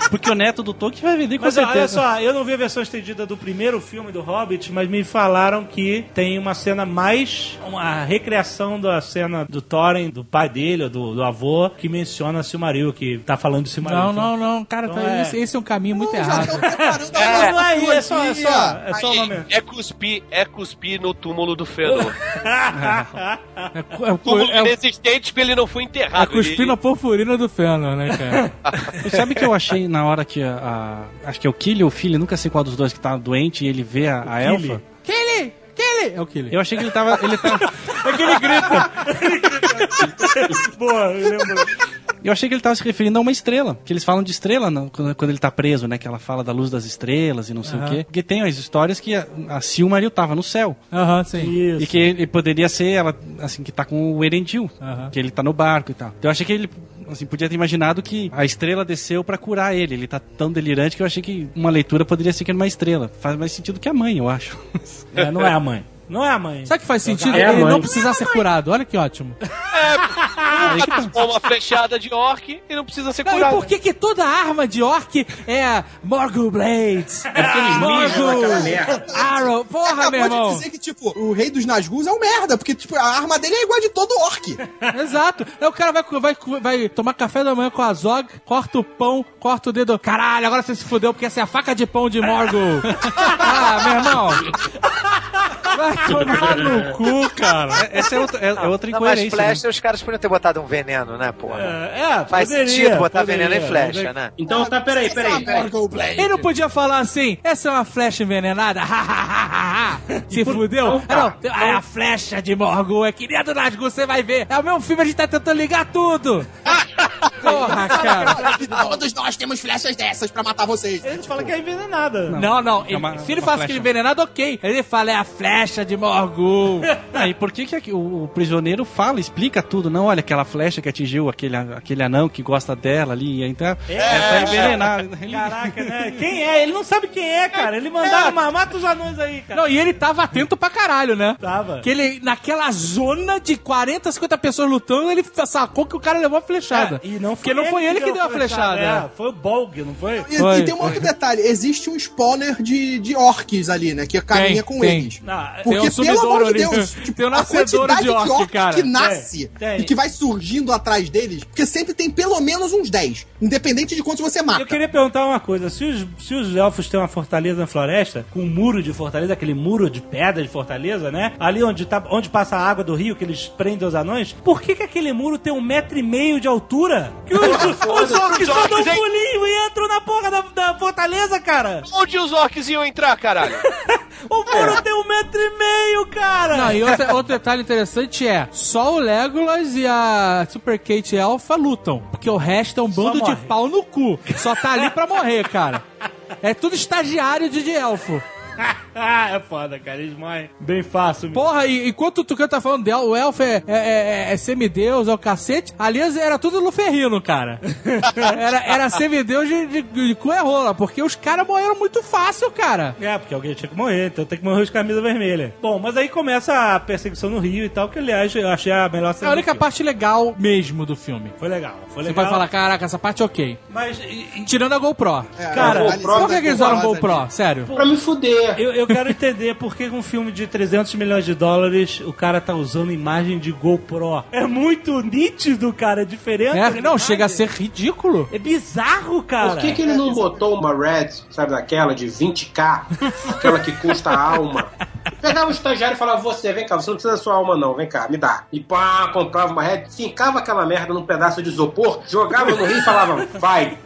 Speaker 3: Porque o neto do Tolkien vai vender com
Speaker 2: Mas ó, olha
Speaker 3: certeza.
Speaker 2: só, eu não vi a versão estendida do primeiro filme do Hobbit, mas me falaram que tem uma cena mais. uma recriação da cena do Thorin, do pai dele, ou do, do avô, que menciona Silmaril, que tá falando de Silmaril.
Speaker 8: Não,
Speaker 2: Então,
Speaker 8: não, não, cara,
Speaker 2: Então
Speaker 8: tá-
Speaker 2: é.
Speaker 8: esse, esse é um caminho muito
Speaker 4: Então, Já
Speaker 8: errado.
Speaker 4: estão preparando a
Speaker 2: É,
Speaker 4: nossa
Speaker 2: não é aí, é só, é
Speaker 4: trilogia.
Speaker 2: só, é só o
Speaker 5: Aí,
Speaker 2: nome.
Speaker 5: é cuspir, é cuspir no túmulo do Fëanor.
Speaker 8: É, cu- é, cu-
Speaker 5: Túmulo
Speaker 8: é,
Speaker 5: inexistente porque ele não foi
Speaker 8: é
Speaker 5: enterrado.
Speaker 8: cuspir
Speaker 5: ele-
Speaker 8: na porfurina do Fëanor, né, cara?
Speaker 3: E sabe o que eu achei na hora que a, a- Acho que é o Killy ou o Philly, nunca sei qual dos dois que tá doente e ele vê a, a
Speaker 2: Killy.
Speaker 3: elfa.
Speaker 8: Killy! Killy! É o Killy.
Speaker 3: Eu achei que ele tava. Ele tava
Speaker 2: É que ele grita. Boa, eu lembro.
Speaker 3: eu achei que ele tava se referindo a uma estrela. Que eles falam de estrela não, quando, quando ele tá preso, né? Que ela fala da luz das estrelas e não sei o quê. Porque tem as histórias que a, a Silmaril tava no céu.
Speaker 8: Aham, sim.
Speaker 2: Isso.
Speaker 3: E que ele poderia ser ela, assim, que tá com o Erendil.
Speaker 8: Aham.
Speaker 3: Que ele tá no barco e tal. Então eu achei que ele, assim, podia ter imaginado que a estrela desceu pra curar ele. Ele tá tão delirante que eu achei que uma leitura poderia ser que era uma estrela. Faz mais sentido que a mãe, eu acho.
Speaker 2: É, não é a mãe. Não é a mãe.
Speaker 8: Sabe o que faz sentido?
Speaker 7: É a
Speaker 8: ele
Speaker 7: mãe.
Speaker 8: não precisar ser curado. Olha que ótimo.
Speaker 5: Ela tomou uma flechada de orc e não precisa ser
Speaker 8: Não, e
Speaker 5: curado.
Speaker 8: por que, que toda arma de orc é Morgul Blades?
Speaker 7: É aquela
Speaker 8: Morgul
Speaker 7: merda.
Speaker 8: Arrow. Porra, meu
Speaker 4: Acabou de
Speaker 8: irmão.
Speaker 4: dizer que, tipo, o rei dos Nazgûs é um merda, porque, tipo, a arma dele é igual a de todo orc.
Speaker 8: Exato. Aí o cara vai, vai, vai tomar café da manhã com a Zog, corta o pão, corta o dedo. Caralho, agora você se fudeu porque essa é a faca de pão de Morgul. ah, meu irmão. Vai tomar no cu, cara.
Speaker 3: É- Essa é outra, é, é outra
Speaker 6: Não, mas
Speaker 3: incoerência. né?
Speaker 6: flecha, os caras podiam ter botado um veneno, né, porra?
Speaker 2: É,
Speaker 6: Faz
Speaker 2: poderia,
Speaker 6: sentido botar
Speaker 2: poderia, é
Speaker 6: veneno em
Speaker 2: poderia.
Speaker 6: flecha, né?
Speaker 7: Então tá, peraí, peraí,
Speaker 4: é
Speaker 7: peraí.
Speaker 8: Ele não podia falar assim, essa é uma flecha envenenada, se fudeu. Ah, não, é a flecha de Morgul, é querido Nasgul, você vai ver. É o mesmo filme, a gente tá tentando ligar tudo. Porra, cara.
Speaker 4: Todos nós temos flechas dessas pra matar vocês.
Speaker 2: Ele fala que é envenenada.
Speaker 8: Não, não, ele-
Speaker 3: uma-
Speaker 8: se ele
Speaker 3: uma
Speaker 8: falasse
Speaker 3: flecha.
Speaker 8: que ele envenenado, ok. Ele fala, é a flecha de Morgul.
Speaker 3: Ah, e por que, que aqui o, o prisioneiro fala, explica tudo? Não, olha aquela flecha que atingiu aquele, aquele anão que gosta dela ali. Então, é, tá envenenado. Ele-
Speaker 2: Caraca, né? Quem é? Ele não sabe quem é, cara. Ele mandaram uma... Mata os anões aí, cara.
Speaker 8: Não, e ele tava atento pra caralho, né?
Speaker 2: Tava.
Speaker 8: Que ele, naquela zona de 40, 50 pessoas lutando, ele sacou que o cara levou a flechada.
Speaker 2: É, e não
Speaker 8: Porque não foi ele que deu a flechada.
Speaker 2: É, foi o Bolg, não foi?
Speaker 4: E,
Speaker 8: Foi.
Speaker 4: e tem um outro detalhe: existe um spawner de, de orcs ali, né? Que caminha com
Speaker 8: tem.
Speaker 4: eles.
Speaker 2: Ah,
Speaker 4: Porque,
Speaker 8: Tem um
Speaker 4: pelo
Speaker 8: sumidouro
Speaker 4: amor de
Speaker 8: ali.
Speaker 4: Deus, tipo,
Speaker 8: Tem um
Speaker 4: a
Speaker 8: nascedouro
Speaker 4: quantidade
Speaker 8: de orc, cara.
Speaker 4: que
Speaker 8: Tem,
Speaker 4: nasce
Speaker 2: tem.
Speaker 4: e que vai surgindo atrás deles, porque sempre tem pelo menos uns 10, independente de quantos você mata.
Speaker 2: Eu queria perguntar uma coisa. Se os, se os elfos têm uma fortaleza na floresta, com um muro de fortaleza, aquele muro de pedra de fortaleza, né? Ali onde, tá, onde passa a água do rio, que eles prendem os anões, por que, que aquele muro tem um metro e meio de altura? Que os, os orcs só dão um pulinho e entram na porra da, da fortaleza, cara!
Speaker 5: Onde os orcs iam entrar, caralho?
Speaker 2: O muro tem um metro e meio, cara!
Speaker 8: Não, Ah, e outra- outro detalhe interessante é: só o Legolas e a Super Kate Alpha lutam. Porque o resto é um bando de
Speaker 2: morre.
Speaker 8: pau no cu. Só tá ali pra morrer, cara. É tudo estagiário de, de elfo.
Speaker 2: é foda, cara. Eles morrem bem fácil. mesmo.
Speaker 8: Porra, e enquanto o Tucano tá falando dela, o elfo é, é, é- é semideus, é o cacete. Ali era tudo luferrino, cara. Era, era semideus de, de, de cu é rola, porque os caras morreram muito fácil, cara.
Speaker 2: É, porque alguém tinha que morrer, então tem que morrer os camisa vermelha. Bom, mas aí começa a perseguição no Rio e tal, que aliás eu achei a melhor
Speaker 8: É
Speaker 2: cena.
Speaker 8: a única
Speaker 2: do filme.
Speaker 8: parte legal mesmo do filme.
Speaker 2: Foi legal, foi
Speaker 8: Você
Speaker 2: legal.
Speaker 8: pode falar, caraca, essa parte é ok.
Speaker 2: Mas, e- e-
Speaker 8: Tirando a GoPro.
Speaker 2: cara,
Speaker 4: É, a
Speaker 8: Por que, que eles usaram GoPro? Sério.
Speaker 7: Pra me fuder.
Speaker 2: eu, eu quero entender por que um filme de 300 milhões de dólares o cara tá usando imagem de GoPro. É muito nítido, cara, é diferente.
Speaker 8: É, não, chega a ser ridículo.
Speaker 2: É bizarro, cara. é
Speaker 7: Por que, que ele não botou uma Red, sabe, daquela de 20k, aquela que custa a alma? Pegava o estagiário e falava, você, vem cá, você não precisa da sua alma não, vem cá, me dá. E pá, comprava uma Red, fincava aquela merda num pedaço de isopor, jogava no rio e falava, vai.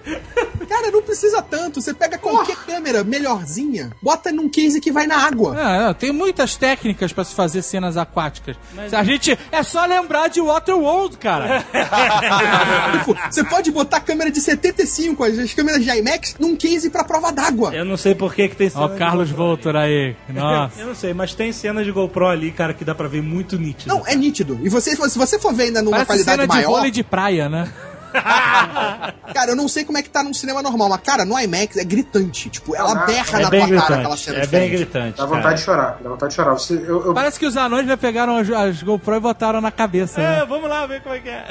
Speaker 4: Cara, não precisa tanto. Você pega qualquer câmera melhorzinha, bota num case que vai na água.
Speaker 8: Ah, não, tem muitas técnicas pra se fazer cenas aquáticas. A gente é só lembrar de Waterworld, cara.
Speaker 2: É.
Speaker 4: Tipo, Você pode botar câmera de 75, as as câmeras de IMAX, num case pra prova d'água.
Speaker 2: Eu não sei por que que tem
Speaker 8: Ó,
Speaker 2: cena
Speaker 8: o
Speaker 2: de
Speaker 8: Carlos
Speaker 2: GoPro ali.
Speaker 8: Voltor aí. Nossa.
Speaker 2: Eu não sei, mas tem cena de GoPro ali, cara, que dá pra ver muito nítido.
Speaker 4: Não, é nítido. E você, se você for ver ainda numa
Speaker 8: Parece
Speaker 4: qualidade
Speaker 8: cena de
Speaker 4: maior,
Speaker 8: vôlei de praia, né?
Speaker 4: cara, eu não sei como é que tá num cinema normal, mas, cara, no IMAX é gritante. Tipo, ela
Speaker 7: Ah,
Speaker 4: berra
Speaker 2: é
Speaker 4: na
Speaker 2: bem
Speaker 4: tua cara aquela
Speaker 2: gritante.
Speaker 4: cena
Speaker 2: É bem
Speaker 4: diferente.
Speaker 2: gritante.
Speaker 7: Dá
Speaker 2: cara.
Speaker 7: vontade de chorar, dá vontade de chorar. Você, eu, eu-
Speaker 8: Parece que os anões já pegaram as, as GoPro e botaram na cabeça, né?
Speaker 2: É, vamos lá ver como é que é.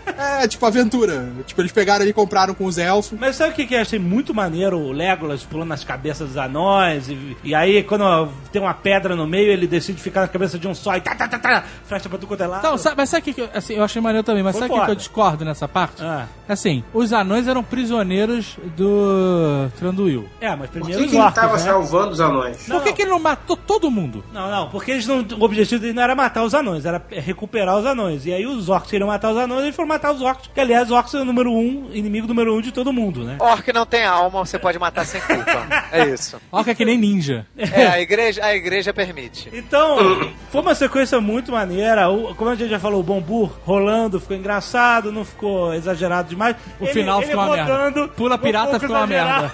Speaker 4: É, tipo, aventura. Tipo, eles pegaram ali e compraram com os elfos.
Speaker 2: Mas sabe o que, que eu achei muito maneiro? O Legolas pulando nas cabeças dos anões. E, e aí, quando tem uma pedra no meio, ele decide ficar na cabeça de um só e tá, tá, tá, tá, flecha pra tu quanto é lado.
Speaker 8: Então, sabe, mas sabe o que que eu, assim, eu achei maneiro também, mas
Speaker 2: Foi
Speaker 8: sabe o que que
Speaker 2: foda.
Speaker 8: eu discordo nessa parte?
Speaker 2: Ah.
Speaker 8: Assim, os anões eram prisioneiros do Tranduil.
Speaker 2: É, mas
Speaker 7: Por
Speaker 2: primeiro
Speaker 7: que,
Speaker 2: os
Speaker 7: que ele
Speaker 2: orcs,
Speaker 7: tava
Speaker 2: né?
Speaker 7: salvando os anões?
Speaker 8: Por que,
Speaker 2: não.
Speaker 8: que ele não matou todo mundo?
Speaker 2: Não, não, porque eles não, o objetivo deles não era matar os anões, era recuperar os anões. E aí os orcs queriam matar os anões, eles foram matar os orcs. Que, aliás, os orcs é o número um, inimigo número um de todo mundo, né?
Speaker 6: Orc não tem alma, você pode matar sem culpa. É isso.
Speaker 8: Ó, que é que nem ninja.
Speaker 6: É, a igreja, a igreja permite.
Speaker 2: Então, foi uma sequência muito maneira. O- como a gente já falou, o Bombur rolando ficou engraçado, não ficou exagerado demais.
Speaker 8: O final ficou uma merda. Pula pirata
Speaker 2: um pouco
Speaker 8: ficou uma merda.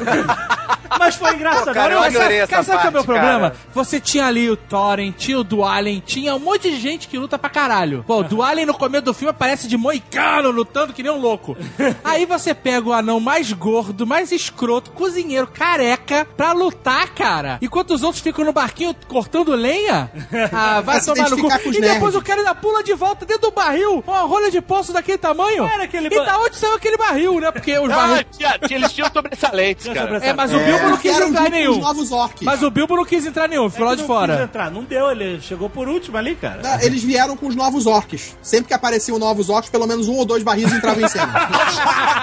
Speaker 2: exagerado. Mas foi engraçado.
Speaker 6: Pô, cara,
Speaker 2: Olha,
Speaker 6: eu adorei
Speaker 8: sabe,
Speaker 6: essa
Speaker 8: sabe qual é o meu
Speaker 6: parte,
Speaker 8: problema?
Speaker 6: cara.
Speaker 8: Você tinha ali o Thorin, tinha o Dualen, tinha um monte de gente que luta pra caralho. Pô, o Dualen no começo do filme aparece de moicano lutando que nem um louco. Aí você pega o anão mais gordo, mais escroto, cozinheiro, careca, pra lutar, cara. Enquanto os outros ficam no barquinho cortando lenha, ah, vai
Speaker 4: se
Speaker 8: tomar no cu.
Speaker 4: identificar com os
Speaker 8: E depois
Speaker 4: nerds.
Speaker 8: o cara ainda pula de volta dentro do barril, uma rolha de poço daquele tamanho.
Speaker 2: Era aquele
Speaker 8: E
Speaker 2: ba-
Speaker 8: da onde saiu aquele barril, né? Porque os barris...
Speaker 5: Ah, tinha- tinha- eles tinham sobressalentes,
Speaker 2: Tinha
Speaker 5: cara.
Speaker 2: sobrancelha.
Speaker 8: É, mas o Bilbo não quis entrar em
Speaker 4: Eram junto com um os
Speaker 8: nenhum.
Speaker 4: novos orcs.
Speaker 8: Mas o Bilbo não quis entrar em nenhum, ficou lá
Speaker 2: Ele
Speaker 8: de
Speaker 2: É não
Speaker 8: fora.
Speaker 2: quis entrar, não deu, ele chegou por último ali, cara.
Speaker 4: Não, É, eles vieram com os novos orcs. Sempre que apareciam novos orcs, pelo menos um ou dois barris entravam em cena.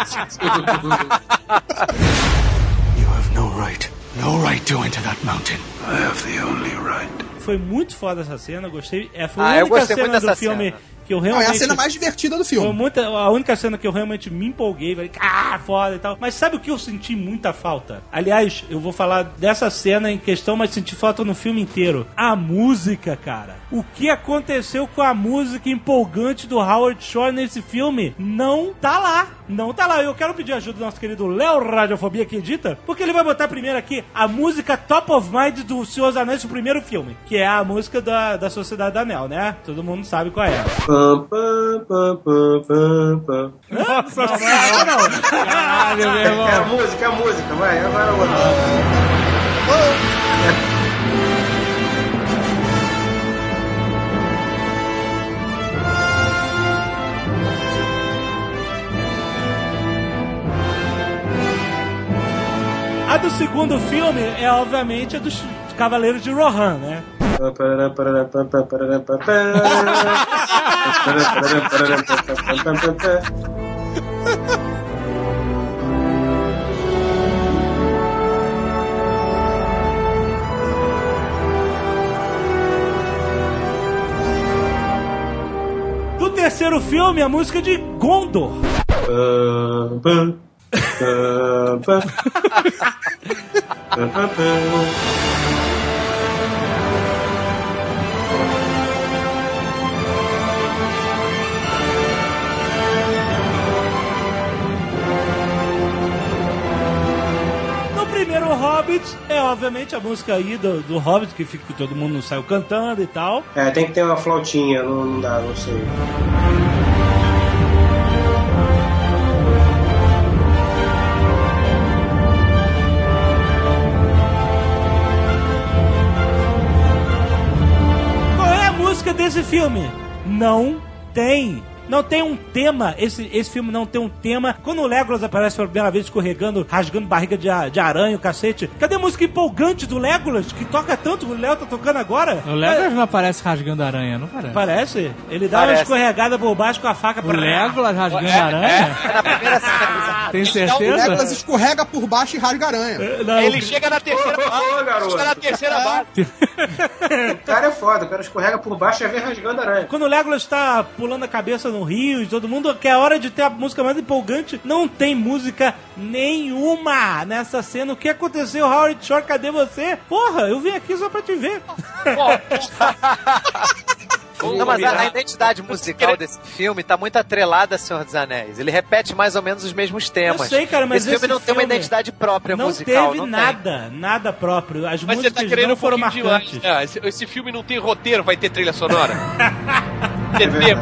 Speaker 11: You have no right, no right to enter that mountain. I have the only right.
Speaker 2: Foi muito foda essa cena, eu gostei. É, foi
Speaker 6: Ah,
Speaker 2: a
Speaker 6: eu
Speaker 2: única
Speaker 6: gostei muito
Speaker 2: cena do
Speaker 6: dessa
Speaker 2: filme
Speaker 6: cena.
Speaker 2: que eu
Speaker 4: Não,
Speaker 2: realmente...
Speaker 4: é a cena mais divertida do
Speaker 2: Foi
Speaker 4: filme.
Speaker 2: muita, a única cena que eu realmente me empolguei, falei, ah, foda e tal. Mas sabe o que eu senti muita falta? Aliás, eu vou falar dessa cena em questão, mas senti falta no filme inteiro. A música, cara. O que aconteceu com a música empolgante do Howard Shore nesse filme? Não tá lá. Não tá lá. Eu quero pedir ajuda do nosso querido Léo Radiofobia que edita, porque ele vai botar primeiro aqui a música Top of Mind do Senhor dos Anéis, o primeiro filme, que é a música da, da Sociedade do Anel, né? Todo mundo sabe qual é.
Speaker 7: Pam, pam, pam, pam, pam, pam.
Speaker 2: Nossa, não, não, não. Caralho, meu irmão.
Speaker 7: É a música, é a música, vai, agora outra.
Speaker 2: A do segundo filme é, obviamente, a dos Cavaleiros de Rohan, né? Do terceiro filme, a música de Gondor.
Speaker 7: Pam, pam, pam, pam. Pam, pam, pam.
Speaker 2: No primeiro o Hobbit é, obviamente, a música aí do, do Hobbit, que fica que todo mundo saiu cantando e tal.
Speaker 7: É, tem que ter uma flautinha, não, não dá, não sei.
Speaker 2: Qual é a música desse filme? Não tem. Não tem um tema, esse, esse filme não tem um tema. Quando o Legolas aparece pela primeira vez escorregando, rasgando barriga de, a- de aranha, o cacete. Cadê a música empolgante do Legolas, que toca tanto, o Léo tá tocando agora?
Speaker 8: O Legolas não aparece rasgando aranha, não parece?
Speaker 2: Parece? Ele dá uma
Speaker 8: Parece.
Speaker 2: escorregada por baixo com a faca
Speaker 8: O Legolas rasgando aranha?
Speaker 6: Na primeira cena.
Speaker 8: Tem
Speaker 4: O Legolas
Speaker 8: certeza?
Speaker 4: escorrega por baixo e rasga aranha.
Speaker 2: não.
Speaker 5: Ele chega na terceira base.
Speaker 7: garoto.
Speaker 5: Chega na
Speaker 2: Ah.
Speaker 5: terceira base.
Speaker 7: O cara é foda, o cara escorrega por baixo e vem rasgando aranha.
Speaker 2: Quando o Legolas tá pulando a cabeça no rio e todo mundo quer a hora de ter a música mais empolgante, não tem música nenhuma nessa cena. O que aconteceu, Howard Shore? Cadê você? Porra, eu vim aqui só pra te ver.
Speaker 6: Não, mas a, a identidade musical desse filme tá muito atrelada a Senhor dos Anéis. Ele repete mais ou menos os mesmos temas.
Speaker 2: Eu sei, cara, mas
Speaker 6: esse filme
Speaker 2: esse
Speaker 6: não tem uma
Speaker 2: filme
Speaker 6: identidade própria
Speaker 2: não
Speaker 6: musical.
Speaker 2: teve
Speaker 6: não
Speaker 2: nada, nada próprio. As
Speaker 5: Mas você
Speaker 2: músicas
Speaker 5: tá querendo
Speaker 2: não
Speaker 5: um
Speaker 2: foram
Speaker 5: pouquinho demais.
Speaker 2: marcantes.
Speaker 5: né? Esse, esse filme não tem roteiro, vai ter trilha sonora? Entendeu?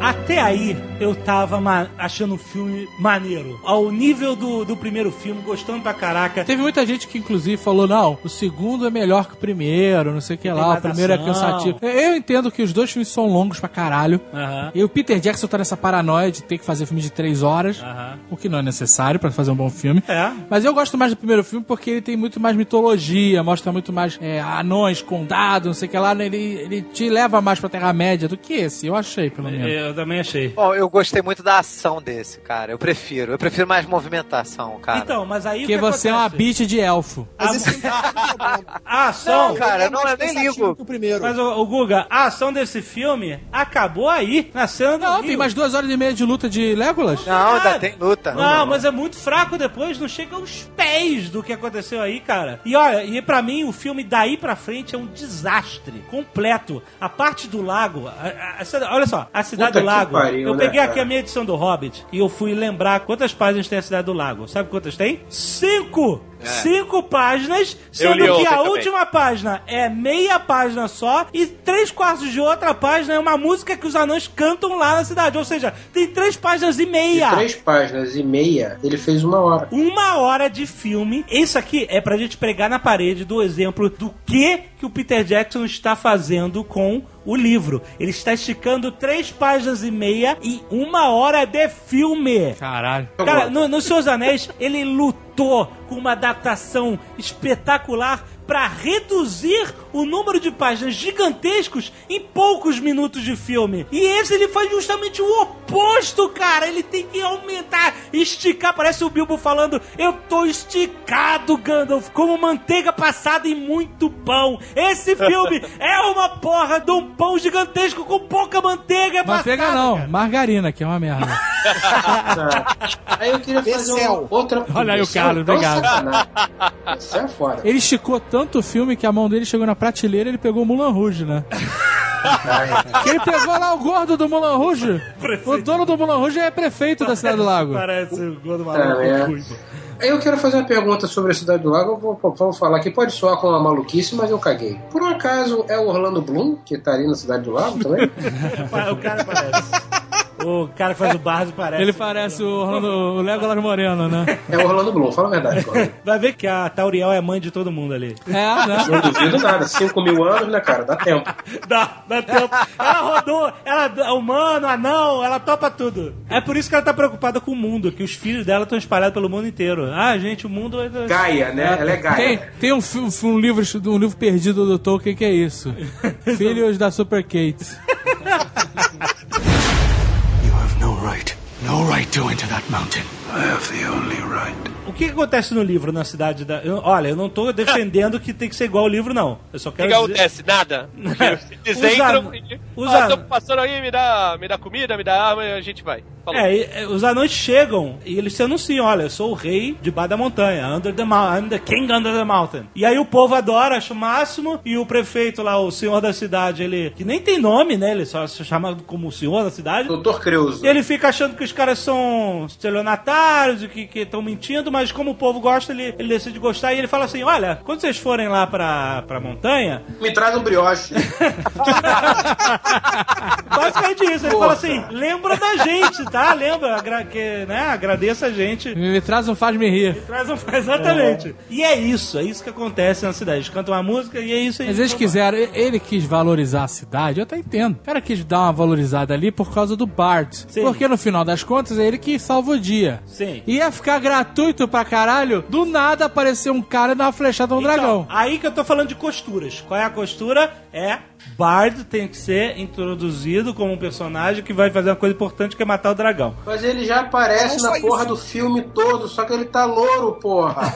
Speaker 2: Até aí, eu tava ma- achando o filme maneiro. Ao nível do, do primeiro filme, gostando pra caraca.
Speaker 8: Teve muita gente que, inclusive, falou: não, o segundo é melhor que o primeiro, não sei o que lá, o
Speaker 2: mais
Speaker 8: primeiro é
Speaker 2: ação.
Speaker 8: cansativo. Eu entendo que os dois filmes são longos pra caralho.
Speaker 2: Aham,
Speaker 8: E o Peter Jackson tá nessa paranoia de ter que fazer filme de três horas,
Speaker 2: aham.
Speaker 8: o que não é necessário pra fazer um bom filme.
Speaker 2: É.
Speaker 8: Mas eu gosto mais do primeiro filme porque ele tem muito mais mitologia, mostra muito mais é, anões, condado, não sei o que lá. né? Ele, ele te leva mais pra Terra-média do que esse, eu achei, pelo menos.
Speaker 2: É, Eu também achei.
Speaker 6: tem. Bom, eu gostei muito da ação desse, cara. Eu prefiro. Eu prefiro mais movimentação, cara.
Speaker 2: Então, mas aí o
Speaker 8: Porque
Speaker 2: que
Speaker 8: você é uma
Speaker 2: acontece?
Speaker 8: bitch de elfo.
Speaker 4: Mas esse filme é
Speaker 2: A ação...
Speaker 6: Não, cara, não, eu
Speaker 4: mais
Speaker 6: nem
Speaker 4: pensativo
Speaker 6: ligo.
Speaker 4: que o primeiro.
Speaker 2: Mas, ô, ô, Guga, a ação desse filme acabou aí, na cena do
Speaker 8: Não,
Speaker 2: Rio.
Speaker 8: tem mais duas horas e meia de luta de Legolas.
Speaker 6: Não, ainda
Speaker 2: Nada.
Speaker 6: tem luta.
Speaker 2: Não, mas é muito fraco depois, não chega aos pés do que aconteceu aí, cara. E olha, e pra mim o filme daí pra frente é um desastre completo. A parte do lago, a- a- a cida- olha só, a cidade
Speaker 7: Puta
Speaker 2: do
Speaker 7: que
Speaker 2: lago.
Speaker 7: pariu,
Speaker 2: eu
Speaker 7: né,
Speaker 2: peguei aqui
Speaker 7: cara?
Speaker 2: a minha edição do Hobbit e eu fui lembrar quantas páginas tem a cidade do lago. Sabe quantas tem? Cinco!
Speaker 6: É.
Speaker 2: Cinco páginas, sendo
Speaker 5: li
Speaker 2: que
Speaker 5: ontem
Speaker 2: a
Speaker 5: também.
Speaker 2: última página é meia página só e três quartos de outra página é uma música que os anões cantam lá na cidade. Ou seja, tem três páginas e
Speaker 7: De
Speaker 2: meia.
Speaker 7: três páginas e meia, ele fez uma hora.
Speaker 2: Uma hora de filme. Isso aqui é pra gente pregar na parede do exemplo do que, que o Peter Jackson está fazendo com o livro. Ele está esticando três páginas e meia e uma hora de filme.
Speaker 8: Caralho.
Speaker 2: Cara, no, no Seus Anéis, ele lutou com uma adaptação espetacular pra reduzir o número de páginas gigantescos em poucos minutos de filme. E esse ele faz justamente o oposto, cara. Ele tem que aumentar, esticar. Parece o Bilbo falando: Eu tô esticado, Gandalf, como manteiga passada em muito pão. Esse filme é uma porra de um pão gigantesco com pouca manteiga,
Speaker 8: Manteiga
Speaker 2: passada.
Speaker 8: não,
Speaker 2: né, cara.
Speaker 8: margarina, que é uma merda.
Speaker 7: Aí eu queria fazer
Speaker 4: Excel.
Speaker 7: uma outra.
Speaker 8: Olha aí o
Speaker 7: Excel
Speaker 8: Carlos,
Speaker 7: tão
Speaker 8: obrigado.
Speaker 7: sacanagem. Isso é foda.
Speaker 8: Ele esticou tanto o filme que a mão dele chegou na prateleira e ele pegou o Mulan Rouge, né? Que ele pegou lá o gordo do Mulan Rouge. O dono do Mulan Rouge é prefeito da Cidade do Lago.
Speaker 2: Parece o Gordo
Speaker 7: Tá, né? Aí eu quero fazer uma pergunta sobre a Cidade do Lago. Eu vou, vou- vou falar que pode soar como uma maluquice, mas eu caguei. Por um acaso é o Orlando Bloom, que tá ali na Cidade do Lago também?
Speaker 2: O cara parece. O cara que faz o bardo parece.
Speaker 8: Ele parece o, Orlando, o Legolas Moreno, né?
Speaker 7: É o Orlando Bloom, fala a verdade. Cláudio.
Speaker 2: Vai ver que a Tauriel é mãe de todo mundo ali.
Speaker 8: É, né?
Speaker 7: Não duvido nada. 5 mil anos, né, cara? Dá tempo.
Speaker 2: Dá, dá tempo. Ela rodou, ela é humano, anão, ela topa tudo. É por isso que ela tá preocupada com o mundo, que os filhos dela estão espalhados pelo mundo inteiro. Ah, gente, o mundo é.
Speaker 7: Gaia, né? Ela é
Speaker 8: Tem,
Speaker 7: Gaia.
Speaker 8: tem um, fi- um livro, um livro perdido do Tolkien que é isso. Filhos da Super Kate.
Speaker 11: You have no right, no right to enter that mountain. I have the only right.
Speaker 2: O que, que acontece no livro na cidade da. eu- olha, eu não tô defendendo que tem que ser igual ao livro, não. Eu só
Speaker 5: O que,
Speaker 2: quero.
Speaker 5: que
Speaker 2: dizer-
Speaker 5: acontece? Nada. Eles
Speaker 2: Os
Speaker 5: entram
Speaker 2: an-
Speaker 5: e.
Speaker 2: os
Speaker 5: "Ah,
Speaker 2: an-
Speaker 5: tamo passando aí, me dá, me dá comida, me dá arma e a gente vai. Falou.
Speaker 2: É, e- e os anões chegam e eles se anunciam: olha, eu sou o rei de Bar da Montanha, under the, mou- I'm the King Under the Mountain. E aí o povo adora, acha o máximo, e o prefeito lá, o senhor da cidade, ele. que nem tem nome, né? Ele só se chama como o senhor da cidade.
Speaker 7: Doutor Creuso.
Speaker 2: E ele fica achando que os caras são estelionatários e que estão mentindo, mas como o povo gosta, ele, ele decide gostar e ele fala assim: olha, quando vocês forem lá pra, pra montanha,
Speaker 7: Me traz um brioche.
Speaker 2: Basicamente isso, ele fala
Speaker 7: Porra.
Speaker 2: assim: lembra da gente, tá? Lembra, agra que, né? Agradeça a gente.
Speaker 8: Me traz um faz-me rir.
Speaker 2: Traz um... Exatamente. E é isso, é isso que acontece na cidade. Eles cantam uma música e é isso aí.
Speaker 8: Mas eles quiseram, e- ele quis valorizar a cidade, eu até entendo. O cara quis dar uma valorizada ali por causa do Bart.
Speaker 2: Sim.
Speaker 8: Porque no final das contas é ele que salva o dia.
Speaker 2: Sim.
Speaker 8: Ia ficar gratuito pra caralho, do nada aparecer um cara e dar uma flechada no dragão.
Speaker 2: Então, Aí que eu tô falando de costuras. Qual é a costura? É. Bard tem que ser introduzido como um personagem que vai fazer uma coisa importante que é matar o dragão.
Speaker 7: Mas ele já aparece
Speaker 4: Não
Speaker 7: na
Speaker 4: só
Speaker 7: porra
Speaker 4: isso.
Speaker 7: do filme todo, só que ele tá louro, porra.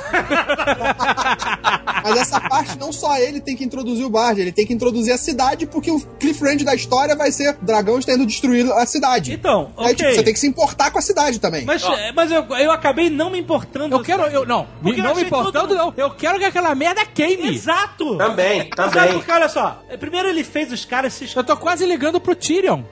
Speaker 4: Mas essa parte não só ele tem que introduzir o Bard, ele tem que introduzir a cidade, porque o cliffhanger da história vai ser dragões tendo destruído a cidade.
Speaker 2: Então,
Speaker 8: É,
Speaker 4: Aí, tipo,
Speaker 2: ok.
Speaker 4: você tem que se importar com a cidade também.
Speaker 2: Mas, mas eu, eu acabei não me importando.
Speaker 8: Eu quero, eu não,
Speaker 2: Porque eu
Speaker 8: não me
Speaker 2: achei
Speaker 8: importando
Speaker 2: todo-
Speaker 8: não, eu quero que aquela merda queime.
Speaker 2: Exato!
Speaker 7: Também,
Speaker 2: Sabe
Speaker 7: também.
Speaker 2: porque, olha só, primeiro ele fez os caras se
Speaker 8: Eu tô quase ligando pro Tyrion.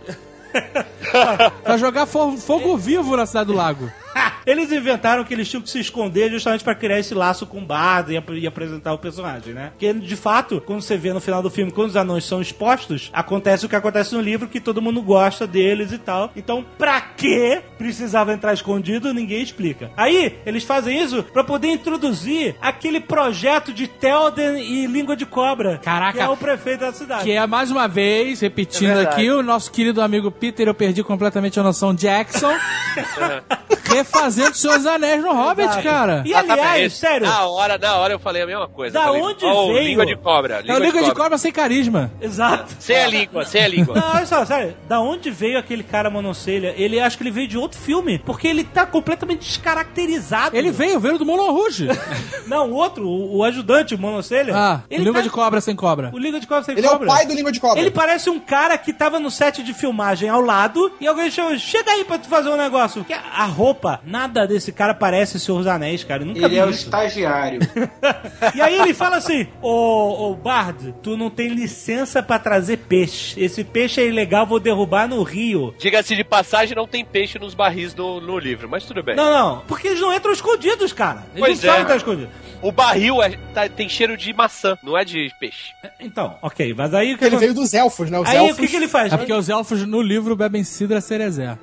Speaker 8: pra jogar fo- fogo vivo na cidade do lago.
Speaker 2: Eles inventaram que eles tinham que se esconder justamente pra criar esse laço com o Bard e, ap- e apresentar o personagem, né? Porque, de fato, quando você vê no final do filme, quando os anões são expostos, acontece o que acontece no livro, que todo mundo gosta deles e tal. Então, pra que precisava entrar escondido, ninguém explica. Aí, eles fazem isso pra poder introduzir aquele projeto de Telden e Língua de Cobra.
Speaker 8: Caraca.
Speaker 2: Que é o prefeito da cidade.
Speaker 8: Que é mais uma vez, repetindo aqui, o nosso querido amigo Peter, eu perdi completamente a noção Jackson. refazendo Senhor dos Anéis no Hobbit, cara.
Speaker 2: É, E,
Speaker 5: Exatamente.
Speaker 2: aliás, sério...
Speaker 5: Ah, tá, Na hora, na hora eu falei a mesma coisa.
Speaker 2: Da
Speaker 5: Eu falei,
Speaker 2: onde
Speaker 5: "Ó,
Speaker 2: veio?"
Speaker 5: Língua de cobra.
Speaker 8: É o Liga de Cobra sem carisma.
Speaker 2: Exato.
Speaker 5: Sem a língua, sem a língua.
Speaker 2: Não, olha só, sério, da onde veio aquele cara monocelha? Ele acho que ele veio de outro filme, porque ele tá completamente descaracterizado.
Speaker 8: Ele veio, veio do Moulin Rouge.
Speaker 2: Não, o outro, o, o ajudante, o monocelha.
Speaker 8: Ah,
Speaker 2: ele
Speaker 8: Liga
Speaker 2: tá-
Speaker 8: de Cobra sem cobra.
Speaker 2: O Liga de Cobra sem
Speaker 4: ele
Speaker 2: cobra.
Speaker 4: é o pai do Língua de Cobra.
Speaker 2: Ele parece um cara que tava no set de filmagem ao lado e alguém chama, chega aí pra tu fazer um negócio. Porque a roupa, nada desse cara parece Senhor dos Anéis, cara. Eu nunca
Speaker 7: Ele
Speaker 2: vi
Speaker 7: é o
Speaker 2: isso.
Speaker 7: estagiário.
Speaker 2: E aí ele fala assim: Ô, ô Bard, tu não tem licença pra trazer peixe. Esse peixe é ilegal, vou derrubar no rio.
Speaker 5: Diga-se de passagem, não tem peixe nos barris do, no livro, mas tudo bem.
Speaker 2: Não, não. Porque eles não entram escondidos, cara. Eles
Speaker 5: Pois
Speaker 2: não
Speaker 5: é.
Speaker 2: sabem tá estar escondidos.
Speaker 5: O barril é- tá- tem cheiro de maçã, não é de peixe.
Speaker 2: Então, ok. Mas aí o que
Speaker 4: Ele
Speaker 2: ele,
Speaker 4: veio dos elfos, né? Os
Speaker 2: aí, o
Speaker 4: elfos.
Speaker 2: que, que ele faz?
Speaker 8: É porque os elfos no livro bebem cidra cerezé.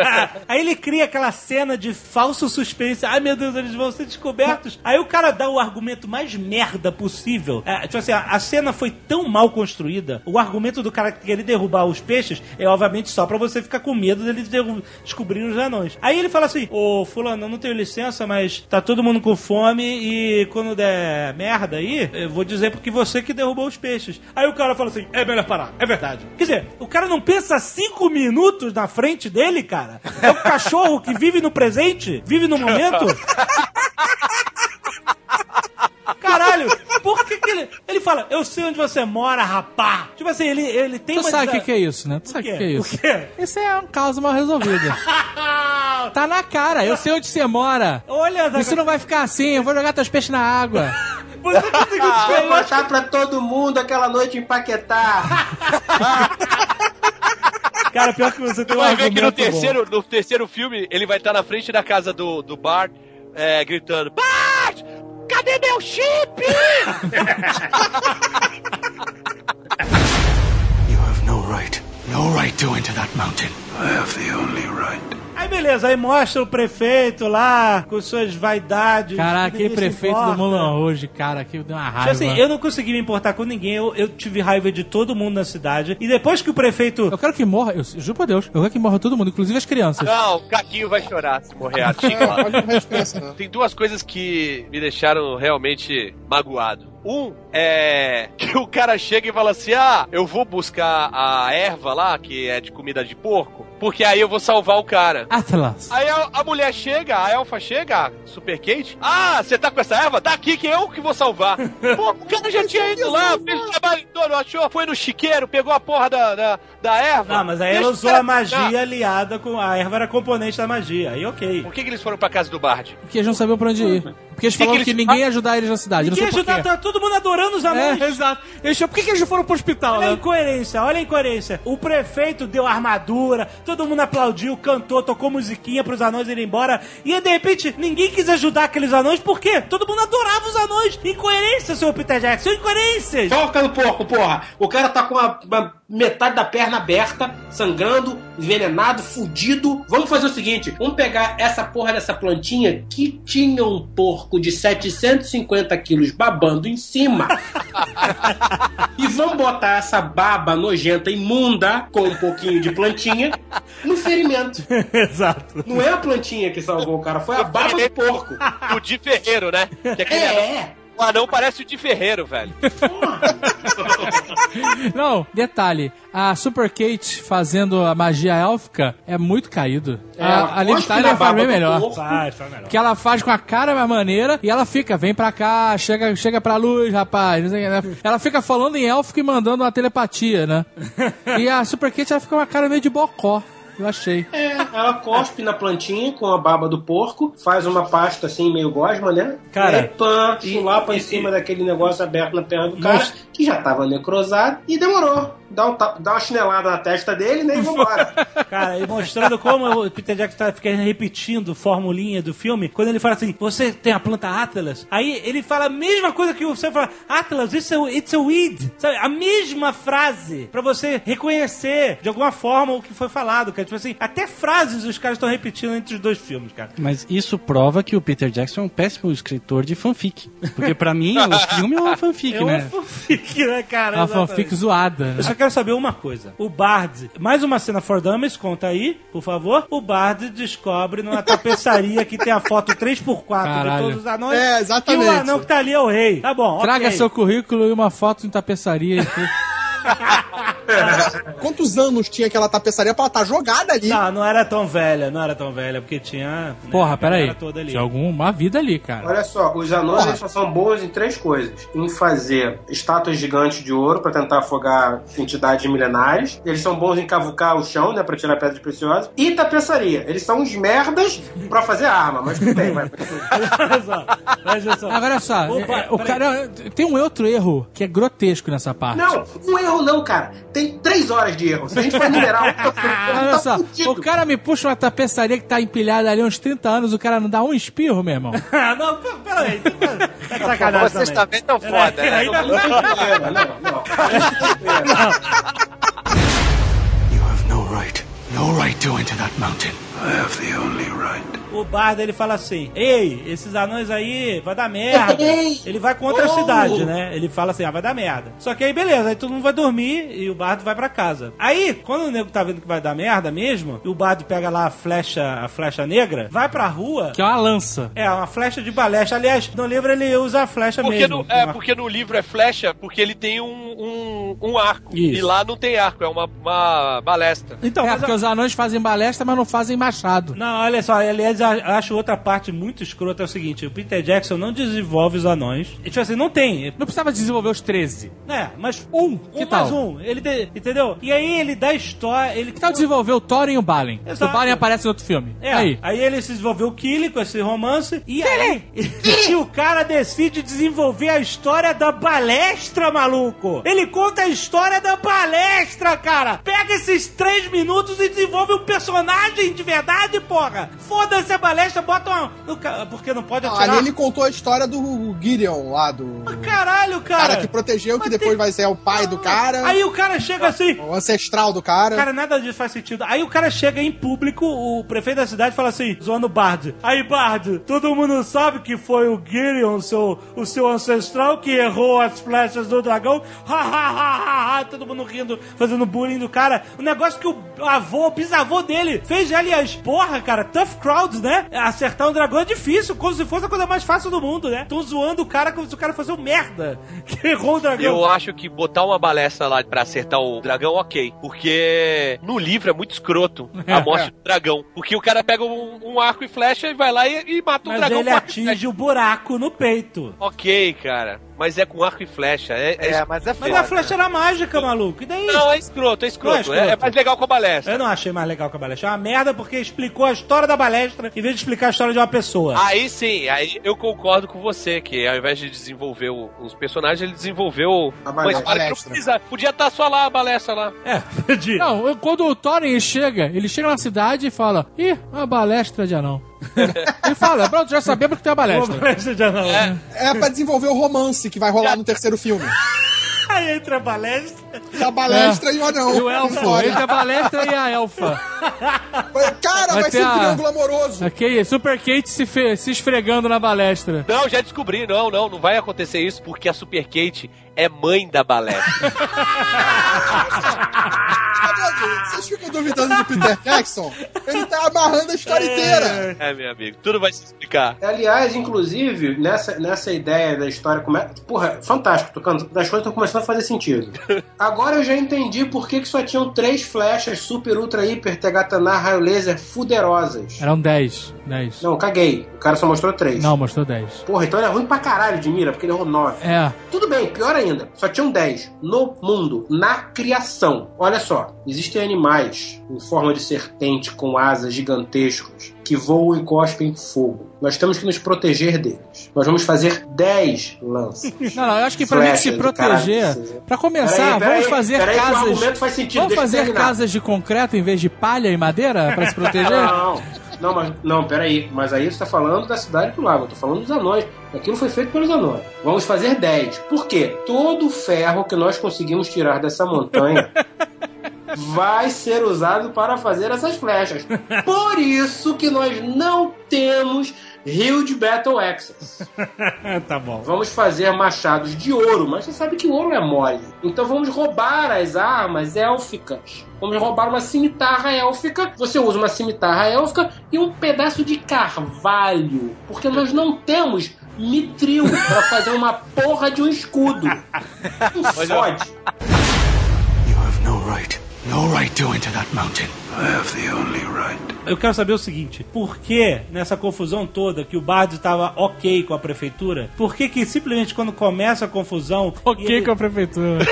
Speaker 2: aí ele cria aquela cena de falso suspense. Ai, meu Deus, eles vão ser descobertos. Aí o cara dá o argumento mais merda possível. É, tipo assim, a, a cena foi tão mal construída. O argumento do cara que querer derrubar os peixes é, obviamente, só pra você ficar com medo deles derru- descobrirem os anões. Aí ele fala assim, ô, fulano, eu não tenho licença, mas tá todo mundo com fome e quando der merda aí, eu vou dizer porque você que derrubou os peixes. Aí o cara fala assim, é melhor parar, é verdade. Quer dizer, o cara não pensa cinco minutos na frente dele, cara? É o cachorro que vive no presente, vive no momento? Caralho, por que, que ele. Ele fala, eu sei onde você mora, rapá. Tipo assim, ele, ele tem
Speaker 8: Tu sabe o que,
Speaker 2: desa-
Speaker 8: que é isso, né? Tu sabe
Speaker 2: quê?
Speaker 8: o que, que é
Speaker 2: O
Speaker 8: isso.
Speaker 2: quê? Ah,
Speaker 8: Esse é um caso mal resolvido. tá na cara, eu sei onde você mora.
Speaker 2: Olha,
Speaker 8: Isso não vai ficar assim, eu vou jogar teus peixes na água.
Speaker 2: Você conseguiu
Speaker 8: Ah,
Speaker 7: Vai
Speaker 2: descobrir.
Speaker 7: botar pra todo mundo aquela noite em Paquetá.
Speaker 2: Cara, pior que você tem um
Speaker 5: Vai ver
Speaker 2: argumento
Speaker 5: que no
Speaker 2: bom.
Speaker 5: terceiro, no terceiro filme ele vai estar na frente da casa do, do Bart, é, gritando: Bart! Cadê meu chip?
Speaker 11: You have no right. No right to enter that mountain. I have the only right.
Speaker 2: Aí beleza, aí mostra o prefeito lá com suas vaidades.
Speaker 8: Caraca,
Speaker 2: que ninguém
Speaker 8: aquele
Speaker 2: se
Speaker 8: prefeito
Speaker 2: importa.
Speaker 8: do Mulan hoje, cara, que deu uma
Speaker 2: Tipo
Speaker 8: raiva.
Speaker 2: assim, eu não consegui me importar com ninguém, eu, eu tive raiva de todo mundo na cidade. E depois que o prefeito.
Speaker 8: Eu quero que morra, eu juro pra Deus, eu quero que morra todo mundo, inclusive as crianças.
Speaker 5: Não, o Caquinho vai chorar se morrer. a Tica
Speaker 4: É,
Speaker 5: lá.
Speaker 4: pode morrer de criança, né?
Speaker 5: Tem duas coisas que me deixaram realmente magoado. Um é que o cara chega e fala assim: Ah, eu vou buscar a erva lá, que é de comida de porco, porque aí eu vou salvar o cara.
Speaker 8: Atlas.
Speaker 5: Aí a, a mulher chega, a elfa chega, a Super Kate. Ah, você tá com essa erva? Tá aqui que eu que vou salvar. Pô, o cara já tinha ido lá, fez o trabalho todo, achou, foi no chiqueiro, pegou a porra da, da, da erva.
Speaker 2: Não, mas aí ela
Speaker 5: Deixa o
Speaker 2: usou
Speaker 5: cara
Speaker 2: a magia
Speaker 5: ficar.
Speaker 2: aliada com. A erva era componente da magia. Aí ok.
Speaker 5: Por que, que eles foram pra casa do Bard?
Speaker 8: Porque eles não sabiam pra onde ir. Porque eles
Speaker 5: Que
Speaker 8: falaram que,
Speaker 5: que eles-
Speaker 8: ninguém ia ajudar eles na cidade.
Speaker 2: Ninguém
Speaker 8: não sei
Speaker 2: ajudar,
Speaker 8: por quê.
Speaker 2: tá todo mundo adorando os anões.
Speaker 8: É, exato. Eles, por que, que eles foram pro hospital,
Speaker 2: Olha a
Speaker 8: né?
Speaker 2: incoerência, olha a incoerência. O prefeito deu armadura, todo mundo aplaudiu, cantou, tocou musiquinha pros anões irem embora. E aí, de repente, ninguém quis ajudar aqueles anões, por quê? Todo mundo adorava os anões. Incoerência, seu Peter Jackson, incoerências!
Speaker 7: Toca no porco, porra! O cara tá com a, a metade da perna aberta, sangrando, envenenado, fudido. Vamos fazer o seguinte: vamos pegar essa porra dessa plantinha que tinha um porco de 750 quilos babando em cima. e vamos botar essa baba nojenta, imunda, com um pouquinho de plantinha, no ferimento.
Speaker 2: Exato.
Speaker 7: Não é a plantinha que salvou o cara, foi a baba do porco.
Speaker 5: O de Ferreiro, né? Que aquele anão-
Speaker 7: É,
Speaker 5: o anão parece o de Ferreiro, velho.
Speaker 8: Não, detalhe. A Super Kate fazendo a magia élfica é muito caído. É,
Speaker 7: é.
Speaker 8: a a Liv Tyler faz bem melhor.
Speaker 2: Sai, sai melhor.
Speaker 8: Que ela faz com a cara mais maneira e ela fica, vem pra cá, chega, chega pra luz, rapaz. não sei o que, né? Ela fica falando em élfico e mandando uma telepatia, né? E a Super Kate, ela fica com uma cara meio de bocó. Eu achei.
Speaker 7: É, ela cospe na plantinha com a baba do porco, faz uma pasta assim, meio gosma, né?
Speaker 2: Cara,
Speaker 7: e aí, pã, chulapa em cima daquele negócio aberto na perna do cara, que já tava necrosado, e demorou. Dá, um tapa- dá uma chinelada na testa dele, né? E vambora.
Speaker 2: Cara, e mostrando como o Peter Jackson tá ficando repetindo formulinha do filme, quando ele fala assim, você tem a planta Atlas, aí ele fala a mesma coisa que você fala, Atlas, it's a, it's a weed, sabe? A mesma frase pra você reconhecer de alguma forma o que foi falado, cara. Tipo assim, até frases os caras estão repetindo entre os dois filmes, cara.
Speaker 3: Mas isso prova que o Peter Jackson é um péssimo escritor de fanfic. Porque pra mim, o filme é uma fanfic,
Speaker 2: É uma
Speaker 3: né?
Speaker 2: fanfic, né, cara?
Speaker 8: é Uma
Speaker 2: Exatamente.
Speaker 8: fanfic zoada.
Speaker 2: Eu
Speaker 8: Né?
Speaker 2: só quero saber uma coisa. O Bard, mais uma cena for dummies, conta aí, por favor. O Bard descobre numa tapeçaria que tem a foto 3x4 de
Speaker 8: Caralho.
Speaker 2: todos os anões.
Speaker 4: É, exatamente.
Speaker 2: E o anão que tá ali é o rei. Tá bom,
Speaker 8: Traga
Speaker 2: ok.
Speaker 8: seu currículo e uma foto em tapeçaria. e tudo.
Speaker 4: Quantos anos tinha aquela tapeçaria pra ela estar jogada ali?
Speaker 2: Tá, Não, não era tão velha, não era tão velha, porque tinha... né,
Speaker 8: Porra,
Speaker 2: a
Speaker 8: peraí.
Speaker 2: galera Toda ali.
Speaker 8: Tinha um alguma vida ali, cara.
Speaker 7: Olha só, os anões eles só são bons em três coisas: em fazer estátuas gigantes de ouro pra tentar afogar entidades milenares, eles são bons em cavucar o chão, né, pra tirar pedras preciosas, e tapeçaria. Eles são uns merdas pra fazer arma, mas tudo bem, vai.
Speaker 2: Olha só, veja só.
Speaker 8: Agora olha só,
Speaker 2: Opa,
Speaker 8: é- é, o
Speaker 2: peraí.
Speaker 8: cara tem um outro erro que é grotesco nessa parte.
Speaker 7: Não, um erro não, cara. Tem três horas de erro. Se a gente for minerar, o tá,
Speaker 8: Ah,
Speaker 7: tá
Speaker 8: olha só,
Speaker 7: fudido.
Speaker 8: o cara me puxa uma tapeçaria que tá empilhada ali há uns 30 anos, o cara não dá um espirro, meu irmão.
Speaker 2: Ah, não, p- peraí. tu tá- Tá de sacanagem
Speaker 6: Vocês
Speaker 2: também.
Speaker 6: também tão foda,
Speaker 2: Peraí,
Speaker 6: né?
Speaker 2: ainda
Speaker 7: Não, não, não.
Speaker 11: You have no right. No right to enter that mountain. I have the only right.
Speaker 2: O Bardo ele fala assim: Ei, esses anões aí vai dar merda.
Speaker 7: Ei!
Speaker 2: Ele vai contra a
Speaker 7: Oh!
Speaker 2: cidade, né? Ele fala assim: Ah, vai dar merda. Só que aí beleza, aí todo mundo vai dormir e o Bardo vai pra casa. Aí, quando o nego tá vendo que vai dar merda mesmo, e o Bardo pega lá a flecha, a flecha negra, vai pra rua.
Speaker 8: Que é uma lança.
Speaker 2: É, uma flecha de balestra. Aliás, no livro ele usa a flecha
Speaker 5: Porque
Speaker 2: mesmo. um
Speaker 5: no, é,
Speaker 2: Uma-
Speaker 5: porque no livro é flecha, porque ele tem um, um, um arco.
Speaker 2: Isso.
Speaker 5: E lá não tem arco, é uma, uma balestra.
Speaker 2: Então,
Speaker 8: é,
Speaker 2: mas
Speaker 8: porque os anões fazem balestra, mas não fazem machado.
Speaker 2: Não, olha só, aliás, eu acho outra parte muito escrota é o seguinte, o Peter Jackson não desenvolve os anões. E, Tipo assim, não tem,
Speaker 8: Não precisava desenvolver os 13.
Speaker 2: né? Mas
Speaker 8: Um,
Speaker 2: Um
Speaker 8: que
Speaker 2: mais
Speaker 8: tal?
Speaker 2: um. Ele de- entendeu? E aí ele dá história. Ele
Speaker 8: Que tal desenvolver o Thorin e o Balin?
Speaker 2: Exato.
Speaker 8: O Balin aparece no outro filme.
Speaker 2: É, aí.
Speaker 8: Aí. né?
Speaker 2: ele se desenvolveu o Killy com esse romance. E aí. e o cara decide desenvolver a história da palestra, maluco! Ele conta a história da palestra, cara! Pega esses três minutos e desenvolve um personagem de verdade, porra! Foda-se a palestra, bota uma. o ca- Porque não pode atirar. Ah,
Speaker 4: Ali ele contou a história do Gideon lá, do
Speaker 2: Caralho, cara!
Speaker 4: cara que protegeu, que
Speaker 2: Mas
Speaker 4: depois
Speaker 2: tem-
Speaker 4: vai ser o pai do cara,
Speaker 2: Aí o cara chega assim.
Speaker 4: o ancestral do cara.
Speaker 2: Cara, nada disso faz sentido. Aí o cara chega em público, o prefeito da cidade fala assim, zoando o Bard. Aí, Bard, todo mundo sabe que foi o Gideon, seu, o seu ancestral, que errou as flechas do dragão. Ha, ha, ha, ha, ha. Todo mundo rindo, fazendo bullying do cara. O negócio que o avô, o bisavô dele fez, aliás, porra, cara, tough crowd, né? né? Acertar um dragão é difícil, como se fosse a coisa mais fácil do mundo, né? Tão zoando o cara como se o cara fosse um merda que errou o dragão.
Speaker 5: Eu acho que botar uma balestra lá pra acertar o dragão, ok. Porque no livro é muito escroto a morte do dragão. Porque o cara pega um, um arco e flecha e vai lá e, e mata um
Speaker 2: Mas
Speaker 5: dragão
Speaker 2: ele
Speaker 5: com arco e
Speaker 2: atinge o buraco no peito.
Speaker 5: Ok, cara. Mas é com arco e flecha. É, é
Speaker 6: É, mas é
Speaker 2: Mas
Speaker 6: foda.
Speaker 2: a flecha era mágica, maluco. E daí?
Speaker 5: escroto. Não, é escroto, é escroto.
Speaker 2: Não é escroto.
Speaker 5: É, é mais legal com a balestra.
Speaker 2: Eu não achei mais legal que a balestra. É uma merda porque explicou a história da balestra em vez de explicar a história de uma pessoa.
Speaker 5: Aí sim, aí eu concordo com você que ao invés de desenvolver o- os personagens, ele desenvolveu
Speaker 4: A
Speaker 5: uma
Speaker 4: balestra.
Speaker 5: história que não precisa. Podia estar só lá a balestra lá.
Speaker 2: É, de...
Speaker 8: Não, eu- quando o Thorin chega, ele chega na cidade e fala: Ih, uma balestra de anão. ele fala: Pronto, já sabemos que tem uma
Speaker 2: Uma
Speaker 8: balestra.
Speaker 2: balestra de anão.
Speaker 4: É pra desenvolver o romance que vai rolar no terceiro filme.
Speaker 2: Aí entra a balestra.
Speaker 4: Da balestra e o anão.
Speaker 8: E o é elfo,
Speaker 4: História.
Speaker 8: ele tem a balestra e a elfa.
Speaker 4: Cara, vai,
Speaker 8: Vai ter
Speaker 4: ser um
Speaker 8: a-
Speaker 4: triângulo amoroso.
Speaker 8: Aqui, Super Kate se, fe- se esfregando na balestra.
Speaker 5: Não, já descobri, não, não, não vai acontecer isso porque a Super Kate é mãe da balestra.
Speaker 4: Vocês ficam duvidando do Peter Jackson? Ele tá amarrando a história inteira.
Speaker 5: é, meu amigo, tudo vai se explicar.
Speaker 7: Aliás, inclusive, nessa, nessa ideia da história. Como é, porra, fantástico, tocando. As coisas estão começando a fazer sentido. Agora eu já entendi por que, que só tinham três flechas super, ultra, hiper, tegataná, raio laser fuderosas.
Speaker 8: Eram 10. 10.
Speaker 7: Não, caguei. O cara só mostrou três.
Speaker 8: Não, mostrou 10.
Speaker 7: Porra, então ele é ruim pra caralho de mira, porque ele errou nove.
Speaker 8: É.
Speaker 7: Tudo bem, pior ainda. Só tinham 10 no mundo, na criação. Olha só, existem animais em forma de serpente com asas gigantescos que voam e cospem fogo. Nós temos que nos proteger deles. Nós vamos fazer 10 lances.
Speaker 8: Não, não, eu acho que pra
Speaker 7: Flecha
Speaker 8: gente se
Speaker 7: do
Speaker 8: proteger,
Speaker 7: caralho.
Speaker 8: pra começar,
Speaker 7: Peraí, peraí,
Speaker 8: vamos fazer
Speaker 7: peraí que o
Speaker 8: casas.
Speaker 7: argumento faz sentido,
Speaker 8: vamos
Speaker 7: deixa eu
Speaker 8: fazer
Speaker 7: terminar.
Speaker 8: casas de concreto em vez de palha e madeira pra se proteger?
Speaker 7: Não, não, mas não, peraí. Mas aí você tá falando da cidade do lago, eu tô falando dos anões. Aquilo foi feito pelos anões. Vamos fazer 10. Por quê? Todo o ferro que nós conseguimos tirar dessa montanha vai ser usado para fazer essas flechas. Por isso que nós não temos rio de Battle Axis.
Speaker 2: tá bom.
Speaker 7: Vamos fazer machados de ouro, mas você sabe que ouro é mole. Então vamos roubar as armas élficas. Vamos roubar uma cimitarra élfica. Você usa uma cimitarra élfica e um pedaço de carvalho. Porque nós não temos mitril pra fazer uma porra de um escudo. Não fode.
Speaker 11: You have no right. No right to enter that mountain. I have the only right.
Speaker 2: Eu quero saber o seguinte: por que nessa confusão toda que o Bardo tava ok com a prefeitura, por que que simplesmente quando começa a confusão.
Speaker 8: Ok
Speaker 2: ele-
Speaker 8: com a prefeitura.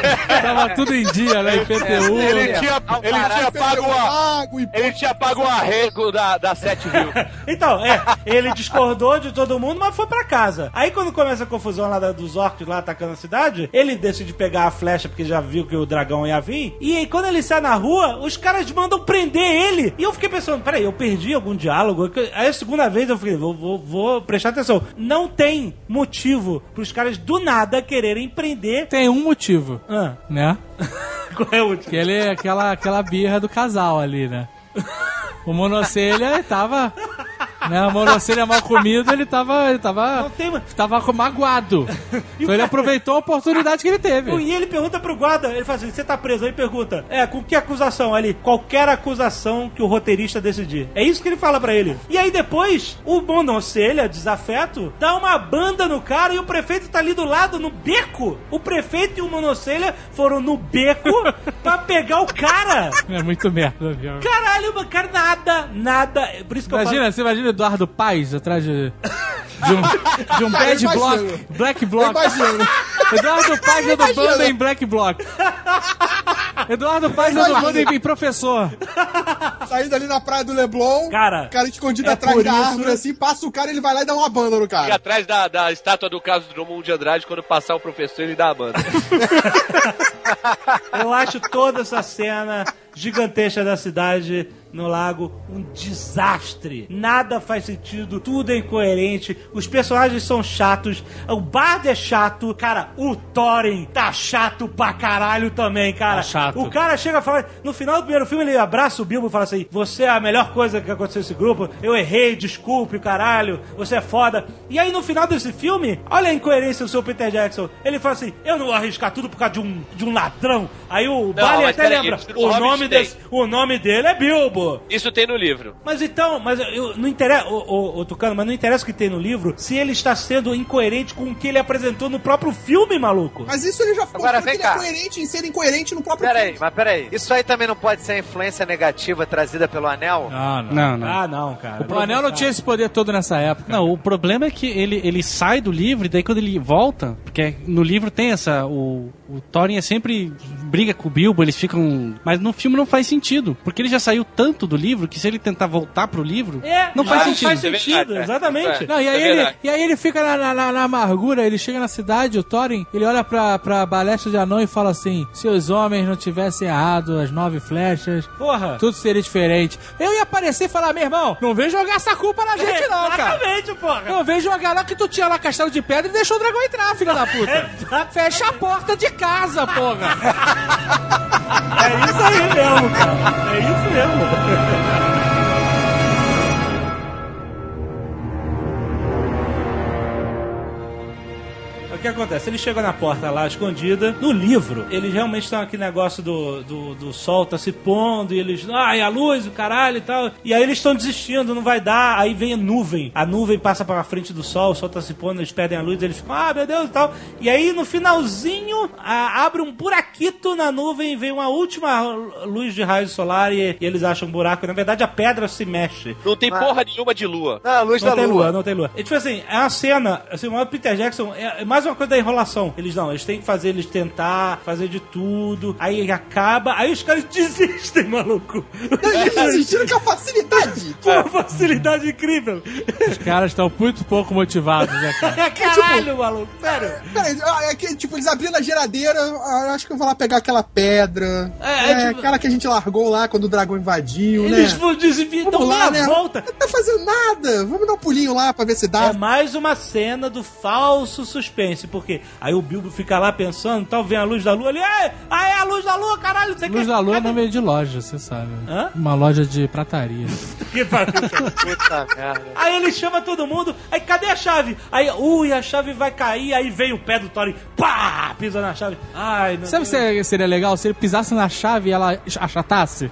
Speaker 8: Tava tudo em dia, né?
Speaker 7: é
Speaker 8: IPTU.
Speaker 5: Ele tinha, ele
Speaker 2: É,
Speaker 5: tinha pago a.
Speaker 4: é Água e
Speaker 5: Ele tinha pago o arrego da, da Sete Rio.
Speaker 2: Então, é, ele discordou de todo mundo, mas foi pra casa. Aí quando começa a confusão lá da- dos orcs lá atacando a cidade, ele decide pegar a flecha porque já viu que o dragão ia vir. E aí quando ele sai na rua, os caras mandam prender ele. E eu fiquei pensando, peraí, eu perdi algum diálogo? Aí a segunda vez eu fiquei, vou, vou, vou prestar atenção. Não tem motivo pros caras do nada quererem prender.
Speaker 8: Tem um motivo,
Speaker 2: Ah,
Speaker 8: né?
Speaker 2: qual é o motivo?
Speaker 8: Que ele é aquela, aquela birra do casal ali, né? O monocelha tava. Né, o monocelha mal comido, ele tava. Ele
Speaker 2: Não
Speaker 8: tava.
Speaker 2: tem, mano.
Speaker 8: Tava com- magoado. Então ele aproveitou a oportunidade que ele teve.
Speaker 2: E ele pergunta pro guarda, ele fala assim, você tá preso aí? Pergunta, é, com que acusação? Aí Ele, qualquer acusação que o roteirista decidir. É isso que ele fala pra ele. E aí depois, o Monocelha, desafeto, dá uma banda no cara e o prefeito tá ali do lado, no beco. O prefeito e o Monocelha foram no beco pra pegar o cara.
Speaker 8: É muito merda, viu?
Speaker 2: Caralho, mano, cara, nada, nada. É Por isso que eu falo...
Speaker 8: Imagina, você imagina o Eduardo Paz atrás de. De um, de um
Speaker 4: Cara,
Speaker 8: bad
Speaker 4: eu imagino.
Speaker 8: block, black
Speaker 4: Eu
Speaker 8: block.
Speaker 4: imagino.
Speaker 8: Eduardo Paz é do banda em black block. Eduardo Paz é do banda em professor.
Speaker 4: Saindo ali na praia do Leblon.
Speaker 2: Cara,
Speaker 4: O cara escondido
Speaker 2: é
Speaker 4: atrás
Speaker 2: por
Speaker 4: da
Speaker 2: isso-
Speaker 4: árvore, assim, passa o cara ele vai lá e dá uma banda no
Speaker 5: E
Speaker 4: cara.
Speaker 5: atrás da, da estátua do Carlos Drummond de Andrade, quando passar o professor, ele dá a banda.
Speaker 2: Eu acho toda essa cena gigantesca da cidade no lago um desastre. Nada faz sentido, tudo é incoerente, os personagens são chatos, o Bard é chato, cara, o Thorin tá chato pra caralho também, cara.
Speaker 8: Tá chato.
Speaker 2: O cara chega e fala, no final do primeiro filme ele abraça o Bilbo e fala assim: "Você é a melhor coisa que aconteceu nesse grupo. Eu errei, desculpe, caralho. Você é foda". E aí no final desse filme, olha a incoerência do seu Peter Jackson. Ele fala assim: "Eu não vou arriscar tudo por causa de um de um ladrão". Aí o Bale
Speaker 5: mas
Speaker 2: até
Speaker 5: peraí,
Speaker 2: lembra.
Speaker 5: isso no
Speaker 2: O
Speaker 5: Hobbit
Speaker 2: nome,
Speaker 5: tem.
Speaker 2: desse, o nome dele é Bilbo. pô.
Speaker 5: Isso tem no livro.
Speaker 2: Mas então, mas eu, não interessa, ô, ô, ô, Tucano, mas não interessa o que tem no livro se ele está sendo incoerente com o que ele apresentou no próprio filme, maluco.
Speaker 4: Mas isso ele já
Speaker 6: Agora,
Speaker 4: mostrou
Speaker 6: vem
Speaker 4: que
Speaker 6: cá.
Speaker 4: ele é coerente em ser incoerente no
Speaker 2: é
Speaker 4: próprio
Speaker 6: Peraí,
Speaker 4: filme.
Speaker 6: mas peraí. Isso aí também não pode ser a influência negativa trazida pelo anel?
Speaker 8: Não, não.
Speaker 3: Não, não.
Speaker 2: Ah, não, cara.
Speaker 8: O anel não tinha esse poder todo nessa época.
Speaker 3: Não, o problema é que ele, ele sai do livro e daí quando ele volta, porque no livro tem essa. O, o Thorin é sempre briga com o Bilbo, eles ficam. Mas no filme não faz sentido. Porque ele já saiu tanto do livro que se ele tentar voltar pro livro,
Speaker 2: É,
Speaker 3: não faz sentido.
Speaker 2: Faz
Speaker 5: É verdade,
Speaker 2: sentido,
Speaker 5: é.
Speaker 2: exatamente.
Speaker 8: Não, e aí,
Speaker 5: É
Speaker 8: ele,
Speaker 5: verdade.
Speaker 8: e aí ele fica na, na- na- na amargura, ele chega na cidade, o Thorin, ele olha pra, pra balestra de anão e fala assim: se os homens não tivessem errado as nove flechas,
Speaker 2: Porra.
Speaker 8: tudo seria diferente. Eu ia aparecer e falar, meu irmão, não vem jogar essa culpa na gente, não, cara.
Speaker 2: Exatamente, porra.
Speaker 8: Não vem jogar lá que tu tinha lá castelo de pedra e deixou o dragão entrar, filha da puta.
Speaker 2: Exatamente.
Speaker 8: Fecha a porta de casa, porra.
Speaker 2: É isso aí mesmo, cara. É isso mesmo. O que acontece? Ele chega na porta lá escondida. No livro, eles realmente estão aquele negócio do, do, do sol tá se pondo e eles. Ai, a luz, o caralho e tal. E aí eles estão desistindo, não vai dar. Aí vem a nuvem. A nuvem passa pra frente do sol, o sol tá se pondo, eles perdem a luz, eles ficam, ah, meu Deus e tal. E aí no finalzinho, a- abre um buraquito na nuvem e vem uma última luz de raio solar e, e eles acham um buraco. Na verdade, a pedra se mexe.
Speaker 5: Não tem porra nenhuma de lua.
Speaker 6: Não, a luz
Speaker 2: Não
Speaker 6: da
Speaker 2: tem
Speaker 6: lua.
Speaker 2: lua. não tem lua. E, tipo assim, é uma cena, assim, o maior Peter Jackson é é mais uma coisa da enrolação. Eles não, eles têm que fazer, eles tentar, fazer de tudo, aí acaba, aí os caras desistem, maluco.
Speaker 4: Eles desistiram com a facilidade.
Speaker 2: Com uma facilidade incrível. É
Speaker 8: Os caras estão muito pouco motivados, né, cara?
Speaker 2: Caralho, maluco, sério.
Speaker 4: Peraí, ah, é que, tipo, eles abriram a geladeira, ah, acho que eu vou lá pegar aquela pedra.
Speaker 2: É,
Speaker 4: É,
Speaker 2: é, tipo-
Speaker 4: aquela que a gente largou lá quando o dragão invadiu,
Speaker 2: É. Eles
Speaker 4: né?
Speaker 2: vão desviar,
Speaker 8: Então
Speaker 2: dão
Speaker 4: Vamos lá,
Speaker 2: meia
Speaker 4: né?
Speaker 2: volta.
Speaker 4: Não tá fazendo nada. Vamos dar um pulinho lá pra ver se dá.
Speaker 2: É mais uma cena do falso suspense, porque aí o Bilbo fica lá pensando, tal, vem a luz da lua ali, "Ei, ah, é a luz da lua, né? caralho, você
Speaker 8: Luz da Lua é nome de loja, você sabe.
Speaker 2: Hã?
Speaker 8: Uma loja de prataria.
Speaker 2: Que pariu.
Speaker 6: Puta merda.
Speaker 2: Aí ele chama todo mundo, aí cadê a chave? Aí, ui, a chave vai cair, aí vem o pé do Thorin, pá, pisa na chave. Ai, meu
Speaker 8: Sabe é
Speaker 2: Deus.
Speaker 8: o que seria- seria legal? Se ele pisasse na chave e ela achatasse?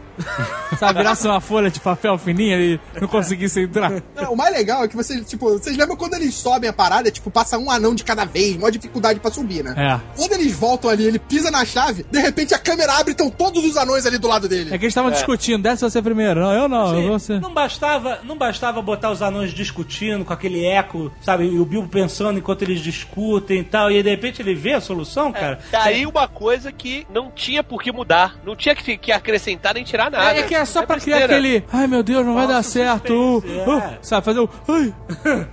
Speaker 8: Sabe, virasse uma folha de papel fininha e não conseguisse entrar?
Speaker 4: Não, o mais legal é que vocês, tipo, vocês lembram quando eles sobem a parada, tipo, passa um anão de cada vez, maior dificuldade pra subir, né?
Speaker 8: É.
Speaker 4: Quando eles voltam ali, ele pisa na chave, de repente a câmera abre e estão todos os anões ali do lado dele.
Speaker 8: É que eles estavam discutindo, desce você primeiro. Não, eu não, eu vou ser.
Speaker 2: Não bastava, não bastava botar os anões discutindo com aquele eco, sabe? E o Bilbo pensando enquanto eles discutem e tal. E aí, de repente ele vê a solução, cara.
Speaker 5: Daí Tá uma coisa que não tinha por que mudar. Não tinha que, que acrescentar nem tirar nada.
Speaker 8: É, é que é só pra criar
Speaker 5: besteira.
Speaker 8: aquele. Ai meu Deus, não vai dar certo. Uh,
Speaker 2: suspense,
Speaker 8: uh",
Speaker 2: é.
Speaker 8: sabe, fazer o. Ai.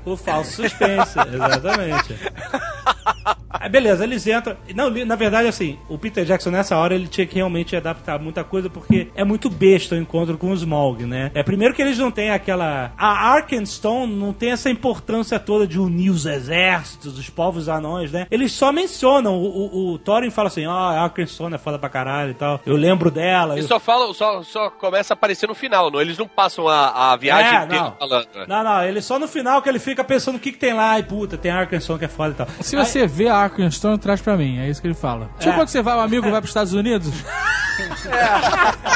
Speaker 2: O falso suspense, exatamente. Aí, beleza, eles entram. Não, li- na verdade, assim, o Peter Jackson nessa hora ele tinha que realmente adaptar muita coisa, porque é muito besta o encontro com o Smaug, né? É primeiro que eles não têm aquela. A Arkenstone não tem essa importância toda de unir os exércitos, os povos anões, né? Eles só mencionam. O, o, o Thorin fala assim: ó, a Arkenstone é foda pra caralho e tal. Eu lembro dela.
Speaker 5: Eles
Speaker 2: eu-
Speaker 5: só falam, só, só começa a aparecer no final, não? Eles não passam a, a viagem
Speaker 2: É,
Speaker 5: inteira
Speaker 2: não.
Speaker 5: falando. né?
Speaker 2: Não, não, ele só no final que ele fica pensando o que, que tem lá, e puta, tem a Arkenstone que é foda e tal.
Speaker 8: Se você vê a Arkenstone, traz pra mim. É isso que ele fala. Tipo
Speaker 2: É.
Speaker 8: quando você vai, um amigo vai pros Estados Unidos.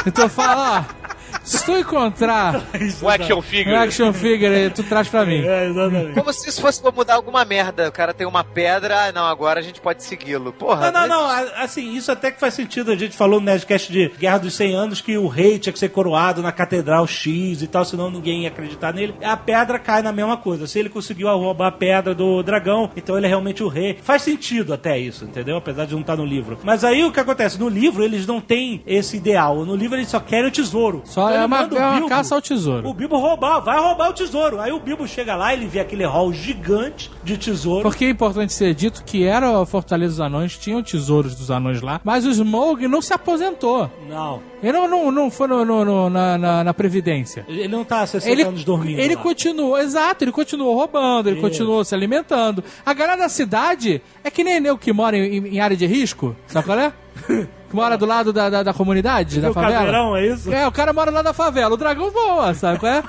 Speaker 8: Então fala, ó. Se tu encontrar
Speaker 5: O action
Speaker 8: um
Speaker 5: figure.
Speaker 8: action figure aí, tu traz pra mim.
Speaker 2: É, exatamente.
Speaker 6: Como se isso fosse pra mudar alguma merda. O cara tem uma pedra, ah, não, agora a gente pode segui-lo. Porra.
Speaker 2: Não, não, não.
Speaker 6: existe.
Speaker 2: a- Assim, isso até que faz sentido. A gente falou no Nerdcast de Guerra dos 100 Anos que o rei tinha que ser coroado na Catedral X e tal, senão ninguém ia acreditar nele. A pedra cai na mesma coisa. Se ele conseguiu roubar a pedra do dragão, então ele é realmente o rei. Faz sentido até isso, entendeu? Apesar de não estar no livro. Mas aí o que acontece? No livro eles não têm esse ideal. No livro eles só querem o tesouro. Então,
Speaker 8: Só
Speaker 2: ele
Speaker 8: é uma,
Speaker 2: manda o
Speaker 8: é uma
Speaker 2: Bilbo-
Speaker 8: caça ao tesouro.
Speaker 2: O Bilbo roubar, vai roubar o tesouro. Aí o Bilbo chega lá, ele vê aquele hall gigante de tesouro.
Speaker 8: Porque é importante ser dito que era a Fortaleza dos Anões, tinham tesouros dos anões lá, mas o Smaug não se aposentou.
Speaker 2: Não,
Speaker 8: Ele não, não, não foi no- no- no- na, na- na Previdência.
Speaker 2: ele não tá há 60
Speaker 8: Ele,
Speaker 2: anos dormindo.
Speaker 8: ele
Speaker 2: lá.
Speaker 8: continuou, exato, ele continuou roubando, ele
Speaker 2: Isso.
Speaker 8: continuou se alimentando. A galera da cidade é que nem eu que mora em, em área de risco, sabe qual é? que mora do lado da, da, da comunidade, da
Speaker 2: o
Speaker 8: favela.
Speaker 2: caveirão, é isso?
Speaker 8: É, o cara mora lá da favela. O dragão voa, sabe qual é?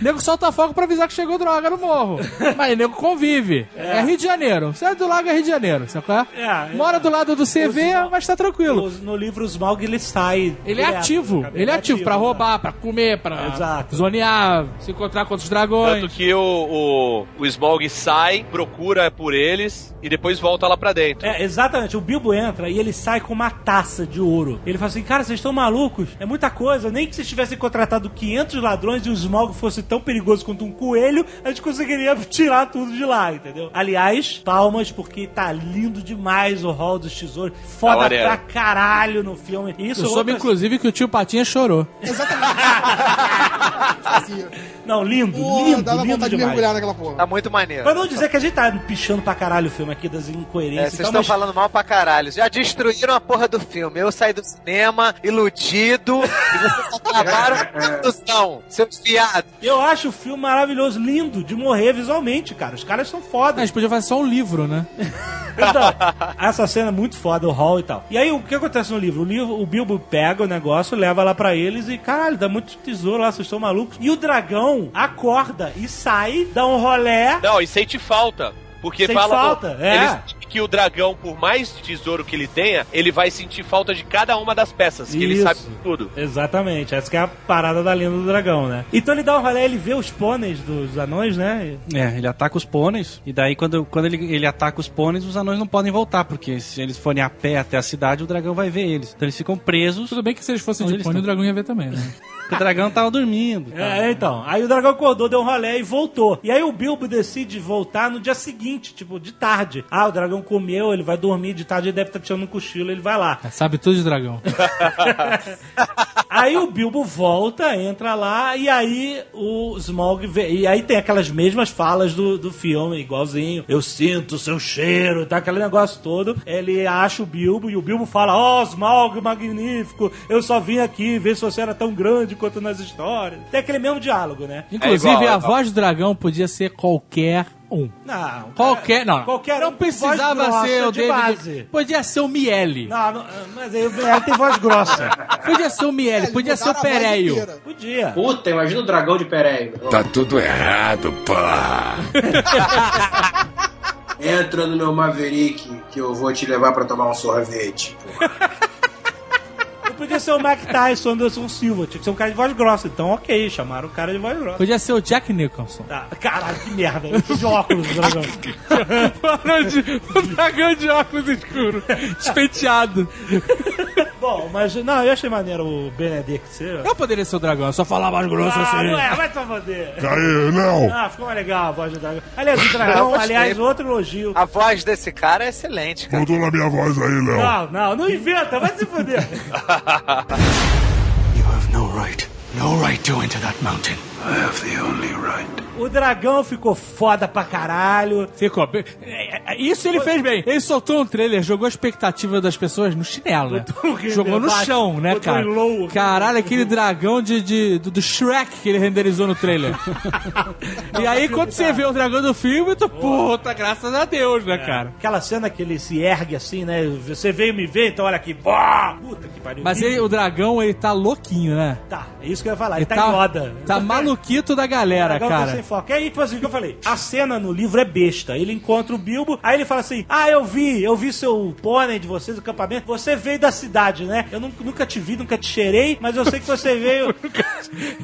Speaker 8: o nego solta fogo pra avisar que chegou droga no morro. Mas o nego convive. É, Rio de Janeiro. Você é do lago, é Rio de Janeiro, sabe qual é?
Speaker 2: É,
Speaker 8: Mora do lado do CV,
Speaker 2: Os-
Speaker 8: mas tá tranquilo.
Speaker 2: Os- No livro Smaug ele sai.
Speaker 8: Ele é
Speaker 2: direto, né?
Speaker 8: ativo.
Speaker 2: cara.
Speaker 8: Ele é ativo pra
Speaker 2: exato.
Speaker 8: roubar, pra comer, pra
Speaker 2: Exato.
Speaker 8: zonear, se encontrar com outros dragões.
Speaker 5: Tanto que o, o, o Smaug sai, procura por eles e depois volta lá pra dentro.
Speaker 2: É, exatamente. O Bilbo entra e ele sai com uma taça de ouro. Ele fala assim: Cara, vocês estão malucos? É muita coisa. Nem que vocês tivessem contratado 500 ladrões e o Smaug fosse tão perigoso quanto um coelho, a gente conseguiria tirar tudo de lá, entendeu? Aliás, palmas, porque tá lindo demais o hall dos tesouros.
Speaker 5: Tá
Speaker 2: Foda
Speaker 5: maneiro.
Speaker 2: pra caralho no filme. Isso
Speaker 8: Eu soube,
Speaker 2: outras-
Speaker 8: inclusive, que o tio Patinha chorou.
Speaker 4: Fazia.
Speaker 2: Não, lindo,
Speaker 4: Assim, Pô,
Speaker 2: lindo,
Speaker 4: dava
Speaker 2: lindo
Speaker 4: vontade de
Speaker 2: demais.
Speaker 4: mergulhar naquela porra.
Speaker 6: Tá muito maneiro.
Speaker 2: Pra não dizer que a gente tá pichando pra caralho o filme aqui das
Speaker 6: É,
Speaker 2: incoerências.
Speaker 6: vocês
Speaker 2: e tal, Então,
Speaker 6: estão
Speaker 2: mas-
Speaker 6: falando mal pra caralho. Já destruíram a porra do filme. Eu saí do cinema iludido e vocês acabaram com a produção, seus fiados.
Speaker 2: Eu acho o filme maravilhoso, lindo de morrer visualmente, cara. Os caras são
Speaker 8: A
Speaker 2: fodas.
Speaker 8: gente podia fazer só um livro, né?
Speaker 2: Então, essa cena é muito foda, o Hall e tal. E aí, o que acontece no livro? O, livro, o Bilbo pega o negócio, leva lá pra eles e, caralho, dá muito tesouro lá, vocês estão malucos. E o dragão acorda e sai, dá um rolé.
Speaker 5: Não, e sente falta. Porque
Speaker 2: Sente
Speaker 5: fala
Speaker 2: falta, é.
Speaker 5: eles dizem que o dragão, por mais tesouro que ele tenha, ele vai sentir falta de cada uma das peças, que ele
Speaker 2: Isso.
Speaker 5: sabe tudo.
Speaker 2: Exatamente, essa que é a parada da lenda do dragão, né? Então ele dá um rolé, ele vê os pôneis dos anões, né?
Speaker 3: É, ele ataca os pôneis, e daí quando, quando ele, ele ataca os pôneis, os anões não podem voltar, porque se eles forem a pé até a cidade, o dragão vai ver eles. Então eles ficam presos,
Speaker 8: Tudo bem que se eles fossem
Speaker 3: Onde
Speaker 8: de
Speaker 3: eles
Speaker 8: pônei, o
Speaker 3: estão?
Speaker 8: dragão ia ver também, né?
Speaker 3: porque o dragão tava dormindo. tá?
Speaker 2: É, então. Aí o dragão acordou, deu um rolé e voltou. E aí o Bilbo decide voltar no dia seguinte, tipo, de tarde. Ah, o dragão comeu, ele vai dormir de tarde, ele deve estar tirando um cochilo, ele vai lá.
Speaker 8: É, Sabe tudo de dragão.
Speaker 2: aí o Bilbo volta, entra lá, e aí o Smaug vê. E aí tem aquelas mesmas falas do, do filme, igualzinho. Eu sinto o seu cheiro, tá? Aquele negócio todo. Ele acha o Bilbo, e o Bilbo fala: Ó, Smaug, magnífico, eu só vim aqui ver se você era tão grande quanto nas histórias. Tem aquele mesmo diálogo, né?
Speaker 8: Inclusive,
Speaker 5: igual, é
Speaker 8: a
Speaker 5: igual.
Speaker 8: voz do dragão podia ser qualquer um.
Speaker 2: Não, é,
Speaker 8: Qualquer, não,
Speaker 2: Qualquer
Speaker 8: não
Speaker 2: um com
Speaker 8: precisava
Speaker 2: voz grossa
Speaker 8: ser o
Speaker 2: de
Speaker 8: David.
Speaker 2: base.
Speaker 8: Podia ser o Miele.
Speaker 2: Não, não, mas aí o BR tem voz grossa.
Speaker 8: Podia ser o Miele,
Speaker 2: É,
Speaker 4: Eles
Speaker 8: podia ser o
Speaker 4: mudaram a voz
Speaker 8: Pereio.
Speaker 4: inteira.
Speaker 2: Podia.
Speaker 7: Puta, imagina o dragão de Pereio.
Speaker 1: Tá tudo errado, pá.
Speaker 7: Entra no meu Maverick que eu vou te levar pra tomar um sorvete.
Speaker 2: Não podia ser o Mike Tyson, Anderson Silva. Tinha que ser um cara de voz grossa. Então, ok, chamaram o cara de voz grossa.
Speaker 8: Podia ser o Jack Nicholson.
Speaker 2: Tá. Caralho, que merda. Eu preciso de óculos, dragão.
Speaker 8: o dragão de óculos escuros, despenteado.
Speaker 2: Bom, mas não, eu achei maneiro o Benedict ser.
Speaker 8: Eu poderia ser o dragão, é só falar mais grosso
Speaker 2: Ah,
Speaker 8: assim.
Speaker 2: não é, vai tomar poder.
Speaker 1: Aí, não.
Speaker 2: Ah, ficou mais legal a voz do dragão. Aliás, o dragão, aliás, outro elogio.
Speaker 6: A voz desse cara é excelente, cara.
Speaker 1: Mudou na minha voz aí, Léo.
Speaker 2: Não, não, não inventa, vai se foder.
Speaker 11: You have no right. No right to enter that mountain. I have the only right.
Speaker 2: O dragão ficou foda pra caralho.
Speaker 8: Ficou bem- é, é, Isso ele fez bem. Ele soltou um trailer, jogou a expectativa das pessoas no chinelo. né?
Speaker 2: Botou um render
Speaker 8: Jogou no
Speaker 2: baixo,
Speaker 8: chão, né,
Speaker 2: botou em
Speaker 8: cara?
Speaker 2: low.
Speaker 8: Caralho, aquele dragão de, de- do, do Shrek que ele renderizou no trailer. e aí, quando você vê o dragão do filme, tu, puta, graças a Deus, né,
Speaker 2: É.
Speaker 8: cara?
Speaker 2: Aquela cena que ele se ergue assim, né? Você veio me ver, então olha aqui. Bó! Puta que pariu.
Speaker 8: Mas ele- o dragão, ele tá louquinho, né?
Speaker 2: Tá, é isso que eu ia falar. Ele, tá, em moda.
Speaker 8: Tá maluquito da galera,
Speaker 2: Dragão tá
Speaker 8: cara.
Speaker 2: sem foco. E aí, tipo assim, o que eu falei? A cena no livro é besta. Ele encontra o Bilbo, aí ele fala assim: Ah, eu vi, eu vi seu pônei de vocês, o acampamento. Você veio da cidade, né? Eu nunca, nunca te vi, nunca te cheirei, mas eu sei que você veio.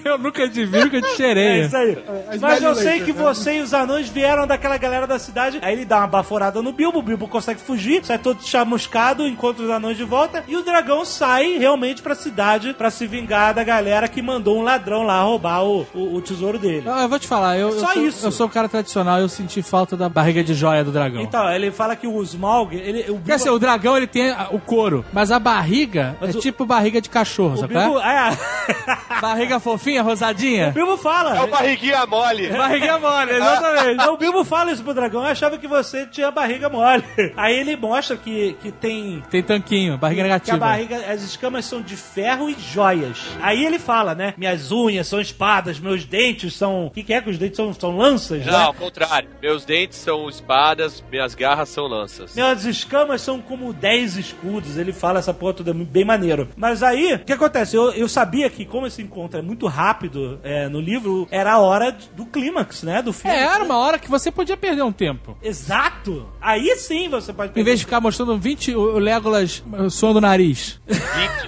Speaker 8: Eu nunca te vi, nunca te
Speaker 2: É
Speaker 8: cheirei.
Speaker 2: isso aí.
Speaker 4: as
Speaker 2: Mas eu
Speaker 4: velhas
Speaker 2: sei
Speaker 4: leitas,
Speaker 2: que
Speaker 4: né?
Speaker 2: você e os anões vieram daquela galera da cidade. Aí ele dá uma baforada no Bilbo, o Bilbo consegue fugir, sai todo chamuscado, encontra os anões de volta. E o dragão sai realmente pra cidade pra se vingar da galera que mandou um ladrão lá roubar o, o- o tesouro dele.
Speaker 8: Eu, eu vou te falar, eu, eu
Speaker 2: É Só
Speaker 8: sou,
Speaker 2: isso.
Speaker 8: eu sou um cara tradicional, eu senti falta da barriga de joia do dragão.
Speaker 2: Então, ele fala que o Smaug. Ele, o
Speaker 8: Quer
Speaker 2: Bilbo,
Speaker 8: dizer, o dragão ele tem a- o couro, mas a barriga
Speaker 2: Mas
Speaker 8: é
Speaker 2: o-
Speaker 8: tipo barriga de cachorro,
Speaker 2: o
Speaker 8: sabe?
Speaker 2: Bilbo, é,
Speaker 8: Barriga fofinha, rosadinha?
Speaker 2: O Bilbo fala.
Speaker 5: É o barriguinha mole. Ah.
Speaker 8: Barriga é mole, exatamente.
Speaker 2: O Bilbo fala isso pro dragão. Eu achava que você tinha barriga mole. Aí ele mostra que, que tem.
Speaker 8: Tem tanquinho,
Speaker 2: Que
Speaker 8: barriga
Speaker 2: a
Speaker 8: negativa.
Speaker 2: barriga, as escamas são de ferro e joias. Aí ele fala, né? Minhas unhas são espadas, meus dentes são. O que, que é que os dentes são? São lanças,
Speaker 5: Não,
Speaker 2: né?
Speaker 5: ao contrário. Meus dentes são espadas, minhas garras são lanças.
Speaker 2: Minhas Né, escamas são como 10 escudos. Ele fala essa porra toda é bem maneiro. Mas aí, o que acontece? Eu, eu sabia que, como esse encontro é muito rápido é, no livro, era a hora do clímax, né? Do filme.
Speaker 8: É, era uma hora que você podia perder um tempo.
Speaker 2: Exato! Aí sim você pode
Speaker 8: Em vez de ficar mostrando 20 o o Legolas o som do nariz.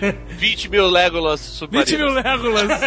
Speaker 5: 20, 20 mil Legolas
Speaker 8: 20
Speaker 5: submarinos.
Speaker 8: mil Legolas.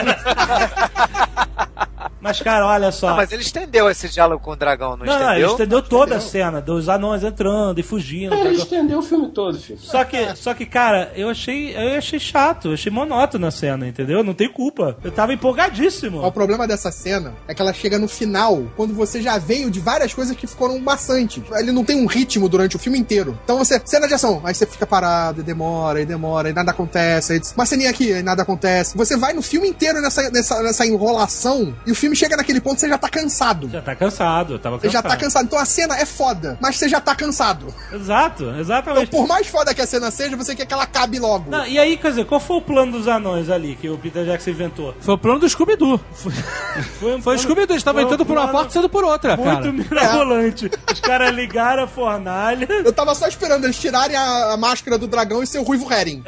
Speaker 2: Mas, cara, olha só.
Speaker 6: Ah, mas ele estendeu esse diálogo com o dragão,
Speaker 2: Tá.
Speaker 6: não,
Speaker 2: Não, não, ele
Speaker 6: estendeu?
Speaker 2: estendeu toda a cena dos anões entrando e fugindo.
Speaker 7: Ele
Speaker 2: entendeu?
Speaker 7: estendeu o filme todo, filho.
Speaker 2: Só que, só que, cara, eu achei, eu achei chato, eu achei monótono a cena, entendeu? Não tem culpa. Eu tava
Speaker 4: Mas O
Speaker 2: empolgadíssimo.
Speaker 4: problema dessa cena é que ela chega no final, quando você já veio de várias coisas que ficaram maçantes. Ele não tem um ritmo durante o filme inteiro. Então você, cena de ação, aí você fica parado, e demora, e demora, e nada acontece. Aí, diz, uma ceninha aqui, aí nada acontece. Você vai no filme inteiro nessa, nessa, nessa enrolação, e o filme chega naquele ponto que você já tá cansado.
Speaker 2: Já tá cansado, eu tava
Speaker 4: Você
Speaker 2: cansado.
Speaker 4: já tá cansado. Então a cena é foda, mas você já tá cansado.
Speaker 2: Exato,
Speaker 4: Então,
Speaker 2: exatamente.
Speaker 4: por mais foda que a cena seja, você quer que ela acabe logo.
Speaker 2: Não, e aí, quer dizer, qual foi o plano dos anões ali que o Peter Jackson inventou?
Speaker 8: Foi o plano do Scooby-Doo.
Speaker 2: Foi, um
Speaker 8: Foi o
Speaker 2: plano-
Speaker 8: Scooby-Doo, eles estavam
Speaker 2: foi um
Speaker 8: entrando por uma
Speaker 2: plano
Speaker 8: porta e saindo por outra,
Speaker 2: Muito
Speaker 8: cara.
Speaker 2: mirabolante. Os caras ligaram a fornalha.
Speaker 4: Eu tava só esperando eles tirarem a, a máscara do dragão e seu ruivo Herring.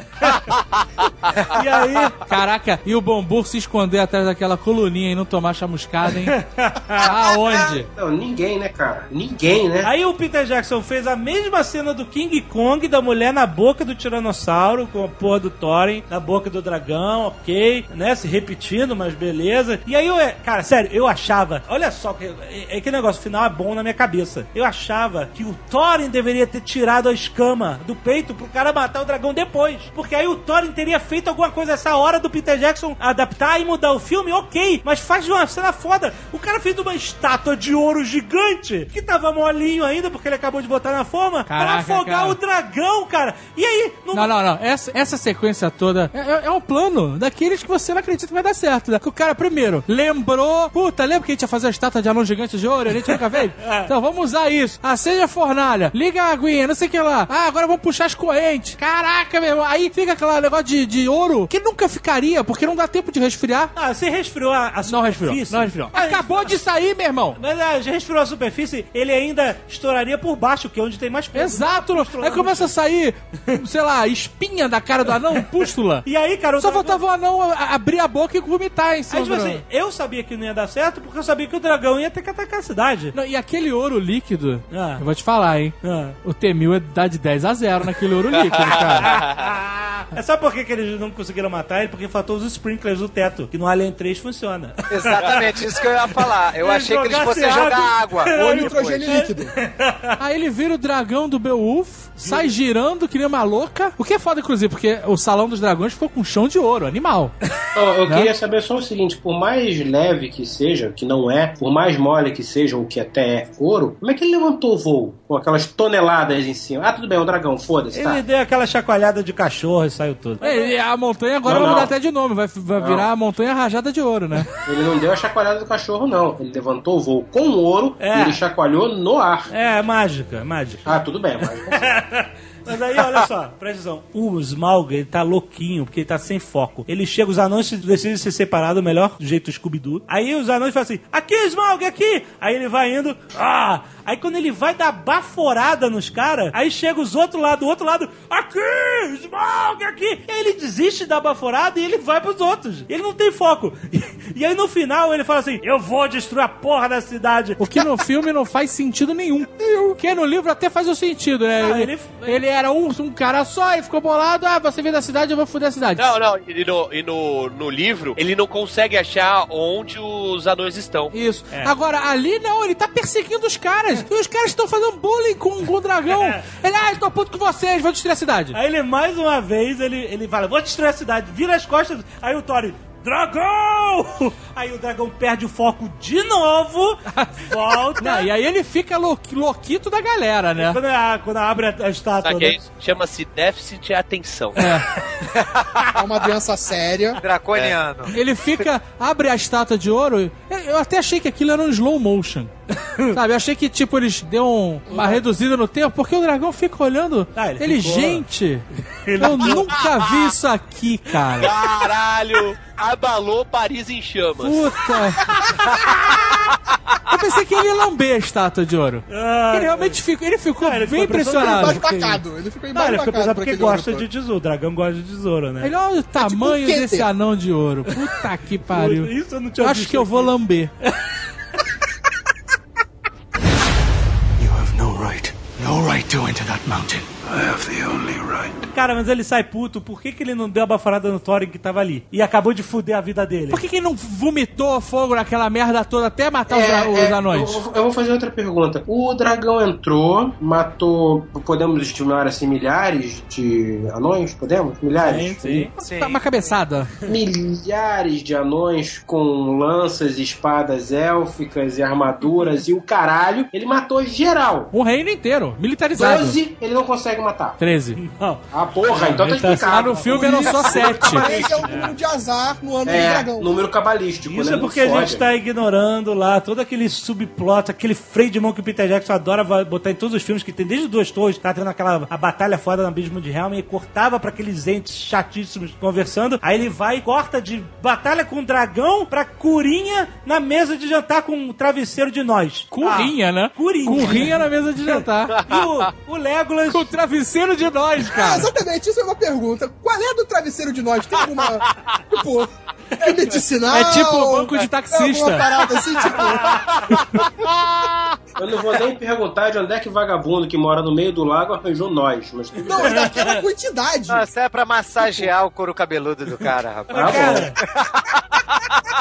Speaker 2: E aí,
Speaker 8: Caraca, e o Bombur se esconder atrás daquela coluninha e não tomar chamuscada, hein? Aonde?
Speaker 7: Não, ninguém, né, cara? Ninguém, né?
Speaker 2: aí o Peter Jackson fez a mesma cena do King Kong, da mulher na boca do Tiranossauro, com a porra do Thorin, na boca do dragão, ok, né? Se repetindo, mas beleza. E aí, eu, é- cara, sério, eu achava, olha só, que- é, é que negócio final é bom na minha cabeça. Eu achava que o Thorin deveria ter tirado a escama do peito pro cara matar o dragão depois. Porque aí o Thorin teria feito alguma coisa essa hora do Peter Jackson adaptar e mudar o filme, ok. Mas faz de uma cena foda. O cara fez uma estátua de ouro gigante que tava molinho ainda porque ele acabou de botar na forma
Speaker 8: Caraca,
Speaker 2: pra afogar
Speaker 8: cara.
Speaker 2: o dragão, cara. E aí, não.
Speaker 8: Não, não, não. Essa, essa sequência toda é, é- é um plano daqueles que você não acredita que vai dar certo. Né? Que o cara, primeiro, lembrou. Puta, lembra que a gente ia fazer a estátua de anão gigante de ouro? e A gente nunca veio? Então vamos usar isso. Acende a fornalha, liga a aguinha, não sei o que lá. Ah, agora vamos puxar as correntes. Caraca, meu irmão. Aí fica aquele negócio de, de ouro que nunca ficaria, porque não dá tempo de resfriar.
Speaker 2: Ah, você resfriou a, a
Speaker 8: Não resfriou.
Speaker 2: superfície?
Speaker 8: Não resfriou.
Speaker 2: Ah,
Speaker 8: Acabou de sair, meu irmão.
Speaker 2: Mas ah, já respirou a superfície, ele ainda estouraria por baixo, que é onde tem mais peso.
Speaker 8: Exato. Aí começa a sair, sei lá, espinha da cara do anão, pústula.
Speaker 2: E aí, cara, o
Speaker 8: Só
Speaker 2: dragão-
Speaker 8: faltava o anão a- a- abrir a boca e vomitar em cima
Speaker 2: Aí, tipo
Speaker 8: do-
Speaker 2: assim, eu sabia que não ia dar certo porque eu sabia que o dragão ia ter que atacar a cidade.
Speaker 8: Não, e aquele ouro líquido,
Speaker 2: Ah.
Speaker 8: eu vou te falar, hein?
Speaker 2: Ah.
Speaker 8: O Temil é- dá de 10 a 0 naquele ouro líquido, cara.
Speaker 2: É sabe por que, que eles não conseguiram matar ele? Porque faltou os sprinklers do teto, que no Alien 3 funciona.
Speaker 6: Exatamente, isso que eu ia falar. Eu
Speaker 2: Eles
Speaker 6: achei que eles
Speaker 2: jogassem
Speaker 6: fossem jogar água.
Speaker 4: Ou
Speaker 2: Aí
Speaker 4: nitrogênio
Speaker 2: foi.
Speaker 4: líquido.
Speaker 8: Aí ele vira o dragão do Beowulf, sai girando que nem uma louca. O que é foda, inclusive, porque o Salão dos Dragões ficou com chão de ouro, animal.
Speaker 7: Ó, eu
Speaker 8: Né?
Speaker 7: queria saber só o seguinte: por mais leve que seja, que não é, por mais mole que seja, ou que até é ouro, como é que ele levantou o voo? Com aquelas toneladas em cima. Ah, tudo bem, é um dragão, foda-se, tá.
Speaker 2: Ele deu aquela chacoalhada de cachorro e saiu tudo.
Speaker 8: É, e a montanha agora
Speaker 7: Não,
Speaker 8: vai mudar
Speaker 7: não.
Speaker 8: até de nome, vai, vai virar a montanha rajada de ouro, né?
Speaker 7: Ele não deu a chacoalhada do cachorro, não. Ele levantou o voo com ouro
Speaker 2: É.
Speaker 7: e ele chacoalhou no ar.
Speaker 2: É, mágica, mágica.
Speaker 7: Ah, tudo bem,
Speaker 2: Então,
Speaker 7: mas.
Speaker 2: Mas aí, olha só, presta atenção. O Smaug, ele tá louquinho, porque ele tá sem foco. Ele chega, os anões se- decidem se separar do melhor jeito Scooby-Doo. Aí os anões falam assim, aqui, Smaug, aqui! Aí ele vai indo, ah! Aí quando ele vai dar baforada nos caras, aí chega os outros lá do outro lado, aqui, Smaug, aqui! E aí ele desiste da baforada e ele vai pros outros. Ele não tem foco. E, e aí no final ele fala assim, eu vou destruir a porra da cidade.
Speaker 8: O que no filme não faz sentido nenhum. Porque no livro até faz o sentido, né?
Speaker 2: Não,
Speaker 8: ele,
Speaker 2: ele-
Speaker 8: ele era um, um cara só e ficou bolado. Ah, você vem da cidade, eu vou foder a cidade.
Speaker 5: Não, não, e, no, e no, no livro, ele não consegue achar onde os anões estão.
Speaker 8: Isso.
Speaker 2: É.
Speaker 8: Agora, ali não, ele tá perseguindo os caras. E os caras estão fazendo bullying com, com o dragão.
Speaker 2: É.
Speaker 8: Ele, ah, eu tô puto com vocês, vou destruir a cidade.
Speaker 2: Aí ele mais uma vez, ele, ele fala, vou destruir a cidade, vira as costas. Aí o Thorin, Dragão! Aí o dragão perde o foco de novo, volta.
Speaker 8: Não, e aí ele fica lou- louquito da galera, né?
Speaker 2: Quando, a- quando abre a, a estátua.
Speaker 5: Sabe o que é
Speaker 2: né?
Speaker 5: isso? Chama-se déficit de atenção.
Speaker 4: É uma doença séria.
Speaker 6: Draconiano.
Speaker 8: Ele fica, abre a estátua de ouro. Eu- Eu até achei que aquilo era um slow motion. Sabe? Eu achei que, tipo, eles deu um- uma reduzida no tempo, porque o dragão fica olhando.
Speaker 2: Ah, ele
Speaker 8: ele,
Speaker 2: ficou-
Speaker 8: gente, eu nunca vi isso aqui, cara.
Speaker 5: Caralho! Abalou Paris em chamas.
Speaker 8: Uh. Puta. Eu pensei que ele ia lamber a estátua de ouro.
Speaker 2: Ah,
Speaker 8: ele realmente ficou, ele ficou
Speaker 2: Ah, ele
Speaker 8: bem
Speaker 2: ficou
Speaker 8: impressionado.
Speaker 4: Embasbacado. Ele ficou
Speaker 2: Não, ele
Speaker 4: embasbacado.
Speaker 2: fica pensando
Speaker 4: por
Speaker 2: é porque
Speaker 4: aquele
Speaker 2: gosta de
Speaker 4: ouro todo.
Speaker 2: tesouro. O dragão gosta de tesouro, né?
Speaker 8: Ele olha o tamanho
Speaker 4: Keter.
Speaker 8: desse anão de ouro. Puta que pariu.
Speaker 2: Isso eu não tinha
Speaker 8: é Eu acho
Speaker 2: visto
Speaker 8: que eu vou
Speaker 2: aqui.
Speaker 8: lamber.
Speaker 11: You have no right. No right to enter that mountain. I have the only right.
Speaker 2: Cara, mas ele sai puto. Por que, que ele não deu a baforada no Thorin que tava ali? E acabou de fuder a vida dele.
Speaker 8: Por que, que ele não vomitou fogo naquela merda toda até matar os,
Speaker 7: É,
Speaker 8: a- os
Speaker 7: é,
Speaker 8: anões?
Speaker 7: Eu, vou- eu vou fazer outra pergunta. O dragão entrou, matou, podemos estimar assim, milhares de anões? Podemos? Milhares?
Speaker 2: sim.
Speaker 6: Sim.
Speaker 8: Tá uma cabeçada.
Speaker 7: Milhares de anões com lanças, espadas élficas e armaduras e o caralho. Ele matou geral.
Speaker 8: Um reino inteiro, militarizado.
Speaker 7: 12 ele não consegue matar.
Speaker 8: 13.
Speaker 2: Não.
Speaker 7: Ah, porra, então tá
Speaker 2: ele tá
Speaker 7: explicado.
Speaker 8: Lá no filme eram só 7.
Speaker 4: Esse é o número de azar no ano do
Speaker 7: É,
Speaker 4: dragão.
Speaker 7: número cabalístico.
Speaker 2: Isso é
Speaker 7: né? Não
Speaker 2: porque a
Speaker 7: fode.
Speaker 2: gente tá ignorando lá todo aquele subplot, aquele freio de mão que o Peter Jackson adora va- botar em todos os filmes que tem, desde Duas Torres, tá tendo aquela a batalha foda na Abismo de Helm e cortava pra aqueles entes chatíssimos conversando. Aí ele vai e corta de batalha com o dragão pra curinha na mesa de jantar com um travesseiro de nós.
Speaker 8: Currinha, né?
Speaker 2: Curinha.
Speaker 8: Currinha na mesa de jantar.
Speaker 2: Ah, E o, o Legolas.
Speaker 8: Com o travesseiro de nós,
Speaker 4: Ah,
Speaker 8: cara.
Speaker 4: exatamente, isso é uma pergunta. Qual é do travesseiro de nós? Tem alguma. tipo, é medicinal?
Speaker 8: É tipo banco de
Speaker 4: É alguma
Speaker 8: taxista.
Speaker 4: parada assim, tipo.
Speaker 7: Eu não vou nem perguntar de onde é que vagabundo que mora no meio do lago arranjou nós. Mas tudo
Speaker 4: Não, é daquela quantidade.
Speaker 6: Nossa, é pra massagear o couro cabeludo do cara, rapaz.
Speaker 7: tá bom.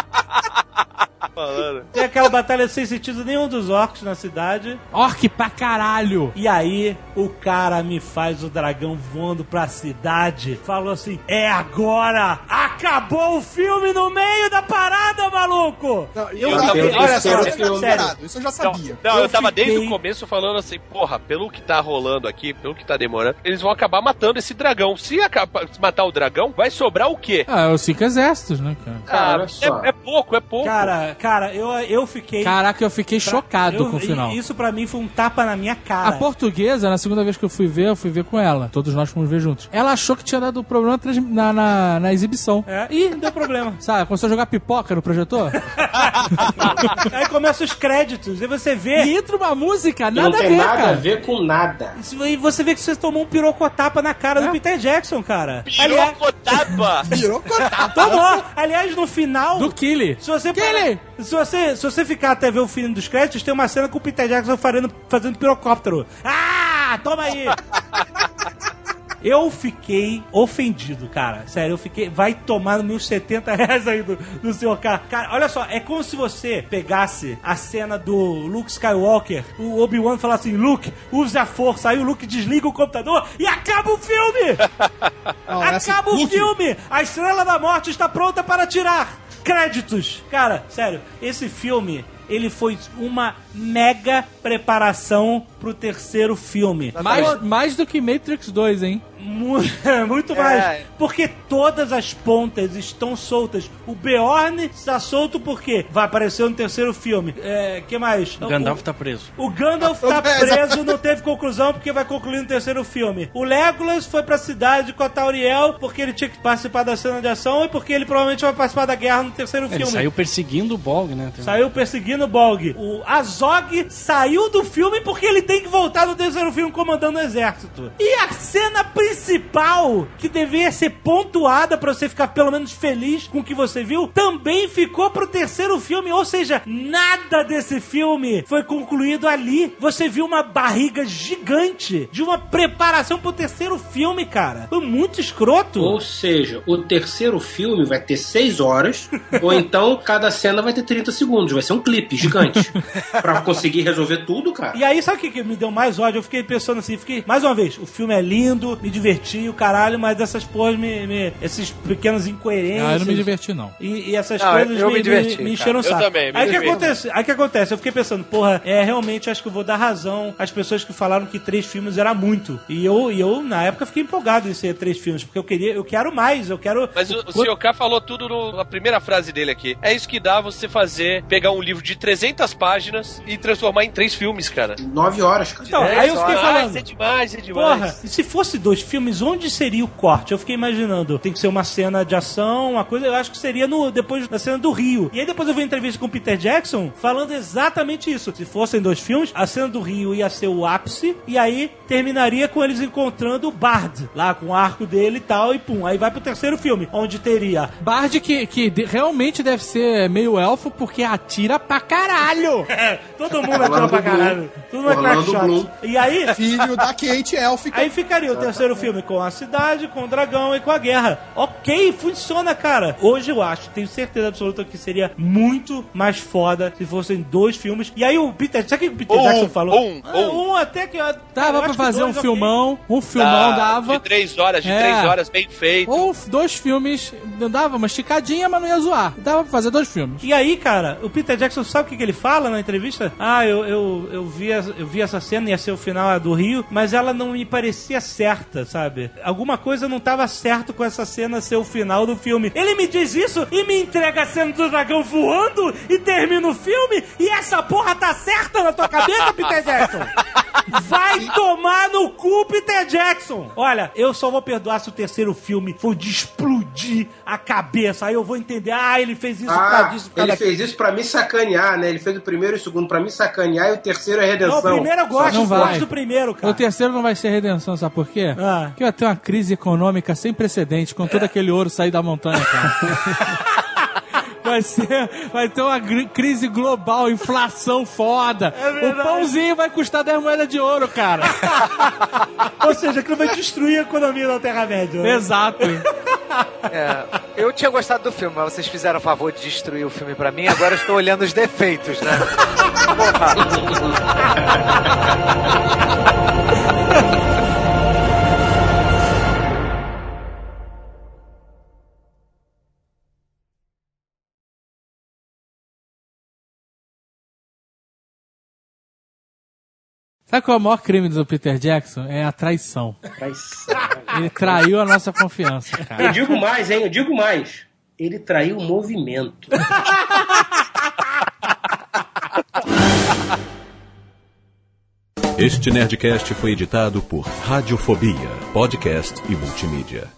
Speaker 2: Tem aquela batalha sem sentido nenhum dos orcs na cidade.
Speaker 8: Orc pra caralho.
Speaker 2: E aí, o cara me faz o dragão voando pra cidade. Falou assim: é agora! Acabou o filme no meio da parada, maluco!
Speaker 4: Não,
Speaker 5: Eu
Speaker 4: não,
Speaker 5: também-
Speaker 4: olha só,
Speaker 7: sério,
Speaker 4: isso eu já
Speaker 7: eu-
Speaker 4: esperado, isso eu já
Speaker 5: Não,
Speaker 4: sabia.
Speaker 5: Então, não, eu,
Speaker 2: Eu
Speaker 5: tava desde
Speaker 2: fiquei-
Speaker 5: o começo falando assim, porra, pelo que tá rolando aqui, pelo que tá demorando, eles vão acabar matando esse dragão. Se acaba- se matar o dragão, vai sobrar o quê?
Speaker 8: Ah, é os cinco exércitos, né, cara?
Speaker 7: Cara, olha
Speaker 5: Ah,
Speaker 7: só.
Speaker 5: é, é pouco, é pouco.
Speaker 2: Cara, cara, eu, eu fiquei.
Speaker 8: Caraca, eu fiquei
Speaker 2: pra-
Speaker 8: chocado
Speaker 2: eu-
Speaker 8: com o final.
Speaker 2: Isso pra mim foi um tapa na minha cara.
Speaker 8: A portuguesa, na segunda vez que eu fui ver, eu fui ver com ela. Todos nós fomos ver juntos. Ela achou que tinha dado problema trans- na, na, na exibição.
Speaker 2: É, ih, deu problema.
Speaker 8: Sabe, começou a jogar pipoca no projetor?
Speaker 2: aí começam os créditos, e você
Speaker 8: e
Speaker 2: vê.
Speaker 8: entra uma música,
Speaker 7: Não
Speaker 8: nada a
Speaker 7: tem
Speaker 8: ver,
Speaker 7: nada a
Speaker 8: cara.
Speaker 7: ver com nada.
Speaker 2: E você vê que você tomou um pirocotapa na cara do
Speaker 8: É.
Speaker 2: Peter Jackson, cara. Aliás,
Speaker 5: Pirocotaba!
Speaker 4: Virou cortado.
Speaker 2: tomou! Aliás, no final.
Speaker 8: Do Killy.
Speaker 2: Se você,
Speaker 8: Kelly!
Speaker 2: parar- se você se você ficar até ver o fim dos créditos, tem uma cena com o Peter Jackson fazendo, fazendo pirocóptero. Ah, toma aí! Eu fiquei ofendido, cara. Sério, eu fiquei. Vai tomar nos meus 70 reais aí do, do senhor cara. Cara, olha só, é como se você pegasse a cena do Luke Skywalker, o Obi-Wan falar assim: Luke, use a força. Aí o Luke desliga o computador e acaba o filme!
Speaker 4: Não, é assim,
Speaker 2: Acaba o
Speaker 4: Luke,
Speaker 2: filme! A Estrela da Morte está pronta para tirar! Créditos! Cara, sério, esse filme, ele foi uma mega preparação pro terceiro filme.
Speaker 8: Mais, mais do que Matrix 2, hein?
Speaker 2: Mu- Muito mais.
Speaker 6: É.
Speaker 2: Porque todas as pontas estão soltas. O Beorn está solto porque vai aparecer no terceiro filme. É, que mais?
Speaker 3: O Gandalf tá preso.
Speaker 2: O Gandalf tá preso, não teve conclusão porque vai concluir no terceiro filme. O Legolas foi pra cidade com a Tauriel porque ele tinha que participar da cena de ação e porque ele provavelmente vai participar da guerra no terceiro
Speaker 3: Ele
Speaker 2: filme.
Speaker 3: saiu perseguindo o Bolg, né? Tem-
Speaker 2: Saiu perseguindo o Bolg. O Azog saiu do filme porque ele tem que voltar no terceiro filme comandando o exército. E a cena principal, que deveria ser pontuada pra você ficar pelo menos feliz com o que você viu, também ficou pro terceiro filme. Ou seja, nada desse filme foi concluído ali. Você viu uma barriga gigante de uma preparação pro terceiro filme, cara. Foi muito escroto.
Speaker 7: Ou seja, o terceiro filme vai ter 6 horas, ou então cada cena vai ter 30 segundos. Vai ser um clipe gigante. pra conseguir resolver ler tudo, cara.
Speaker 2: E aí, sabe o que, que me deu mais ódio? Eu fiquei pensando assim, fiquei, mais uma vez, o filme é lindo, me diverti, o caralho, mas essas porras me. me- esses pequenos incoerências.
Speaker 8: Ah, eu não me diverti, não.
Speaker 2: E, e essas
Speaker 6: Não,
Speaker 2: coisas
Speaker 6: eu
Speaker 2: me,
Speaker 6: me diverti,
Speaker 2: me- me
Speaker 6: cara.
Speaker 2: encheram o
Speaker 5: Eu
Speaker 2: saco.
Speaker 5: também, me
Speaker 2: aí o que
Speaker 5: diverti.
Speaker 2: acontece? Aí o que acontece? Eu fiquei pensando, porra, é realmente acho que eu vou dar razão às pessoas que falaram que três filmes era muito. E eu, e eu na época fiquei empolgado em ser três filmes, porque eu queria, eu quero mais, eu quero
Speaker 5: Mas o, o Sr. K falou tudo no- na primeira frase dele aqui. É isso que dá você fazer, pegar um livro de 300 páginas e transformar em três filmes, cara.
Speaker 7: Nove horas, cara.
Speaker 2: Então, aí eu fiquei
Speaker 5: Ah,
Speaker 2: falando.
Speaker 5: isso é demais, isso é demais.
Speaker 2: Porra, e se fosse dois filmes, onde seria o corte? Eu fiquei imaginando, tem que ser uma cena de ação, uma coisa, eu acho que seria no, depois da cena do Rio. E aí depois eu vi uma entrevista com o Peter Jackson falando exatamente isso. Se fossem dois filmes, a cena do Rio ia ser o ápice, e aí terminaria com eles encontrando o Bard, lá com o arco dele e tal, e pum. Aí vai pro terceiro filme, onde teria
Speaker 8: Bard que, que de- realmente deve ser meio elfo porque atira pra caralho.
Speaker 2: todo mundo atira pra caralho. Todo mundo é
Speaker 7: Orlando Bloom.
Speaker 2: crackshot. E aí...
Speaker 4: Filho da Kate Elf.
Speaker 2: Aí ficaria o terceiro filme com a cidade, com o dragão e com a guerra. Ok, funciona, cara. Hoje eu acho, tenho certeza absoluta que seria muito mais foda se fossem dois filmes. E aí o Peter, sabe o que o Peter
Speaker 5: Ou
Speaker 2: Jackson
Speaker 5: um,
Speaker 2: falou?
Speaker 5: ou um,
Speaker 2: Ah,
Speaker 5: ou
Speaker 2: um até que. eu- eu
Speaker 8: Dava
Speaker 2: acho
Speaker 8: pra
Speaker 2: que
Speaker 8: fazer um
Speaker 2: dois, ok.
Speaker 8: filmão, um
Speaker 7: Tá.
Speaker 8: filmão
Speaker 5: Dá
Speaker 8: dava.
Speaker 5: Ah, De três horas, de
Speaker 8: É.
Speaker 5: três horas, bem feito.
Speaker 8: Ou f- dois filmes, não dava uma esticadinha, mas não ia zoar. Dava pra fazer dois filmes.
Speaker 2: E aí, cara, o Peter Jackson sabe o que, que ele fala na entrevista? Ah, eu, eu, eu, vi, as- eu vi essa cena, ia ser o final ah, do Rio, mas ela não me parecia certa, sabe? Alguma coisa não tava certo com essa cena ser o final do filme. Ele me diz isso e me entrega a cena do dragão voando e termina o filme e essa porra tá certa na tua cabeça, Peter Jackson? Vai tomar no cu, Peter Jackson! Olha, eu só vou perdoar se o terceiro filme for de explodir a cabeça. Aí eu vou entender, ah, ele fez isso por causa
Speaker 7: Ah,
Speaker 2: disso, por causa
Speaker 7: ele
Speaker 2: daquilo.
Speaker 7: fez isso pra me sacanear, né? Ele fez o primeiro e o segundo pra me sacanear e o terceiro é
Speaker 2: Não,
Speaker 7: redenção.
Speaker 2: o primeiro eu gosto,
Speaker 8: Não
Speaker 2: eu
Speaker 8: vai.
Speaker 2: gosto do primeiro, cara.
Speaker 8: O terceiro não vai ser redenção, sabe por quê?
Speaker 2: Ah.
Speaker 8: Porque vai ter uma crise econômica sem precedente com todo aquele ouro sair da montanha, cara. Vai, ser, vai ter uma gri- crise global, inflação foda. o pãozinho vai custar 10 moedas de ouro, cara.
Speaker 2: Ou seja, aquilo vai destruir a economia da Terra-média. né?
Speaker 8: Exato.
Speaker 6: É, eu tinha gostado do filme, mas vocês fizeram o favor de destruir o filme pra mim, agora eu estou olhando os defeitos, né?
Speaker 8: Sabe qual é o maior crime do Peter Jackson? É a traição.
Speaker 2: é
Speaker 8: Ele traiu a nossa confiança, cara.
Speaker 7: Eu digo mais, hein? Eu digo mais. Ele traiu o movimento.
Speaker 1: Este Nerdcast foi editado por Radiofobia, podcast e multimídia.